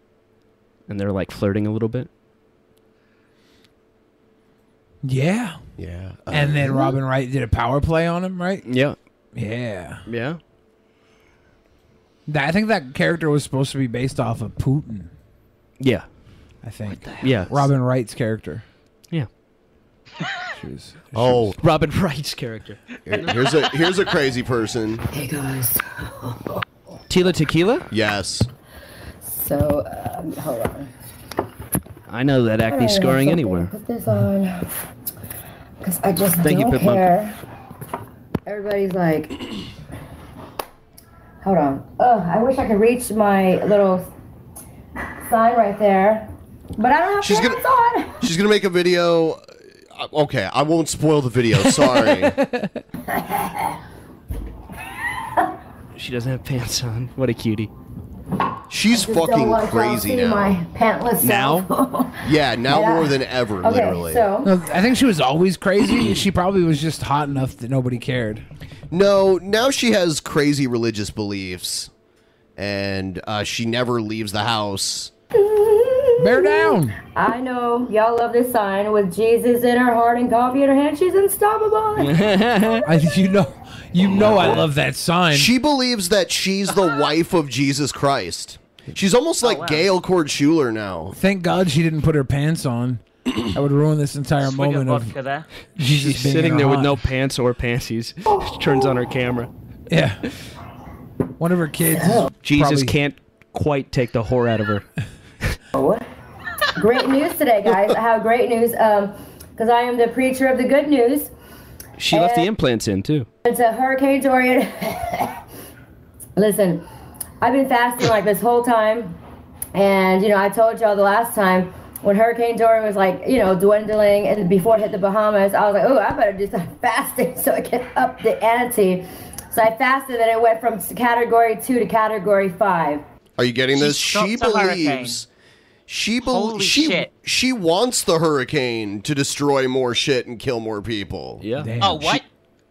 And they're like flirting a little bit.
Yeah.
Yeah. Uh,
and then Robin Wright did a power play on him, right?
Yeah.
Yeah.
Yeah.
That, I think that character was supposed to be based off of Putin.
Yeah.
I think.
Yeah.
Robin Wright's
[laughs]
character.
Yeah.
She's,
Oh,
Robin Wright's character.
Here- here's a here's a crazy person.
Hey guys.
Tila Tequila?
Yes.
So, um, hold on.
I know that
All right,
acne's
I
scoring
think
anywhere.
I'll Put this on. Because I just
Thank you,
don't
Pipmunk.
care. Everybody's like, [clears throat] hold on. Oh, I wish I could reach my little sign right there. But I don't have
She's gonna-
pants on.
She's gonna make a video. uh, Okay, I won't spoil the video. Sorry.
She doesn't have pants on. What a cutie.
She's
Just don't want y'all to see My pantless self. [laughs]
Yeah, now
Yeah.
more than ever,
Okay,
literally.
so-
No, I think she was always crazy. [clears throat] she probably was just hot [laughs] enough that nobody cared.
No, now she has crazy religious beliefs, and uh, she never leaves the house.
Bear down.
I know y'all love this sign with Jesus in her heart and coffee in her hand. She's unstoppable.
[laughs]
[laughs]
I, you know, you know, I love that sign.
She believes that she's the wife of Jesus Christ. She's
Oh,
almost like Gail Cord Schuler now.
Thank God she didn't put her
[clears throat]
pants on. I would ruin this entire
Swig of
moment of
vodka there.
Jesus
She's
being in
sitting
her
there with
hot.
no pants or panties. She turns on her camera.
Yeah. One of her kids.
Jesus
probably-
can't quite take the whore out of her.
great news today, guys. I have great news because I am the preacher of the good news.
She left the implants in too.
It's a Hurricane Dorian. [laughs] Listen, I've been fasting like this whole time. And, you know, I told y'all the last time when Hurricane Dorian was like, you know, dwindling and before it hit the Bahamas, I was like, oh, I better do some [laughs] fasting so I can up the ante. So I fasted and it went from category two to category five.
Are you getting this? She
stopped a hurricane.
believes. She
Holy
believes she
shit.
she wants the hurricane to destroy more shit and kill more people.
Yeah.
Oh, what?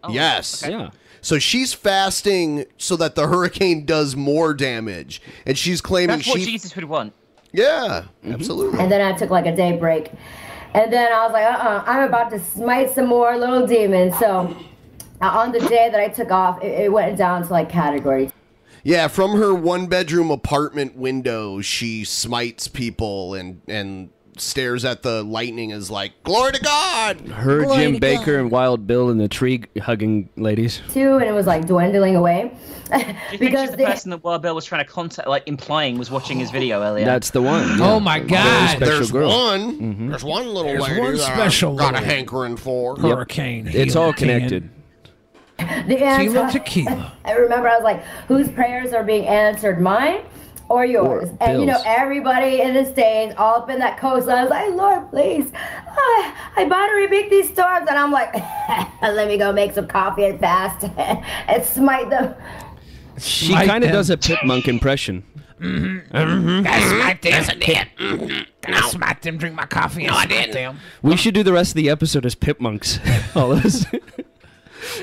yes.
Yeah.
So she's fasting so that the hurricane does more damage, and she's claiming
That's
she.
what
Jesus would want.
Yeah,
Mm-hmm.
absolutely.
And then I took like a day break. And then I was like, uh uh-uh, uh, i am about to smite some more little demons. So uh, on the day that I took off, it, it went down to like category.
Yeah, from her one bedroom apartment window, she smites people and and stares at the lightning as like glory to God.
Her,
Glory
Jim
to
Baker, and Wild Bill and the tree hugging ladies.
Two, and it was like dwindling away. [laughs]
Do you think she's the person that Wild Bill was trying to contact, like implying was watching his video earlier?
That's the one. yeah.
Oh my
Very
God.
special
There's
girl.
one.
Mhm.
There's one little
There's
lady
one
[laughs]
that
special
I've got a
little
hankering for.
Yep. It's all
[laughs]
connected.
The answer. [laughs] I remember I was like, whose prayers are being answered, mine or yours? and you know, Bill's. everybody in the States, all up in that coastline, I was like, Lord, please, Ah, I, I bound to rebuke these storms. And I'm like, [laughs] let me go make some coffee and fast [laughs] and smite them.
She
Smite
kind of
them.
does a Pitmonk impression.
I
Mhm.
smacked him. I smacked him. Drink my coffee. No, I didn't. Him.
[laughs] We should do the rest of the episode as Pitmonks. All of us.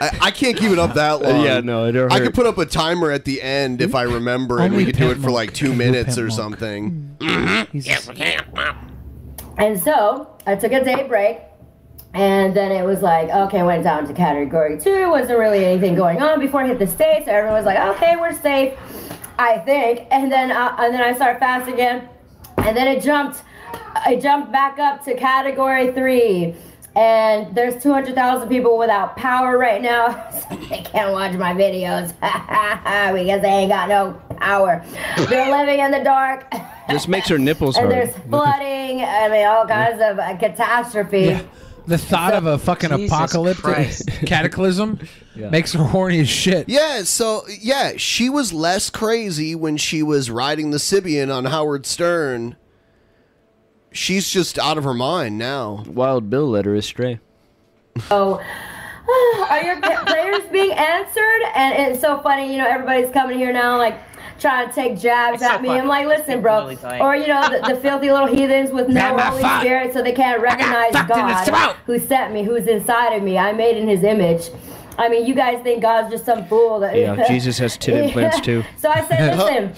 I, I can't keep it up that long.
[laughs] Yeah, no, it'll
I
hurt.
could put up a timer at the end if I remember, and we could do it for like two minutes or something.
Mm-hmm.
Mm-hmm.
Yes, we can.
And so I took a day break, and then it was like, okay, went down to category two. Wasn't really anything going on before I hit the state, so everyone was like, okay, we're safe, I think. And then uh, and then I started fast again, and then it jumped, I jumped back up to category three. And there's 200,000 people without power right now. [laughs] they can't watch my videos [laughs] because they ain't got no power. They're living in the dark
This makes her nipples
and
hard.
there's flooding. I mean, all kinds of uh, catastrophe.
Yeah. The thought of a fucking
Jesus Christ.
[laughs]
apocalyptic [laughs] cataclysm makes her horny as shit.
Yeah, so yeah, she was less crazy when she was riding the Sibian on Howard Stern. She's just out of her mind now.
Wild Bill led her astray.
So, [sighs] are your pa- prayers being answered? And it's so funny, you know, everybody's coming here now, like trying to take jabs at me. I'm like, listen, bro.
tight.
Or, you know, the, the filthy little heathens with no
Grab my
Holy
phone.
Spirit, so they can't recognize
fucked in the
God
throat.
who sent me, who's inside of me. I'm made in his image. I mean, you guys think God's just some fool that.
Yeah, Jesus
[laughs]
has tit implants, too.
So I said, listen.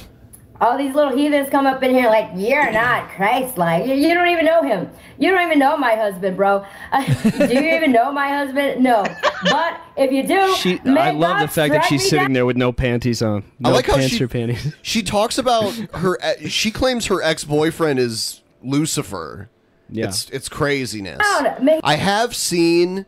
All these little heathens come up in here like, you're not Christ-like. You, you don't even know him. You don't even know my husband, bro. [laughs] do you even know my husband? No. But if you do,
She,
may
I love
God
the fact that
strike
she's
me
sitting
down.
there with no panties on. No
like how
pants
she-
or panties. [laughs]
She talks
[laughs]
about her. e, She claims her ex boyfriend is Lucifer.
Yeah.
it's it's craziness.
Oh,
Out, make-
I have seen,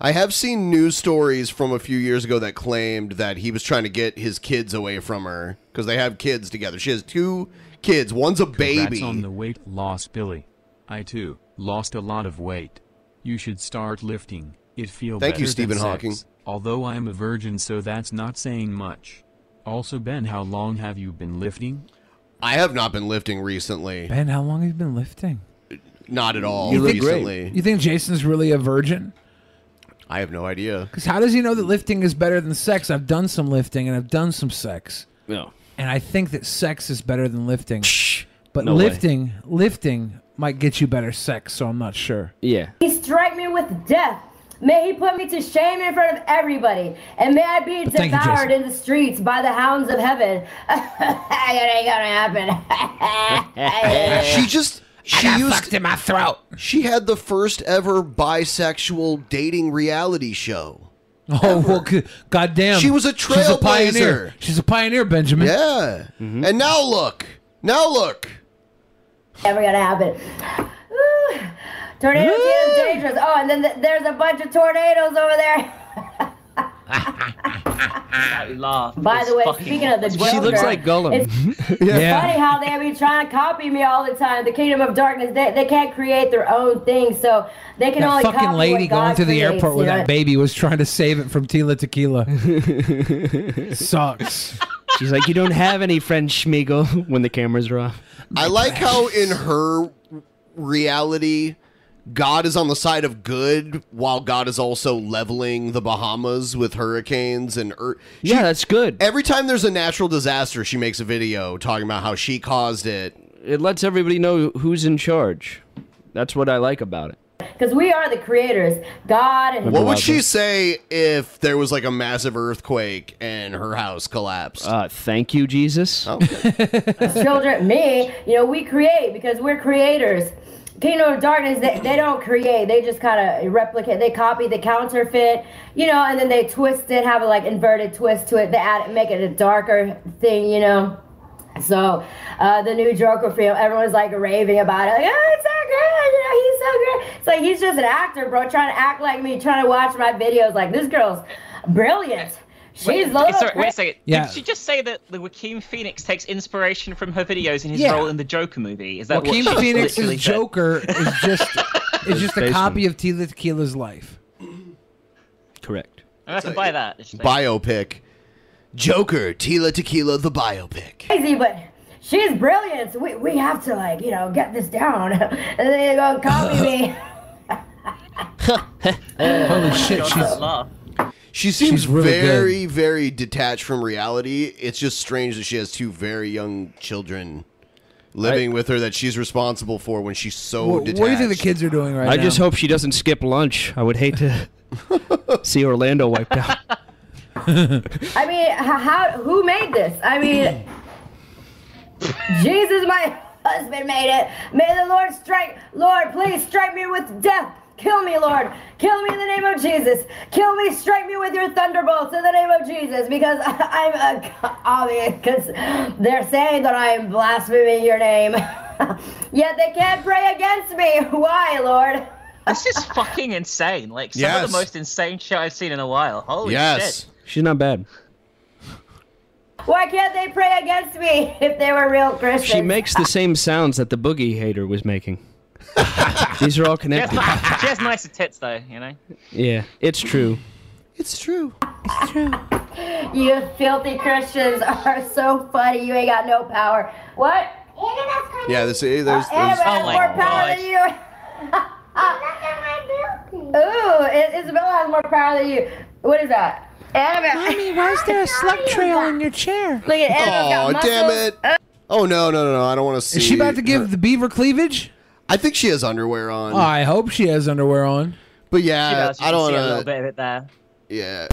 I have seen news stories from a few years ago that claimed that he was trying to get his kids away from her because they have kids together. She has two kids. One's a
Congrats
baby.
on the weight loss, Billy. I too lost a lot of weight. You should start lifting. It feels
Thank you, Stephen Hawking.
Hawking. Although I'm a virgin, so that's not saying much. Also, Ben, how long have you been lifting?
I have not been lifting recently.
Ben, how long have you been lifting?
Not at all
You look great.
recently.
You think Jason's really a virgin?
I have no idea.
Because how does he know that lifting is better than sex? I've done some lifting and I've done some sex.
No.
And I think that sex is better than lifting. But
No way.
lifting, lifting might get you better sex, so I'm not sure.
Yeah.
He strike me with death. May he put me to shame in front of everybody. And may I be
thank you,
devoured
Jason.
in the streets by the hounds of heaven. [laughs] it ain't gonna happen. [laughs]
she
[laughs]
just she used
in my throat.
She had the first ever bisexual dating reality show.
Oh well, g- goddamn!
She was a
She's a
trailblazer.
pioneer. She's a pioneer, Benjamin.
Yeah.
Mm-hmm.
And now look. Now look.
Never gonna happen. [sighs] Ooh, Tornadoes are dangerous. Oh, and then th- there's a bunch of tornadoes over there. [laughs]
That laugh.
By
is
the way,
fucking-
speaking of the Joker,
[laughs]
It's,
Yeah.
funny how they be trying to copy me all the time. The kingdom of darkness, they, they can't create their own thing, so they can
That
only
fucking
copy
lady
what God
going to the
creates,
airport with
you know?
that baby was trying to save it from
[laughs]
Tila Tequila. Sucks.
She's like, you don't have any French Schmiegel [laughs] when the cameras are off.
I like how in her reality God is on the side of good while God is also leveling the Bahamas with hurricanes and earth.
yeah, that's good.
Every time there's a natural disaster, she makes a video talking about how she caused it.
It lets everybody know who's in charge. That's what I like about it.
Because we are the creators, God and
What would she say if there was like a massive earthquake and her house collapsed? Oh,
Uh, thank you, Jesus.
children, me, you know, we create because we're creators. Kingdom of Darkness, they, they don't create. They just kind of replicate. They copy the counterfeit, you know, and then they twist it, have a like inverted twist to it. They add it, make it a darker thing, you know. So uh, the new Joker film, everyone's like raving about it. Like, oh, it's so good. You know, he's so good. It's like he's just an actor, bro, trying to act like me, trying to watch my videos. Like this girl's brilliant. She's
Wait,
little.
sorry, wait a second.
Yeah.
Did she just say that the Joaquin Phoenix takes inspiration from her videos in his
Yeah.
role in the Joker movie? Is that
Joaquin
what she
Phoenix's
literally said?
Joker is just
[laughs]
is just a
based
copy of Tila Tequila's life.
[laughs] Correct.
I mean, I can buy that. It's like-
Biopic. Joker, Tila Tequila, the biopic.
crazy, but she's brilliant. So we, we have to like, you know, get this down. [laughs] and then they go copy me.
Holy shit,
God,
she's
that laugh.
She seems
She's really
[laughs]
very, very detached from reality. It's just strange that she has two very young children living with her that she's responsible for when she's so
Wh- what,
detached.
do you think the kids are doing right
I
now?
[laughs]
just hope she doesn't skip lunch. I would hate to See Orlando wiped out.
I mean, h- how? Who made this? I mean, Jesus, my husband made it. May the Lord strike. Lord, please strike me with death. Kill me, Lord. Kill me in the name of Jesus. Kill me. Strike me with your thunderbolts in the name of Jesus, because [laughs] I, am uh, obvious. Because they're saying that I am blaspheming your name. [laughs] Yet they can't pray against me. Why, Lord?
This is fucking insane. Like some of
Yes.
the most insane shit I've seen in a while. Holy shit.
She's not bad.
Why can't they pray against me if they were real Christians?
She makes the same sounds that the boogie hater was
[laughs]
making. These are all
She has,
connected.
ni- [laughs] she has nicer tits though, you know.
Yeah, it's true.
It's true. It's true. You filthy Christians are so funny. You ain't got no power. What?
Yeah, this, there's, there's
Annabelle has more power than you. [laughs] Ooh, I- Isabella has more power than you. What is that? Annabelle. Mommy, why is there a slug trail in your chair? Look at Annabelle.
Oh,
got
damn
muscles.
Uh.
it. Oh, no, no, no, no. I don't want to see.
she about to give the beaver cleavage?
I think she has underwear on.
I hope she has underwear on.
But yeah,
She does, you
I
can
don't
see a
want
little bit of it there.
Yeah.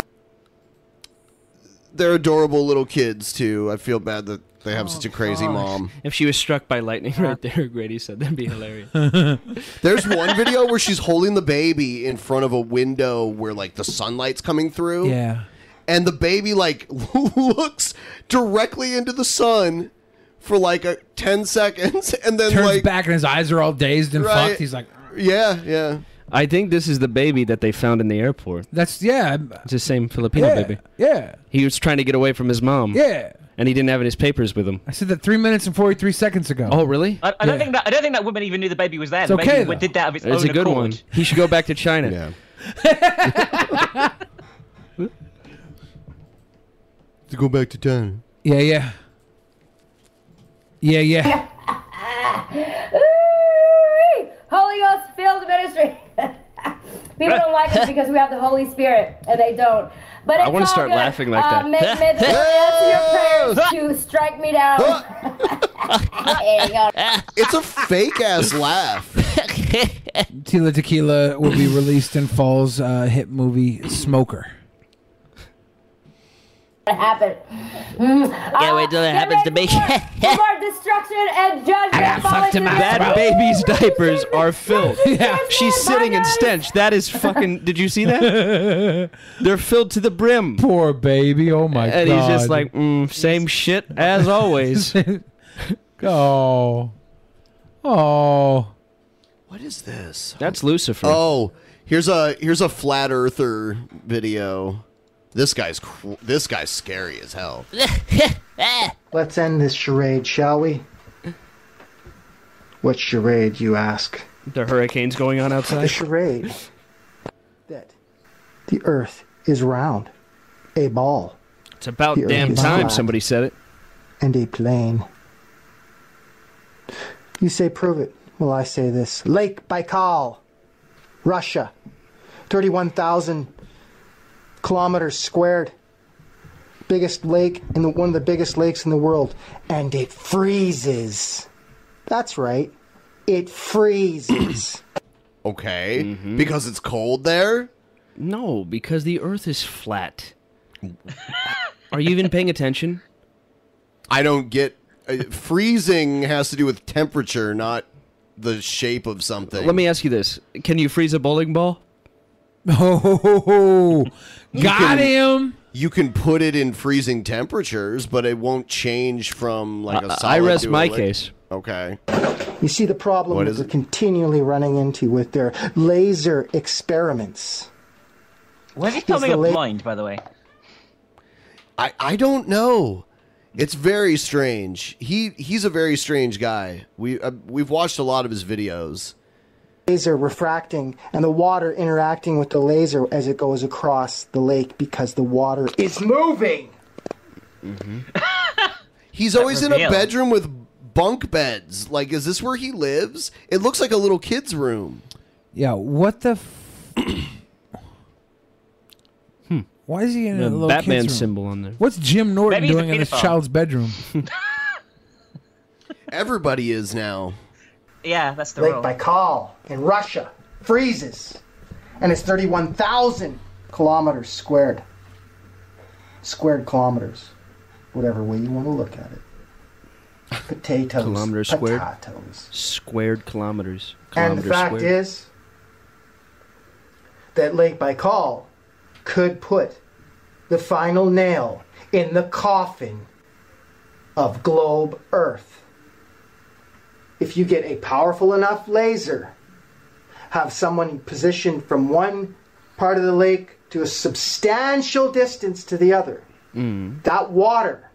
They're adorable little kids, too. I feel bad that they
Oh,
have such a crazy
God.
mom.
If she was struck by lightning [laughs] right there, Grady said that'd be hilarious.
[laughs] There's one video where she's holding the baby in front of a window where like the sunlight's coming through.
Yeah.
And the baby like [laughs] looks directly into the sun for like a 10 seconds and then
Turns
like
back and his eyes are all dazed and
Right.
fucked. He's like,
yeah, yeah.
I think this is the baby that they found in the airport.
That's yeah.
It's the same Filipino
Yeah,
baby.
yeah.
He was trying to get away from his mom.
Yeah.
And he didn't have his papers with him.
I said that three minutes and forty-three seconds ago. Oh,
really?
I, I don't think that I don't think that woman even knew the baby was there.
It's
the baby
okay,
w-
though.
did that of its
It's
own
a good
accord.
one. He should go back to China. yeah.
[laughs]
To go back to town.
Yeah, yeah. Yeah, yeah.
Ooh-wee. Holy Ghost filled ministry. [laughs] People don't like
[laughs]
us because we have the Holy Spirit, and they don't. But
I
it's
wanna
all
start
good.
laughing like
Uh,
that.
May, may the
[laughs]
Lord answer your prayers to strike me down. There you go.
It's a fake ass laugh.
Tila Tequila will be released in Fall's uh, hit movie
[laughs]
Smoker. [laughs]
What
[laughs]
happened? Mm.
Can't Oh, wait till that happens to me. [laughs]
For more destruction and
[laughs]
judgment. falling to the earth.
That baby's diapers are
[laughs]
filled. Yeah. She's sitting in stench. That is fucking. Did you see
[laughs]
that? They're filled to the brim.
Poor baby. Oh my
and he's just
God.
like, mm, same shit as
[laughs]
always.
Oh. Oh.
What is this?
That's Lucifer.
Oh, here's a here's a flat earther video. This guy's cr- this guy's scary
[laughs]
as hell.
Let's end this charade, shall we? What charade, you ask?
The hurricane's going on outside.
The charade that the earth is round, a ball,
It's about
Here,
damn
here's
time
that.
somebody said it.
and a plane. You say prove it. Well, I say this Lake Baikal, Russia, 31,000 kilometers squared, biggest lake in the one of the biggest lakes in the world, and it freezes. That's right, it
[coughs]
freezes.
Okay,
Mm-hmm.
because it's cold there.
No, because the Earth is flat. Are you even paying attention?
I don't get uh, freezing has to do with temperature, not the shape of something.
Let me ask you this: Can you freeze a bowling
[laughs]
ball?
Oh, got him.
You can put it in freezing temperatures, but it won't change from like a
I- I
solid.
rest
to a
my
liquid.
case.
Okay.
You see the problem
What
that
is
they're continually running into with their laser experiments.
Where's he
Is the
filming a
la-
blind, by the way?
I I don't know. It's very strange. He he's a very strange guy. We uh, we've watched a lot of his videos.
Laser refracting and the water interacting with the laser as it goes across the lake because the water is moving.
He's always in a
reveal.
bedroom with bunk beds. Like, is this where he lives? It looks like a little kid's room.
Yeah, what the f-
Hmm.
Why is he in
The
a little
Batman
kid's room?
symbol on there.
What's Jim Norton
Maybe he's a
doing in his
pedophile.
child's
[laughs]
bedroom?
Everybody is now.
Yeah, that's the
Lake
rule.
Baikal in Russia freezes. and it's 31,000 kilometers squared. Squared kilometers, whatever way you want to look
[laughs]
at it. Potatoes.
Kilometers squared.
Potatoes.
Squared kilometers.
And the
Kilometers
fact
squared.
is that Lake Baikal could put the final nail in the coffin of globe Earth. If you get a powerful enough laser, have someone positioned from one part of the lake to a substantial distance to the other,
Mm.
that water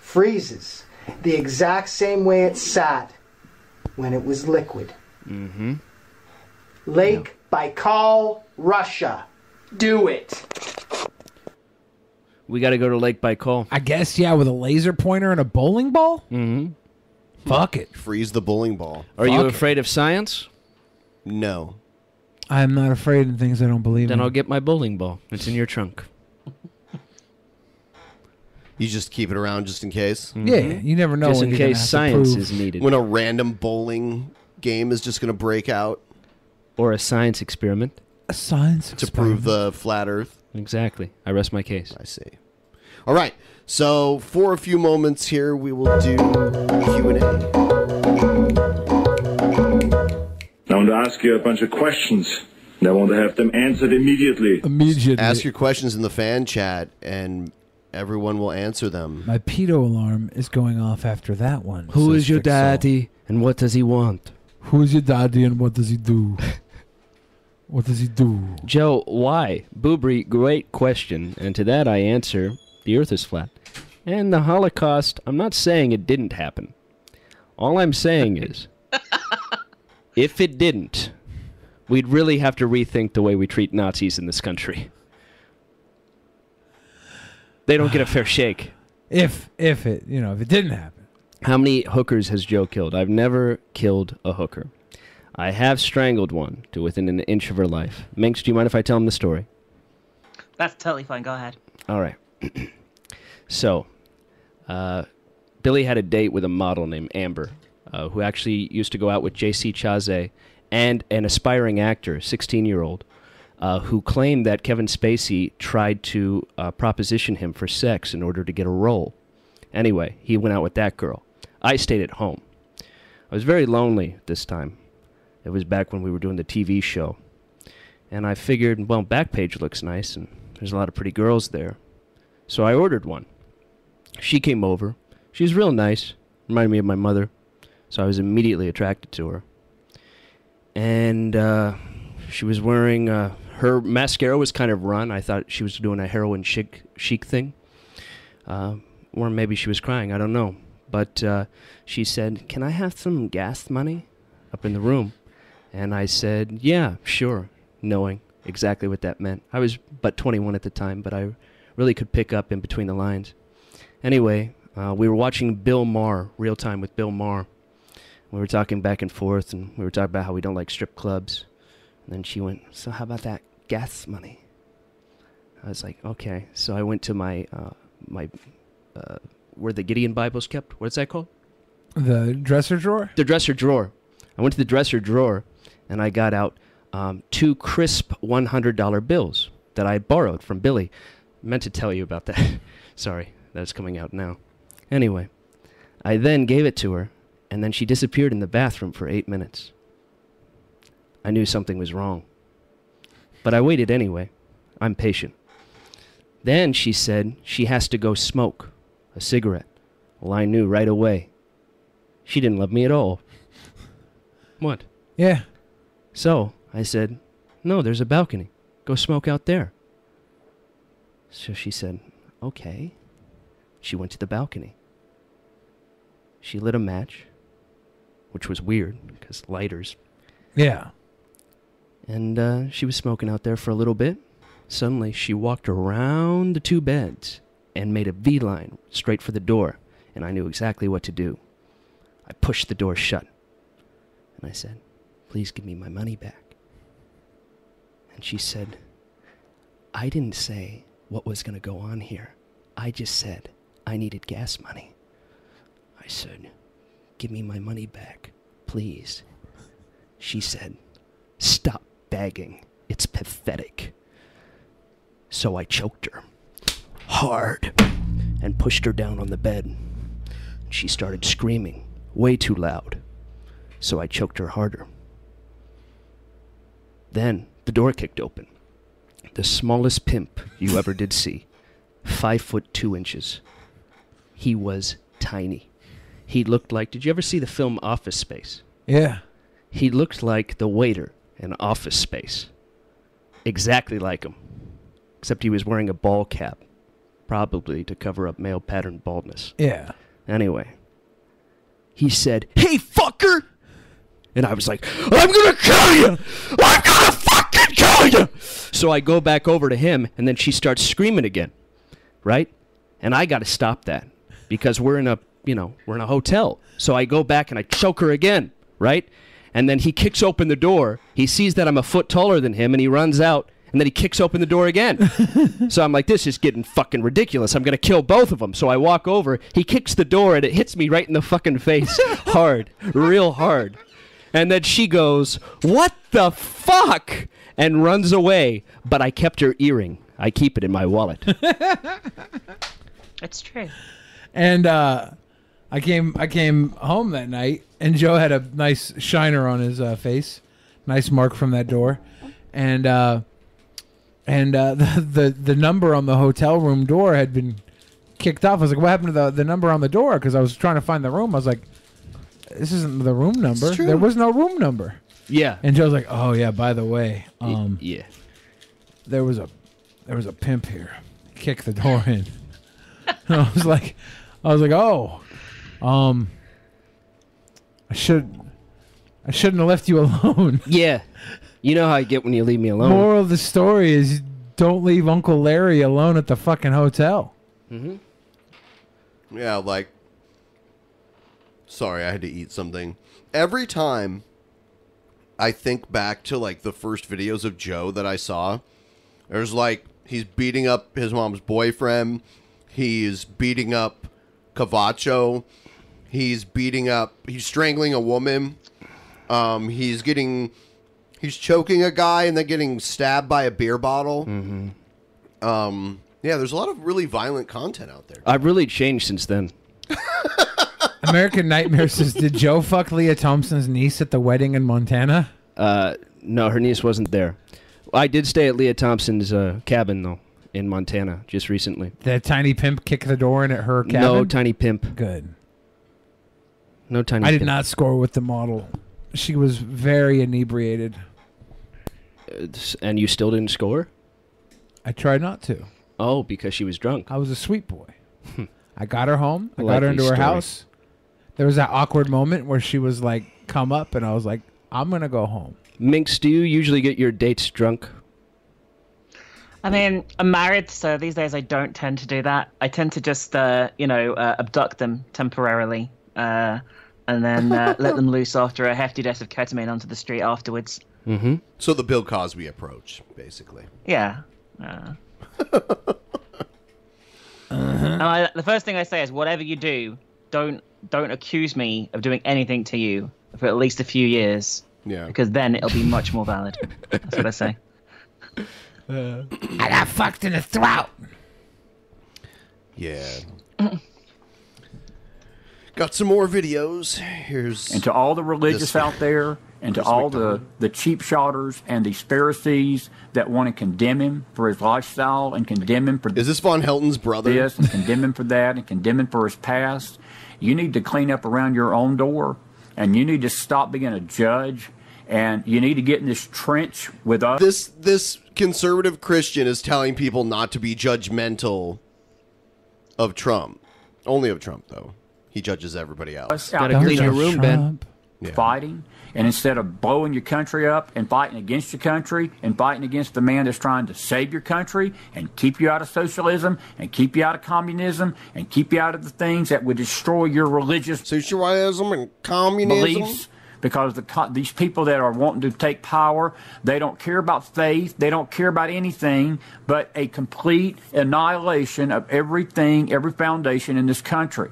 freezes the exact same way it sat when it was liquid.
Mm-hmm.
Lake Baikal, Russia. Do it.
We got to go to Lake Baikal.
I guess yeah, with a laser pointer and a bowling ball.
Mm-hmm.
Fuck it.
Freeze the bowling ball.
Are you
Fuck it.
afraid of science?
No.
I'm not afraid in things I don't believe
Then
in.
I'll get my bowling ball. It's in your trunk.
You just keep it around just in case.
Yeah, you never know Mm-hmm. Just when in you're gonna case have to science prove- is needed.
When a random bowling game is just going to break out.
Or a science experiment.
A science
to prove the flat Earth.
Exactly. I rest my case.
I see. All right. So for a few moments here, we will do Q and A.
I want to ask you a bunch of questions, and I want to have them answered immediately.
Immediately.
Ask your questions in the fan chat, and everyone will answer them.
My pedo alarm is going off after that one.
Who
says
is your
Fixel.
daddy and what does he want?
Who is your daddy and what does
[laughs]
he do? what does he do?
Joe, why? Boobry, great question. And to that I answer the earth is flat. And the Holocaust, I'm not saying it didn't happen. All I'm saying is if it didn't, we'd really have to rethink the way we treat Nazis in this country. They don't get a fair shake.
If if it you know if it didn't happen,
How many hookers has Joe killed? I've never killed a hooker. I have strangled one to within an inch of her life. Minx, do you mind if I tell him the story?
That's totally fine. Go ahead.
All right. [clears throat] so, uh, Billy had a date with a model named Amber, uh, who actually used to go out with J.C. Chazé and an aspiring actor, 16 year old, uh, who claimed that Kevin Spacey tried to uh, proposition him for sex in order to get a role. Anyway, he went out with that girl. I stayed at home. I was very lonely at this time. It was back when we were doing the TV show. And I figured, well, Backpage looks nice, and there's a lot of pretty girls there. So I ordered one. She came over. She was real nice, reminded me of my mother. So I was immediately attracted to her. And uh, she was wearing, uh, her mascara was kind of run. I thought she was doing a heroin chic, chic thing. Uh, or maybe she was crying, I don't know. But uh, she said, Can I have some gas money? up in the room. And I said, Yeah, sure, knowing exactly what that meant. I was but 21 at the time, but I really could pick up in between the lines. Anyway, uh, we were watching Bill Maher, Real Time with Bill Maher. We were talking back and forth, and we were talking about how we don't like strip clubs. And then she went, So, how about that gas money? I was like, Okay. So I went to my, uh, my uh, where the Gideon Bible's kept. What's that called?
the dresser drawer.
The dresser drawer. I went to the dresser drawer and I got out um, two crisp $100 bills that I had borrowed from Billy. Meant to tell you about that. [laughs] Sorry, that's coming out now. Anyway, I then gave it to her and then she disappeared in the bathroom for eight minutes. I knew something was wrong. But I waited anyway. I'm patient. Then she said she has to go smoke a cigarette. Well, I knew right away. She didn't love me at all. What?
Yeah.
So I said, No, there's a balcony. Go smoke out there. So she said, Okay. She went to the balcony. She lit a match, which was weird because lighters.
Yeah.
And uh, she was smoking out there for a little bit. Suddenly, she walked around the two beds and made a V line straight for the door. And I knew exactly what to do. I pushed the door shut. And I said, Please give me my money back. And she said, I didn't say what was going to go on here. I just said I needed gas money. I said, Give me my money back, please. She said, Stop begging. It's pathetic. So I choked her hard and pushed her down on the bed. She started screaming way too loud. So I choked her harder. Then the door kicked open. The smallest pimp you ever did see, five foot two inches. He was tiny. He looked like. Did you ever see the film Office Space?
Yeah.
He looked like the waiter in Office Space. Exactly like him. Except he was wearing a ball cap, probably to cover up male pattern baldness.
Yeah.
Anyway, he said, Hey, fucker! And I was like, I'm gonna kill you! I'm gonna fucking kill you! So I go back over to him, and then she starts screaming again, right? And I gotta stop that because we're in a, you know, we're in a hotel. So I go back and I choke her again, right? And then he kicks open the door. He sees that I'm a foot taller than him, and he runs out. And then he kicks open the door again. so I'm like, this is getting fucking ridiculous. I'm gonna kill both of them. So I walk over. He kicks the door, and it hits me right in the fucking face, hard, real hard. And then she goes, What the fuck? And runs away. But I kept her earring. I keep it in my wallet.
[laughs] It's true.
And uh, I came I came home that night, and Joe had a nice shiner on his uh, face, nice mark from that door, and uh, and uh, [laughs] the, the the number on the hotel room door had been kicked off. I was like, "What happened to the the number on the door?" Because I was trying to find the room. I was like, "This isn't the room number.
true.
There was no room number."
Yeah.
And Joe's like, "Oh yeah, by the way, um,
yeah,
there was a there was a pimp here. Kick the door in." [laughs] and I was like, I was like, "Oh, um, I should I shouldn't have left you alone."
Yeah. You know how I get when you leave me [laughs] alone.
Moral of the story is don't leave Uncle Larry alone at the fucking hotel.
Mm-hmm. Yeah, like. Sorry, I had to eat something. Every time I think back to like the first videos of Joe that I saw, there's like he's beating up his mom's boyfriend, he's beating up Cavacho, he's beating up, he's strangling a woman, um, he's getting, he's choking a guy and then getting stabbed by a beer bottle.
Mm-hmm.
Um, yeah, there's a lot of really violent content out there.
I've really changed since then.
American Nightmare says, "Did Joe fuck Leah Thompson's niece at the wedding in Montana?"
Uh, no, her niece wasn't there. I did stay at Leah Thompson's uh, cabin though in Montana just recently.
That tiny pimp kicked the door in at her cabin.
No tiny pimp.
Good.
No tiny.
I did
pimp.
not score with the model. She was very inebriated.
It's- Uh, And you still didn't score?
I tried not to.
Oh, because she was drunk.
I was a sweet boy. I got her home. I got
Hmm. Likely
her into her
story.
house. There was that awkward moment where she was like, "Come up," and I was like, "I'm gonna go home."
Minx, do you usually get your dates drunk?
I mean, I'm married, so these days I don't tend to do that. I tend to just, uh, you know, uh, abduct them temporarily uh, and then uh, let them loose after a hefty dose of ketamine onto the street afterwards.
Mm-hmm.
So the Bill Cosby approach, basically.
Yeah. Uh.
Uh-huh.
And I, the first thing I say is, whatever you do, don't don't accuse me of doing anything to you for at least a few years.
Yeah.
Because then it'll be much more valid. That's what I
[laughs]
say.
I got fucked in the throat.
Yeah. Got some more videos. Here's
and to all the religious
this-
out there, and to
this
all
week,
the, the cheap shotters and these Pharisees that want to condemn him for his lifestyle and condemn him for
is this Von Helton's brother?
This and condemn him for that and condemn him for his past. You need to clean up around your own door, and you need to stop being a judge, and you need to get in this trench with us.
This this conservative Christian is telling people not to be judgmental of Trump. Only of Trump though. He judges everybody else.
us out here Fighting, and instead of blowing your country up and fighting against your country and fighting against the man that's trying to save your country and keep you out of socialism and keep you out of communism and keep you out of the things that would destroy your religious
socialism and communism
beliefs. Because the, co- these people that are wanting to take power, they don't care about faith, they don't care about anything but a complete annihilation of everything, every foundation in this country.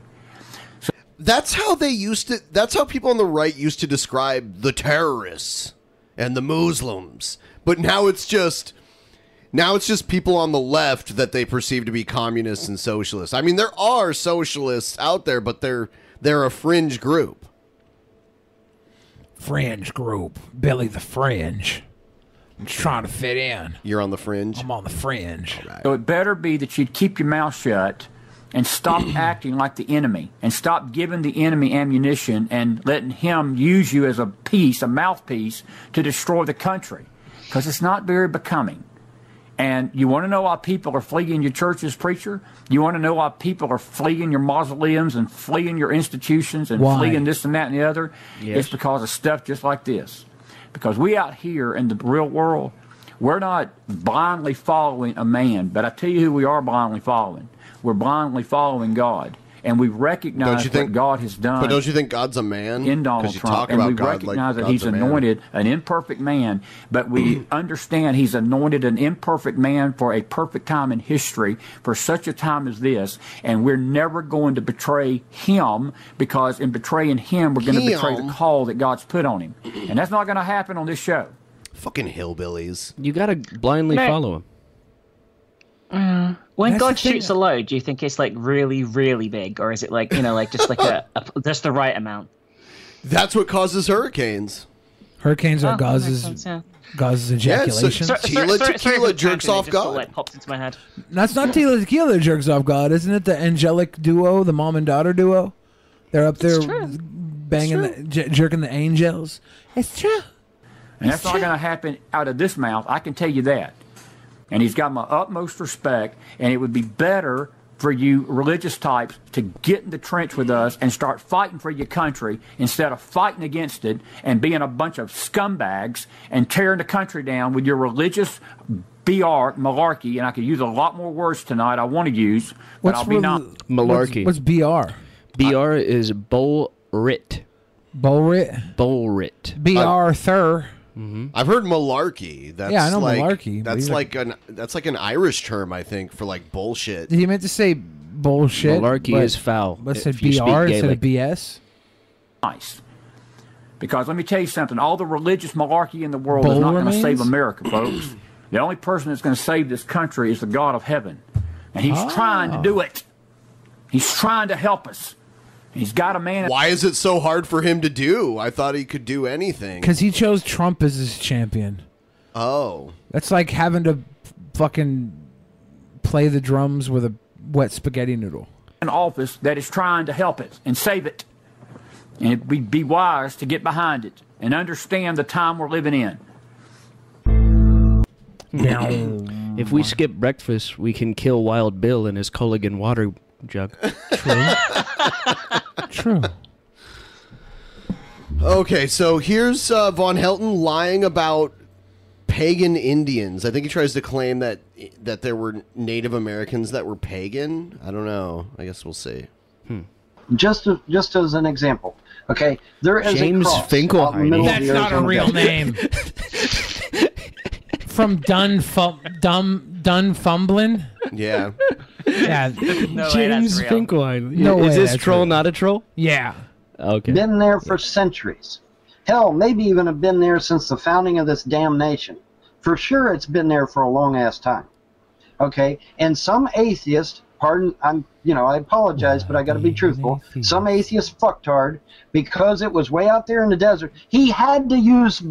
That's how they used to that's how people on the right used to describe the terrorists.
and the Muslims. But now it's just now it's just people on the left that they perceive to be communists and socialists. I mean, there are socialists out there, but they're they're a fringe group.
Fringe group. Billy the Fringe. I'm trying to fit in.
You're on the fringe.
I'm on the fringe.
Um, So it better be that you'd keep your mouth shut and
[clears throat]
stop acting like the enemy and stop giving the enemy ammunition and letting him use you as a piece, a mouthpiece to destroy the country because it's not very becoming. And you want to know why people are fleeing your churches, preacher? You want to know why people are fleeing your mausoleums and fleeing your institutions and
Why?
fleeing this and that and the other?
Yes.
It's because of stuff just like this. Because we out here in the real world, we're not blindly following a man, but I tell you who we are blindly following. We're blindly following God. And we recognize
Don't you think-
what God has done
But don't you think God's a man?
in Donald
'Cause you
Trump,
talk
and
about
we
God like
recognize that
God's
he's
a man. Mm-hmm.
anointed an imperfect man, but we understand he's anointed an imperfect man for a perfect time in history, for such a time as this, and we're never going to betray him because in betraying him, we're going to betray
Him.
the call that God's put on him, and that's not going to happen on this show.
Fucking hillbillies.
You gotta blindly
Man.
follow him.
Mm. When
That's
God
the thing.
shoots a load, do you think it's like really, really big, or is it like you know, like just like a, a just the right amount?
That's what causes hurricanes.
Hurricanes are
Oh, that makes
Gauze's
sense, yeah.
Gauze's
Yeah, so-
ejaculation.
so- Tequila-
sorry- sorry for
tequila
the tangent,
jerks
it
off
just all,
God.
like, popped into my head.
That's not Tila Tequila jerks off God, isn't it? The angelic duo, the mom and daughter duo. They're up there banging, the, j- jerking the angels. It's true.
And that's not going to happen out of this mouth. I can tell you that. And he's got my utmost respect. And it would be better for you religious types to get in the trench with us and start fighting for your country instead of fighting against it and being a bunch of scumbags and tearing the country down with your religious BR malarkey. And I could use a lot more words tonight I want to use, but I'll be not.
malarkey?
BR?
BR is bull writ.
Bull writ.
Bull writ.
BR Thur.
I've heard malarkey. That's
Yeah, I know
like,
malarkey, but
That's
he's
like an that's like an Irish term, I think, for like bullshit.
He meant to say bullshit.
Malarkey
but-
is foul,
But
if
said
you speak
BR instead
Gaelic.
of BS.
Nice. Because let me tell you something, all the religious malarkey in the world is
Bull
not going to
remains?
save America, folks. the only person that's going to save this country is the God of heaven. And he's trying to do it. He's trying to help us. He's got a man.
Why is it so hard for him to do? I thought he could do anything.
Because he chose Trump as his champion.
Oh.
That's like having to fucking play the drums with a wet spaghetti noodle.
in office that is trying to help it and save it. And we'd be wise to get behind it and understand the time we're living in.
if we skip breakfast, we can kill Wild Bill in his Culligan water jug. True. [laughs]
True.
Okay, so here's uh, Von Helton lying about pagan Indians. I think he tries to claim that that there were Native Americans that were pagan. I don't know. I guess we'll see.
Hmm. Just just as an example, okay, there is
James
a cross
Finkelheim.
out in the middle of
That's
the
not a
Arizona
real
desert. [laughs]
name. From Dunfum, Dum
[laughs]
Dunfumblin.
[laughs]
Yeah.
Yeah.
James Finkelheim.
No
is
way
this
that's
troll
real.
not a troll?
Yeah.
Okay.
Been there for centuries. Hell, maybe even have been there since the founding of this damn nation. For sure, it's been there for a long ass time. Okay, and some atheist, pardon, I'm, you know, I apologize, but I got to be truthful. Some atheist fucktard, because it was way out there in the desert, he had to use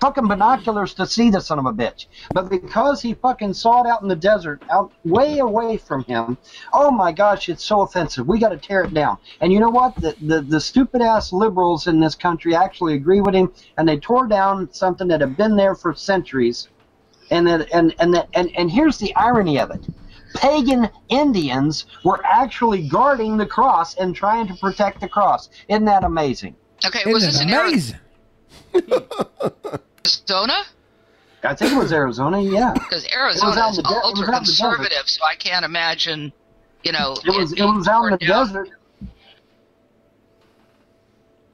fucking binoculars to see the son of a bitch. But because he fucking saw it out in the desert, out way away from him, oh my gosh, it's so offensive. We got to tear it down. And you know what? The, the the stupid ass liberals in this country actually agree with him, and they tore down something that had been there for centuries. And that and and that and, and here's the irony of it. Pagan Indians were actually guarding the cross and trying to protect the cross. Isn't that amazing?
Okay, was this in
amazing?
Arizona?
I think it was Arizona, yeah.
Because
It was
Arizona
out
is
in the de- it was out in the
ultra conservative, so I can't imagine, [laughs] you know.
It was it was out in the desert.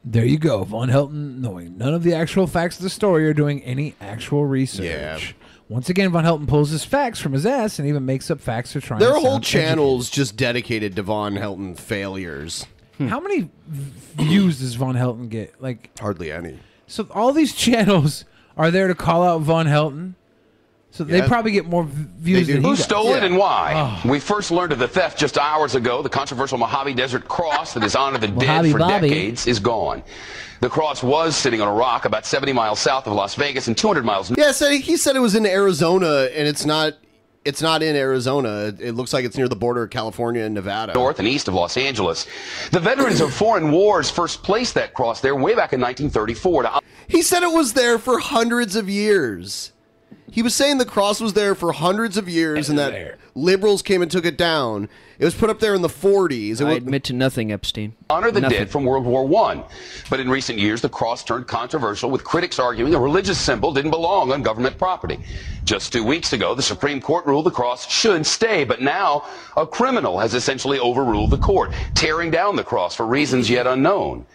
There you go. Von Helton, knowing none of the actual facts of the story or doing any actual research. Once again, Von Helton pulls his facts from his ass and even makes up facts to try
There
and
are whole
sound educated.
channels just dedicated to Von Helton failures.
How many views does Von Helton get? Like
hardly any.
So all these [laughs] channels are there to call out Von Helton. So they
Yeah.
probably get more v- views than he
Who
does. Oh.
stole it and why? We first learned of the theft just hours ago. The controversial Mojave Desert cross that is honored the dead
Mojave
for
Bobby.
decades is gone. The cross was sitting on a rock about 70 miles south of Las Vegas and 200 miles
Yeah, so he said it was in Arizona, and it's not. It's not in Arizona. It- It looks like it's near the border of California and Nevada.
north and east of Los Angeles. The veterans of foreign wars first placed that cross there way back in 1934 to
He said it was there for hundreds of years. He was saying the cross was there for hundreds of years, and that liberals came and took it down. It was put up there in the 40s. It
I
wa-
admit to nothing, Epstein. honor the Nothing. dead from World War One. But in recent years, the cross turned controversial, with critics arguing the religious symbol didn't belong on government property. Just two weeks ago, the Supreme Court ruled the cross should stay, but now a criminal has essentially overruled the court, tearing down the cross for reasons yet unknown.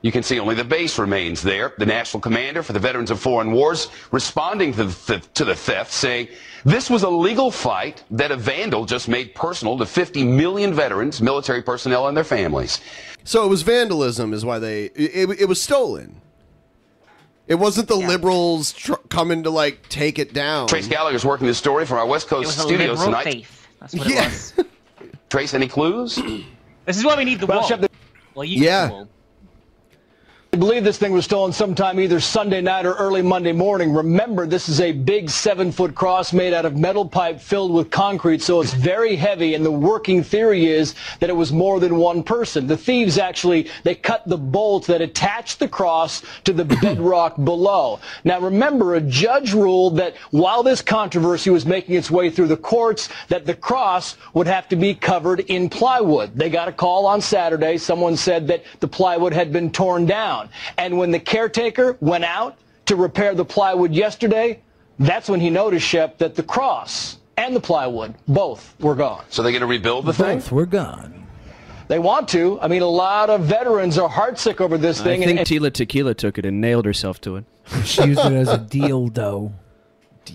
You can see only the base remains there. The national commander for the veterans of foreign wars responding to the, th- to the theft, saying, This was a legal fight that a vandal just made personal to 50 million veterans, military personnel, and their families.
So it was vandalism, is why they. It, it, it was stolen. It wasn't the liberals tr- coming to like take it down.
Trace Gallagher's working this story from our West Coast
was a
studios
liberal
tonight.
thief.
That's what it was.
Trace, any clues?
This is why we need the
Well,
wall.
shut
well, you yeah.
I believe this thing was stolen sometime either Sunday night or early Monday morning. Remember, this is a big seven foot cross made out of metal pipe filled with concrete, so it's very heavy. And the working theory is that it was more than one person. The thieves actually, they cut the bolt that attached the cross to
[coughs]
the bedrock below. Now, remember, a judge ruled that while this controversy was making its way through the courts, that the cross would have to be covered in plywood. They got a call on Saturday. Someone said that the plywood had been torn down. And when the caretaker went out to repair the plywood yesterday, that's when he noticed, Shep, that the cross and the plywood, both were gone.
So they're going to rebuild the thing?
we're gone. They want to. I mean, a lot of veterans are heartsick over this
I
thing.
think Tila Tequila took it and nailed herself to it.
She used it
[laughs]
as a
dildo.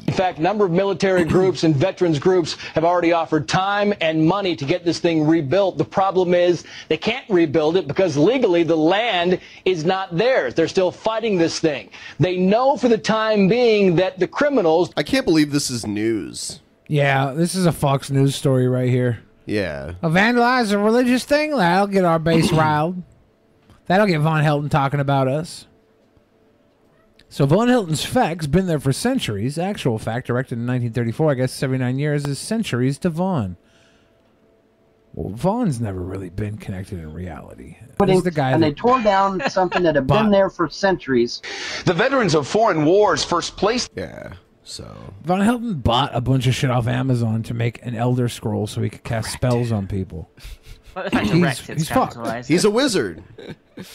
In fact, a number of [clears throat] military groups and veterans groups have already offered time and money to get this thing rebuilt. The problem is they can't rebuild it because legally the land is not theirs. They're still fighting this thing. They know for the time being that the criminals.
I can't believe this is news.
Yeah, this is a Fox News story right here.
Yeah.
A vandalize a religious thing? That'll get our base riled. That'll get Von Helton talking about us. So Von Helton's fact's been there for centuries. Actual fact, erected in 1934, I guess 79 years is centuries to Von. Well, Von's never really been connected in reality. He's the guy
and
that
they tore down something that
[laughs]
had been there for centuries.
The veterans of foreign wars first placed.
Yeah, so.
Von Helton bought a bunch of shit off Amazon to make an Elder Scroll so he could cast spells on [laughs] people.
Well,
fact He's- erect, it's he's fucked. capitalized.
He's a wizard.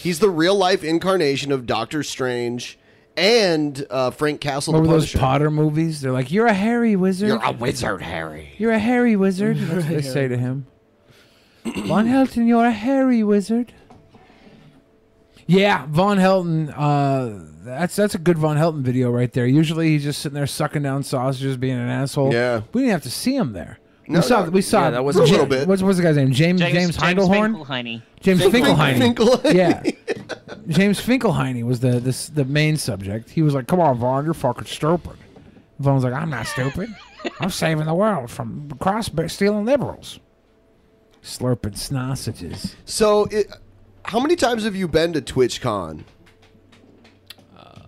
He's the real life incarnation of Doctor Strange and uh, Frank Castle.
Remember
the
those
Punisher.
Potter movies? They're like, "You're a hairy wizard.
You're a wizard, Harry.
You're a hairy
[laughs]
wizard." That's what they say to him. Von Helton, you're a hairy wizard. Yeah, Von Helton. Uh, that's that's a good Von Helton video right there. Usually he's just sitting there sucking down sausages, being an asshole.
Yeah.
we didn't have to see him there.
No,
we saw.
no.
We saw.
Yeah, that was a
Ja-
little bit.
What's, what's the guy's name? James James, Heidelhorn.
Finkelheiny.
James Finkelheiny.
Finkelheiny.
Yeah. James Finkelheiny was the this, the main subject. He was like, "Come on, Vaughn, you're fucking stupid." Vaughn was like, "I'm not stupid. I'm saving the world from cross stealing liberals, slurping sausages."
So, it, how many times have you been to TwitchCon?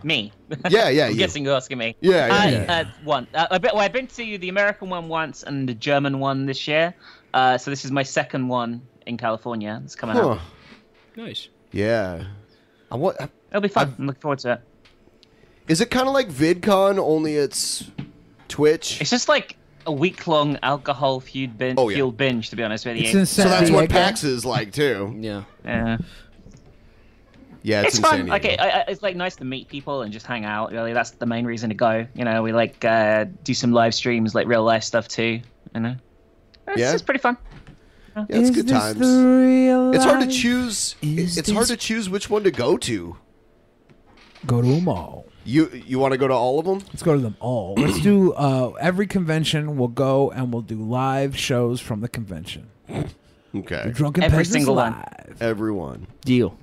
Me.
Yeah,
[laughs]
yeah,
I'm
you.
guessing you're asking me.
Yeah, yeah,
I,
yeah.
Uh, one. Uh, I bet, well, I've been to the American one once and the German one this year. Uh, so this is my second one in California. It's coming
Huh.
up.
Nice.
Yeah. I want.
It'll be fun. I'm looking forward to it.
Is it kind of like VidCon only it's Twitch?
It's just like a week long alcohol fueled bin-
Oh, yeah.
fueled binge, to be honest with you.
So that's what PAX is like too.
Yeah.
Yeah.
Yeah,
it's
it's, insane.
fun. Like it, I, I- it's like nice to meet people and just hang out. Really, that's the main reason to go. You know, we like uh, do some live streams, like real life stuff too. You know, it's,
Yeah.
it's pretty fun.
Yeah, it's good times. It's hard to
life?
choose.
Is
It's hard
this-
to choose which one to go to.
Go to them all.
You you want to go to all of them?
Let's go to them all. Let's do uh, every convention. We'll go and we'll do live shows from the convention.
Okay.
The Drunken Every Peasants single one. Live.
Everyone.
Deal.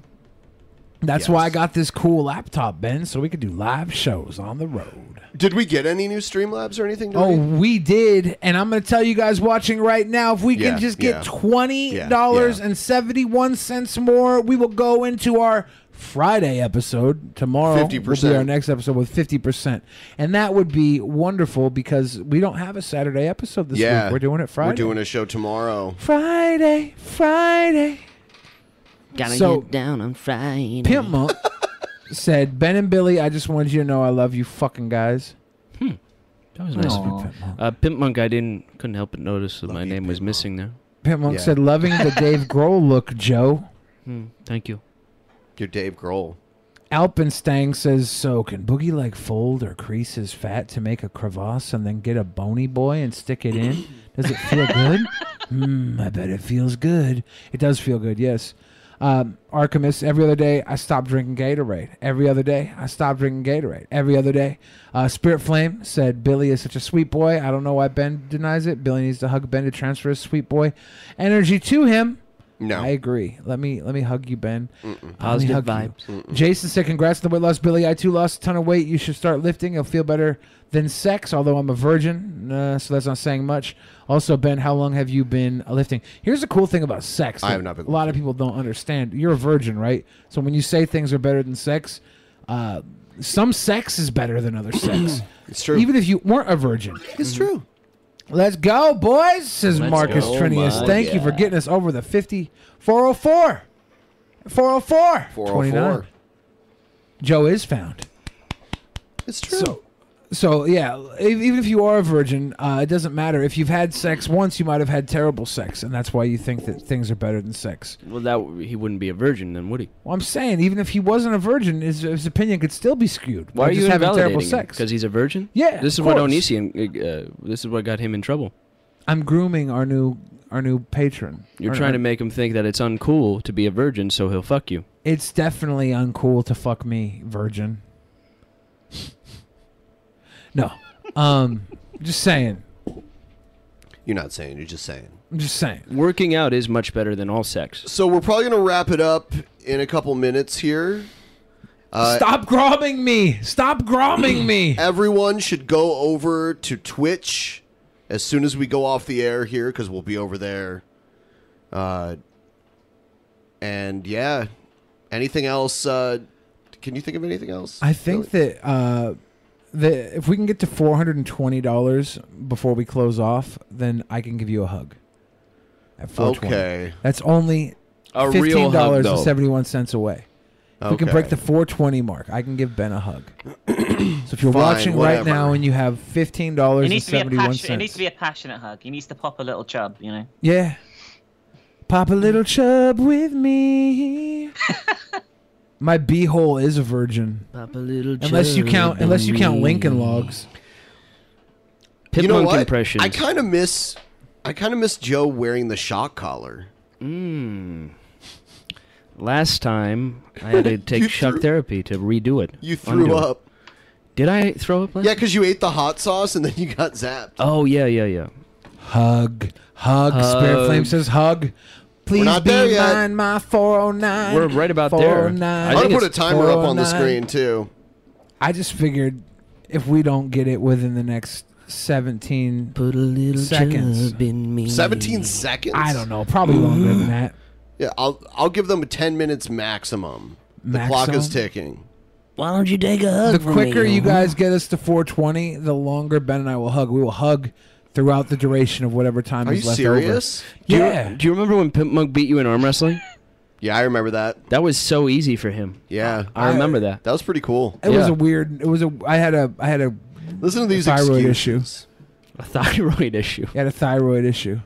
That's why I got this cool laptop, Ben, so we could do live shows on the road.
Did we get any new Streamlabs or anything?
Oh,
Dory?
we did, and I'm going to tell you guys watching right now. If we
Yeah,
can just
yeah.
get twenty dollars and seventy one cents more, we will go into our Friday episode tomorrow. Will be
50%.
our next episode with fifty percent, and that would be wonderful because we don't have a Saturday episode this
yeah,
week. We're doing it Friday.
We're doing a show tomorrow.
Friday, Friday.
Gotta
So-
get down on Friday. [laughs]
Pimp Monk said, "Ben and Billy, I just wanted you to know I love you, fucking guys."
Hmm. That was
nice.
Uh, Pimp Monk, I didn't couldn't help but notice that my name was missing there.
Pimp Monk
Yeah.
said, "Loving
[laughs]
the
[laughs]
Dave Grohl look, Joe."
Hmm, thank you.
You're Dave Grohl.
Alpenstang says, so can Boogie Leg fold or crease his fat to make a crevasse and then get a bony boy and stick it in? Does it feel good? Hmm, I bet it feels good. It does feel good, yes. Um, Archimus, every other day I stop drinking Gatorade. Every other day I stop drinking Gatorade. Every other day. Uh, Spirit Flame said, Billy is such a sweet boy. I don't know why Ben denies it. Billy needs to hug Ben to transfer his sweet boy energy to him.
No.
I agree. Let me let me hug you, Ben. Let me
Positive
hug you.
vibes. Mm-mm.
Jason said, "Congrats on the weight loss, Billy. I too lost a ton of weight. You should start lifting. You'll feel better than sex. Although I'm a virgin, uh, so that's not saying much. Also, Ben, how long have you been lifting? Here's the cool thing about sex.
I
that
have not been
A lot of people don't understand. You're a virgin, right? So when you say things are better than sex, uh, some sex is better than other sex.
[clears throat] it's true.
Even if you weren't a virgin,
it's true. Mm-hmm.
Let's go, boys," says
Let's
Marcus
go,
Trinius.
my
Thank you for
guy.
getting us over the 50. 404. 404.
404.
Joe is found.
It's true.
So, so yeah, e- even if you are a virgin, uh, it doesn't matter. If you've had sex once, you might have had terrible sex, and that's why you think that things are better than sex.
Well, that he wouldn't be a virgin then, would he?
Well, I'm saying, even if he wasn't a virgin, his, his opinion could still be skewed.
Why
by
are you
just having terrible
invalidating
sex?
Because he's a virgin.
Yeah,
This is
of
what
course.
Onision. Uh, this is what got him in trouble.
I'm grooming our new our new patron.
You're
Our-
trying to
our-
make him think that it's uncool to be a virgin, so he'll fuck you.
It's definitely uncool to fuck me, virgin. No. Um just saying.
You're not saying. You're just saying.
I'm just saying.
Working out is much better than all sex.
So we're probably gonna wrap it up in a couple minutes here. Uh,
Stop gromming me! Stop gromming
[clears throat]
me!
Everyone should go over to Twitch as soon as we go off the air here because we'll be over there. Uh, and yeah, anything else? Uh, can you think of anything else?
I think that uh that if we can get to four hundred and twenty dollars before we close off, then I can give you a hug. At four twenty.
Okay.
That's only
A real
fifteen
hug,
dollars
though.
and seventy one cents away. If we can break
Okay.
the four twenty mark, I can give Ben
[coughs]
a hug. so if you're
Fine,
watching right
whatever.
now and you have fifteen
It
dollars and
needs, to be a
seventy one
passion- it
cents.
needs to be a passionate hug. He needs to pop a little chub, you know.
Yeah. Pop a little chub
[laughs]
with me. My beehole is a virgin.
Pop a little
Unless you
chub
count,
with
unless you count
me.
Lincoln logs.
you know what? I kind of miss. I kind of miss Joe wearing the shock collar.
Mm. Last time I had
[laughs]
to take
You
shock
threw-
therapy to redo it.
You threw
Undo it.
up.
Did I throw up? Last
Yeah, because you ate the hot sauce and then you got zapped.
Oh yeah, yeah, yeah.
Hug, hug. Spirit Flame says hug. Please
not
be
there yet.
mine, my 409.
We're right about there.
409.
I'm gonna put a timer up on the screen too.
I just figured if we don't get it within the next 17
Put a little
seconds.
chub in me. Mm-hmm.
17 seconds.
I don't know. Probably longer than that.
Yeah, I'll I'll give them 10 minutes maximum. The clock is
Maximum?
ticking.
Why don't you take a hug?
the
from
quicker
me,
you
huh?
guys get us to 420, the longer Ben and I will hug. We will hug throughout the duration of whatever time
Are
is
you
left
serious?
over.
Do you-
Yeah.
Do you, remember when Pimp Monk beat you in arm wrestling?
Yeah, I remember that.
That was so easy for him.
Yeah,
I remember that.
That was pretty cool.
It was a weird. It was a. I had a. I had a.
Listen to these
thyroid
excuses.
issue. A thyroid issue.
I had a thyroid issue.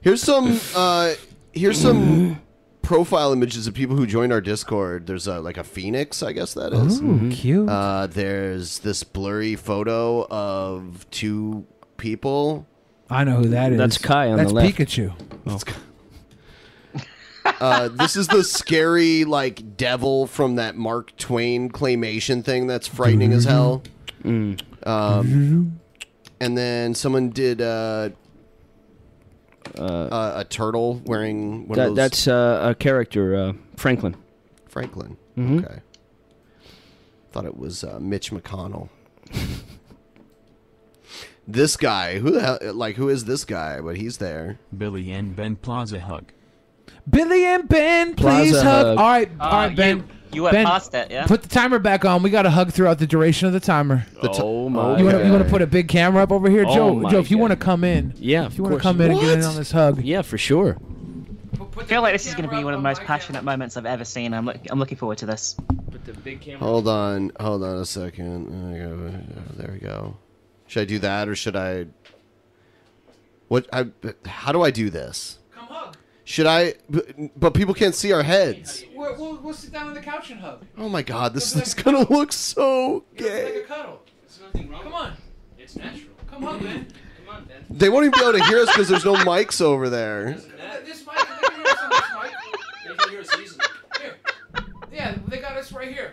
Here's some uh here's some profile images of people who joined our Discord. There's a like a phoenix, I guess that is.
Ooh, cute.
Uh there's this blurry photo of two people.
I know who that is.
That's Kai on
That's
the left.
Pikachu.
Oh. Uh, this is the scary like devil from that Mark Twain claymation thing that's frightening as hell.
Mm.
[laughs]
Um, and then someone did uh, uh, a turtle wearing one
That,
of those.
that's uh, a character, uh, Franklin.
Franklin.
Mhm.
Okay. Thought it was uh, Mitch McConnell. [laughs] this guy, who the hell, like, who is this guy? But he's there.
Billy and Ben Plaza hug.
Billy and Ben, please
Plaza
hug.
hug.
All right,
Uh,
all right, Ben.
you- you went
Ben,
past that, yeah?
Put the timer back on. We got to hug throughout the duration of the timer.
oh
you want to you want to put a big camera up over here,
Oh
Joe?
my
Joe, if you want to come in,
Yeah,
if
of
you want to
course.
come in and get in
What?
on this hug,
yeah, for sure.
I feel like this is going to be one of the most passionate moments I've ever seen. I'm, look- I'm looking forward to this.
Put the big camera.
Hold on, hold on a second. I gotta- oh, There we go. Should I do that or should I? What? I, how do I do this? Come hug. Should I? But, but people can't see our heads.
We'll, we'll, we'll sit down on the couch and hug.
Oh my god, this is gonna look so gay.
a cuddle. There's nothing wrong. Come on, it's natural. Come on, Ben. Come on, Ben.
They won't even be able to hear us because there's no mics over there.
This mic, they can hear us on this mic. They can hear us easily. Here. Yeah, they got us right here.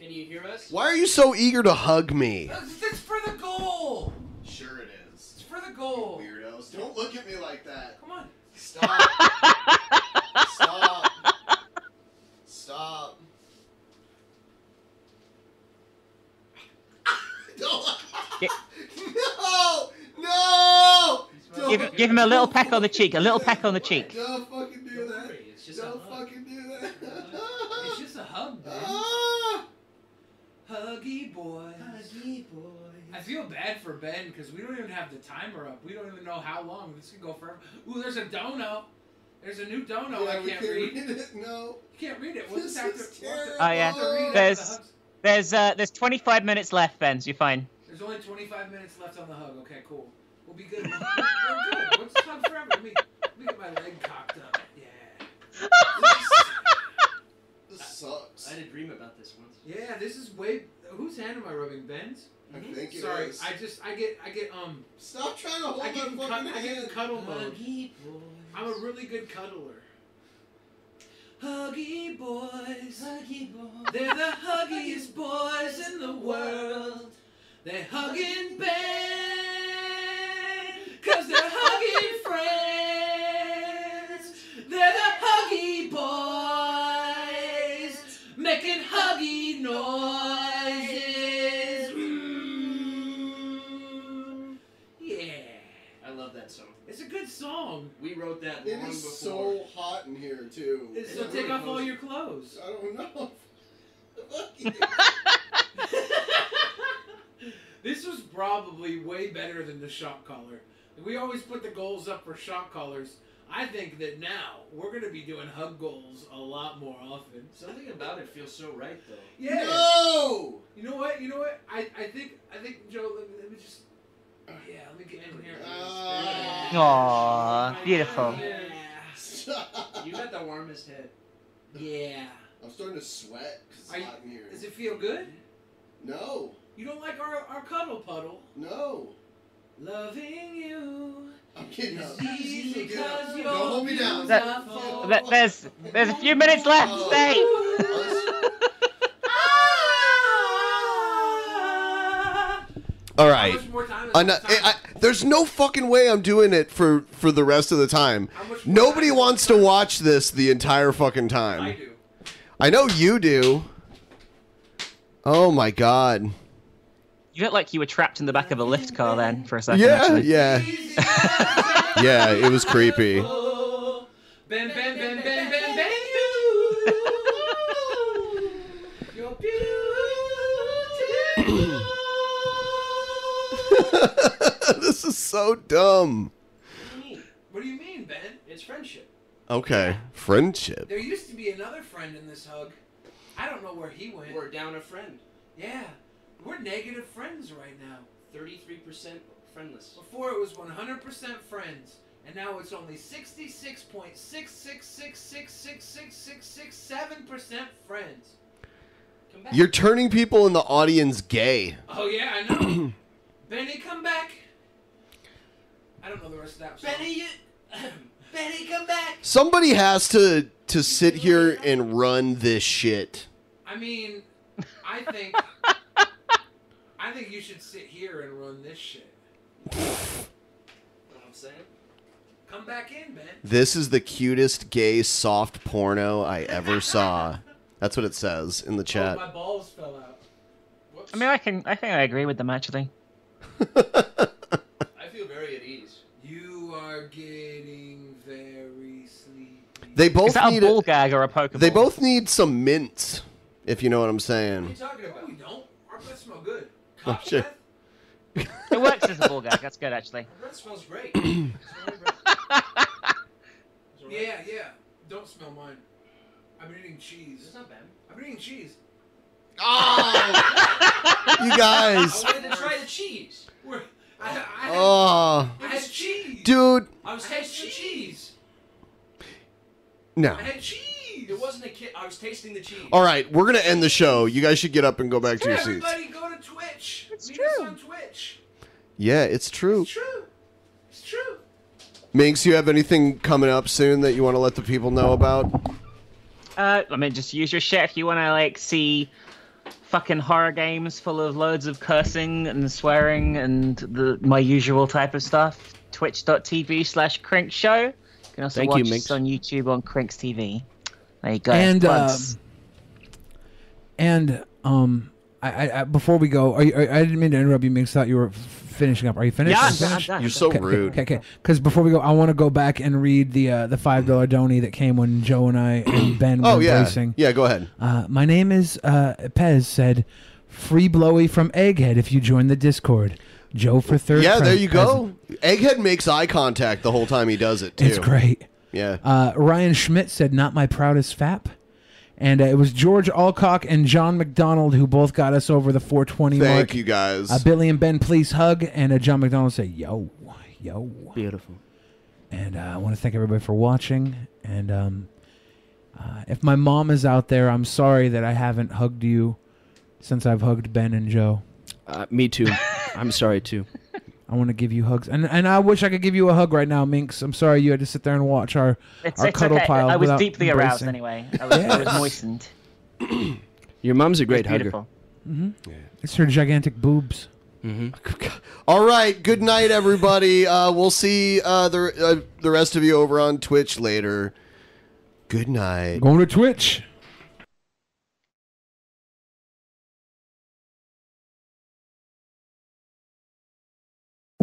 Can you hear us?
Why are you so eager to hug me?
It's for the goal.
Sure it is. It's
for the goal.
Weirdos, don't look at me like that.
Come on.
Stop. Stop. Stop. [laughs] no! No!
Give, give him a little peck on the cheek, a little peck on the cheek.
Don't fucking do that. Don't fucking do that. Ah!
It's just a hug, man. Huggy boy. Huggy boy. I feel bad for Ben because we don't even have the timer up. We don't even know how long this could go forever. Ooh, there's a dono. There's a new dono Oh, I can't, read.
it. No.
You can't read it. What's this after? what's it-
Oh yeah, there's there's uh, there's 25 minutes left, Ben. So you're fine.
There's only 25 minutes left on the hug. Okay, cool. We'll be good. We're good. Let's hug forever. Let me, let me get my leg cocked up. Yeah.
This sucks.
I had a dream about this once. Yeah, this is way. Whose hand am I rubbing? Ben's.
I think it
Sorry,
is.
I just I get I get um.
Stop trying to hold
I get
my
in
fucking
I get in
hand.
cuddle mode.
Huggy
I'm a really good cuddler. Huggy boys, huggy boys. They're the huggiest boys in the world. They're hugging Ben, cause they're hugging friends. They're the huggy boys, making huggy noises. Mm. Yeah.
I love that song.
It's a good song.
We wrote that
It is so hot in here too.
It's- So take off all your clothes.
I don't know.
This was probably way better than the shock collar. We always put the goals up for shock collars. I think that now we're going to be doing hug goals a lot more often.
Something about it feels so right, though.
Yeah.
No!
You know what? You know what? I, I think I think Joe. Let me, let me just. Yeah, let me get in here.
Ah.
Aww, beautiful.
you got the warmest head. Yeah.
I'm starting to sweat 'cause it's
Are you-
hot in here.
Does it feel good?
No.
You don't like our, our cuddle puddle?
No.
Loving you.
I'm kidding.
is
I'm just
easy
kidding.
'cause
Don't
you're
hold me down.
That-
beautiful.
that- there's there's a few minutes left. Stay.
All right. Enough- I- I- there's no fucking way I'm doing it for for the rest of the time. Nobody wants to watch this the entire fucking time. I do. I know you do. Oh my god.
You look like you were trapped in the back of a lift car then for a second.
yeah,
actually.
yeah. [laughs] yeah, it was creepy. [laughs]
Ben, Ben, Ben, Ben, Ben, Ben, you. You're beautiful.
this is so dumb.
What do you mean, Ben? It's friendship.
Okay. Friendship.
There used to be another friend in this hug. I don't know where he went. We're down a friend. Yeah, we're negative friends right now. Thirty-three percent friendless. Before it was one hundred percent friends, and now it's only sixty-six point six six six six six six six six seven percent friends.
You're turning people in the audience gay.
Oh yeah, I [coughs]
[clears throat]
know. Benny, come back. I don't know the rest of that. Song. Benny, you. [coughs] Benny, come back.
Somebody has to to sit here and run this shit.
I mean, I think I think you should sit here and run this shit.
What I'm saying?
Come back in, Ben.
This is the cutest gay soft porno I ever saw. That's what it says in the chat.
balls fell out.
I mean, I can. I think I agree with them
[laughs]
actually.
I feel very at ease. You are getting very sleepy.
They both
that a
need
ball gag or a Pokemon.
They both need some mints, if you know what I'm saying.
talking about? we don't. Our breath smell good.
Oh, shit.
It works as a ball gag. That's good actually.
Our breath smells great.
[laughs]
yeah, yeah. Don't smell mine. I've been eating cheese. It's not bad. I've been eating cheese. [laughs]
Oh! You guys.
I wanted to try the cheese. We're- I, I,
Oh.
I had cheese.
Dude.
I was tasting cheese.
No.
I had cheese. It wasn't a kid. I was tasting the cheese.
All right, we're gonna end the show. You guys should get up and go back to your seats.
Everybody go to Twitch. It's Meet true. us on Twitch.
Yeah, it's true.
It's true. It's true.
Minx, you have anything coming up soon that you want to let the people know about?
Uh, I mean, just use your shit if you want to like see fucking horror games full of loads of cursing and swearing and the my usual type of stuff. Twitch.tv slash Crinks Show. You can also
Thank you,
watch
Minx.
us on YouTube on Crinks TV. There you go.
And, uh,
Plugs.
And um, I, I, I before we go, are you, I, I didn't mean to interrupt you. Minx thought you were f- finishing up. Are you finished?
Yes,
Are you
I'm
finished?
done. You're so
Okay, okay,
rude.
Okay, okay. Because before we go, I want to go back and read the uh, the five dollar donny that came when Joe and I
[clears throat]
and Ben were
Oh yeah,
embracing.
yeah. Go ahead.
Uh, my name is uh, Pez. Said, "Free blowy from Egghead if you join the Discord." Joe for third.
yeah, there
friend
you
present.
go. Egghead makes eye contact the whole time he does it too.
It's great.
Yeah.
Uh, Ryan Schmidt said, "Not my proudest fap," and uh, it was George Alcock and John McDonald who both got us over the 420
Thank
mark.
you guys.
Uh, Billy and Ben, please hug, and uh, John McDonald say, "Yo, yo."
Beautiful.
And uh, I want to thank everybody for watching. And um, uh, if my mom is out there, I'm sorry that I haven't hugged you since I've hugged Ben and Joe.
Uh, me
[laughs]
too. I'm sorry too.
I want to give you hugs, and and I wish I could give you a hug right now, Minx. I'm sorry you had to sit there and watch our
It's,
our
it's
cuddle
okay.
pile.
I was
without
deeply aroused
embracing.
anyway. I was, I was
Yes. [clears throat]
moistened.
Your mom's a great
It's
hugger.
beautiful.
It's her gigantic boobs.
Mm-hmm. All right. Good night, everybody. Uh, we'll see uh, the uh, the rest of you over on Twitch later. Good night.
Going to Twitch.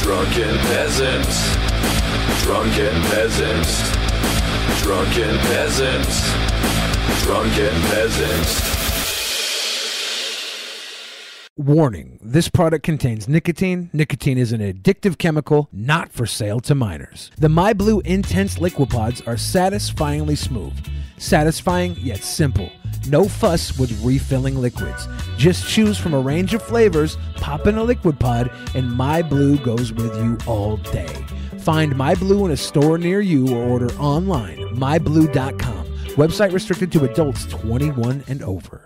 Drunken peasants. Drunken peasants. Drunken peasants. Drunken peasants.
Warning this product contains nicotine. Nicotine is an addictive chemical not for sale to minors. The MyBlue Intense Liquipods are satisfyingly smooth, satisfying yet simple. No fuss with refilling liquids. Just choose from a range of flavors, pop in a liquid pod, and MyBlue goes with you all day. Find MyBlue in a store near you or order online, myblue.com. Website restricted to adults 21 and over.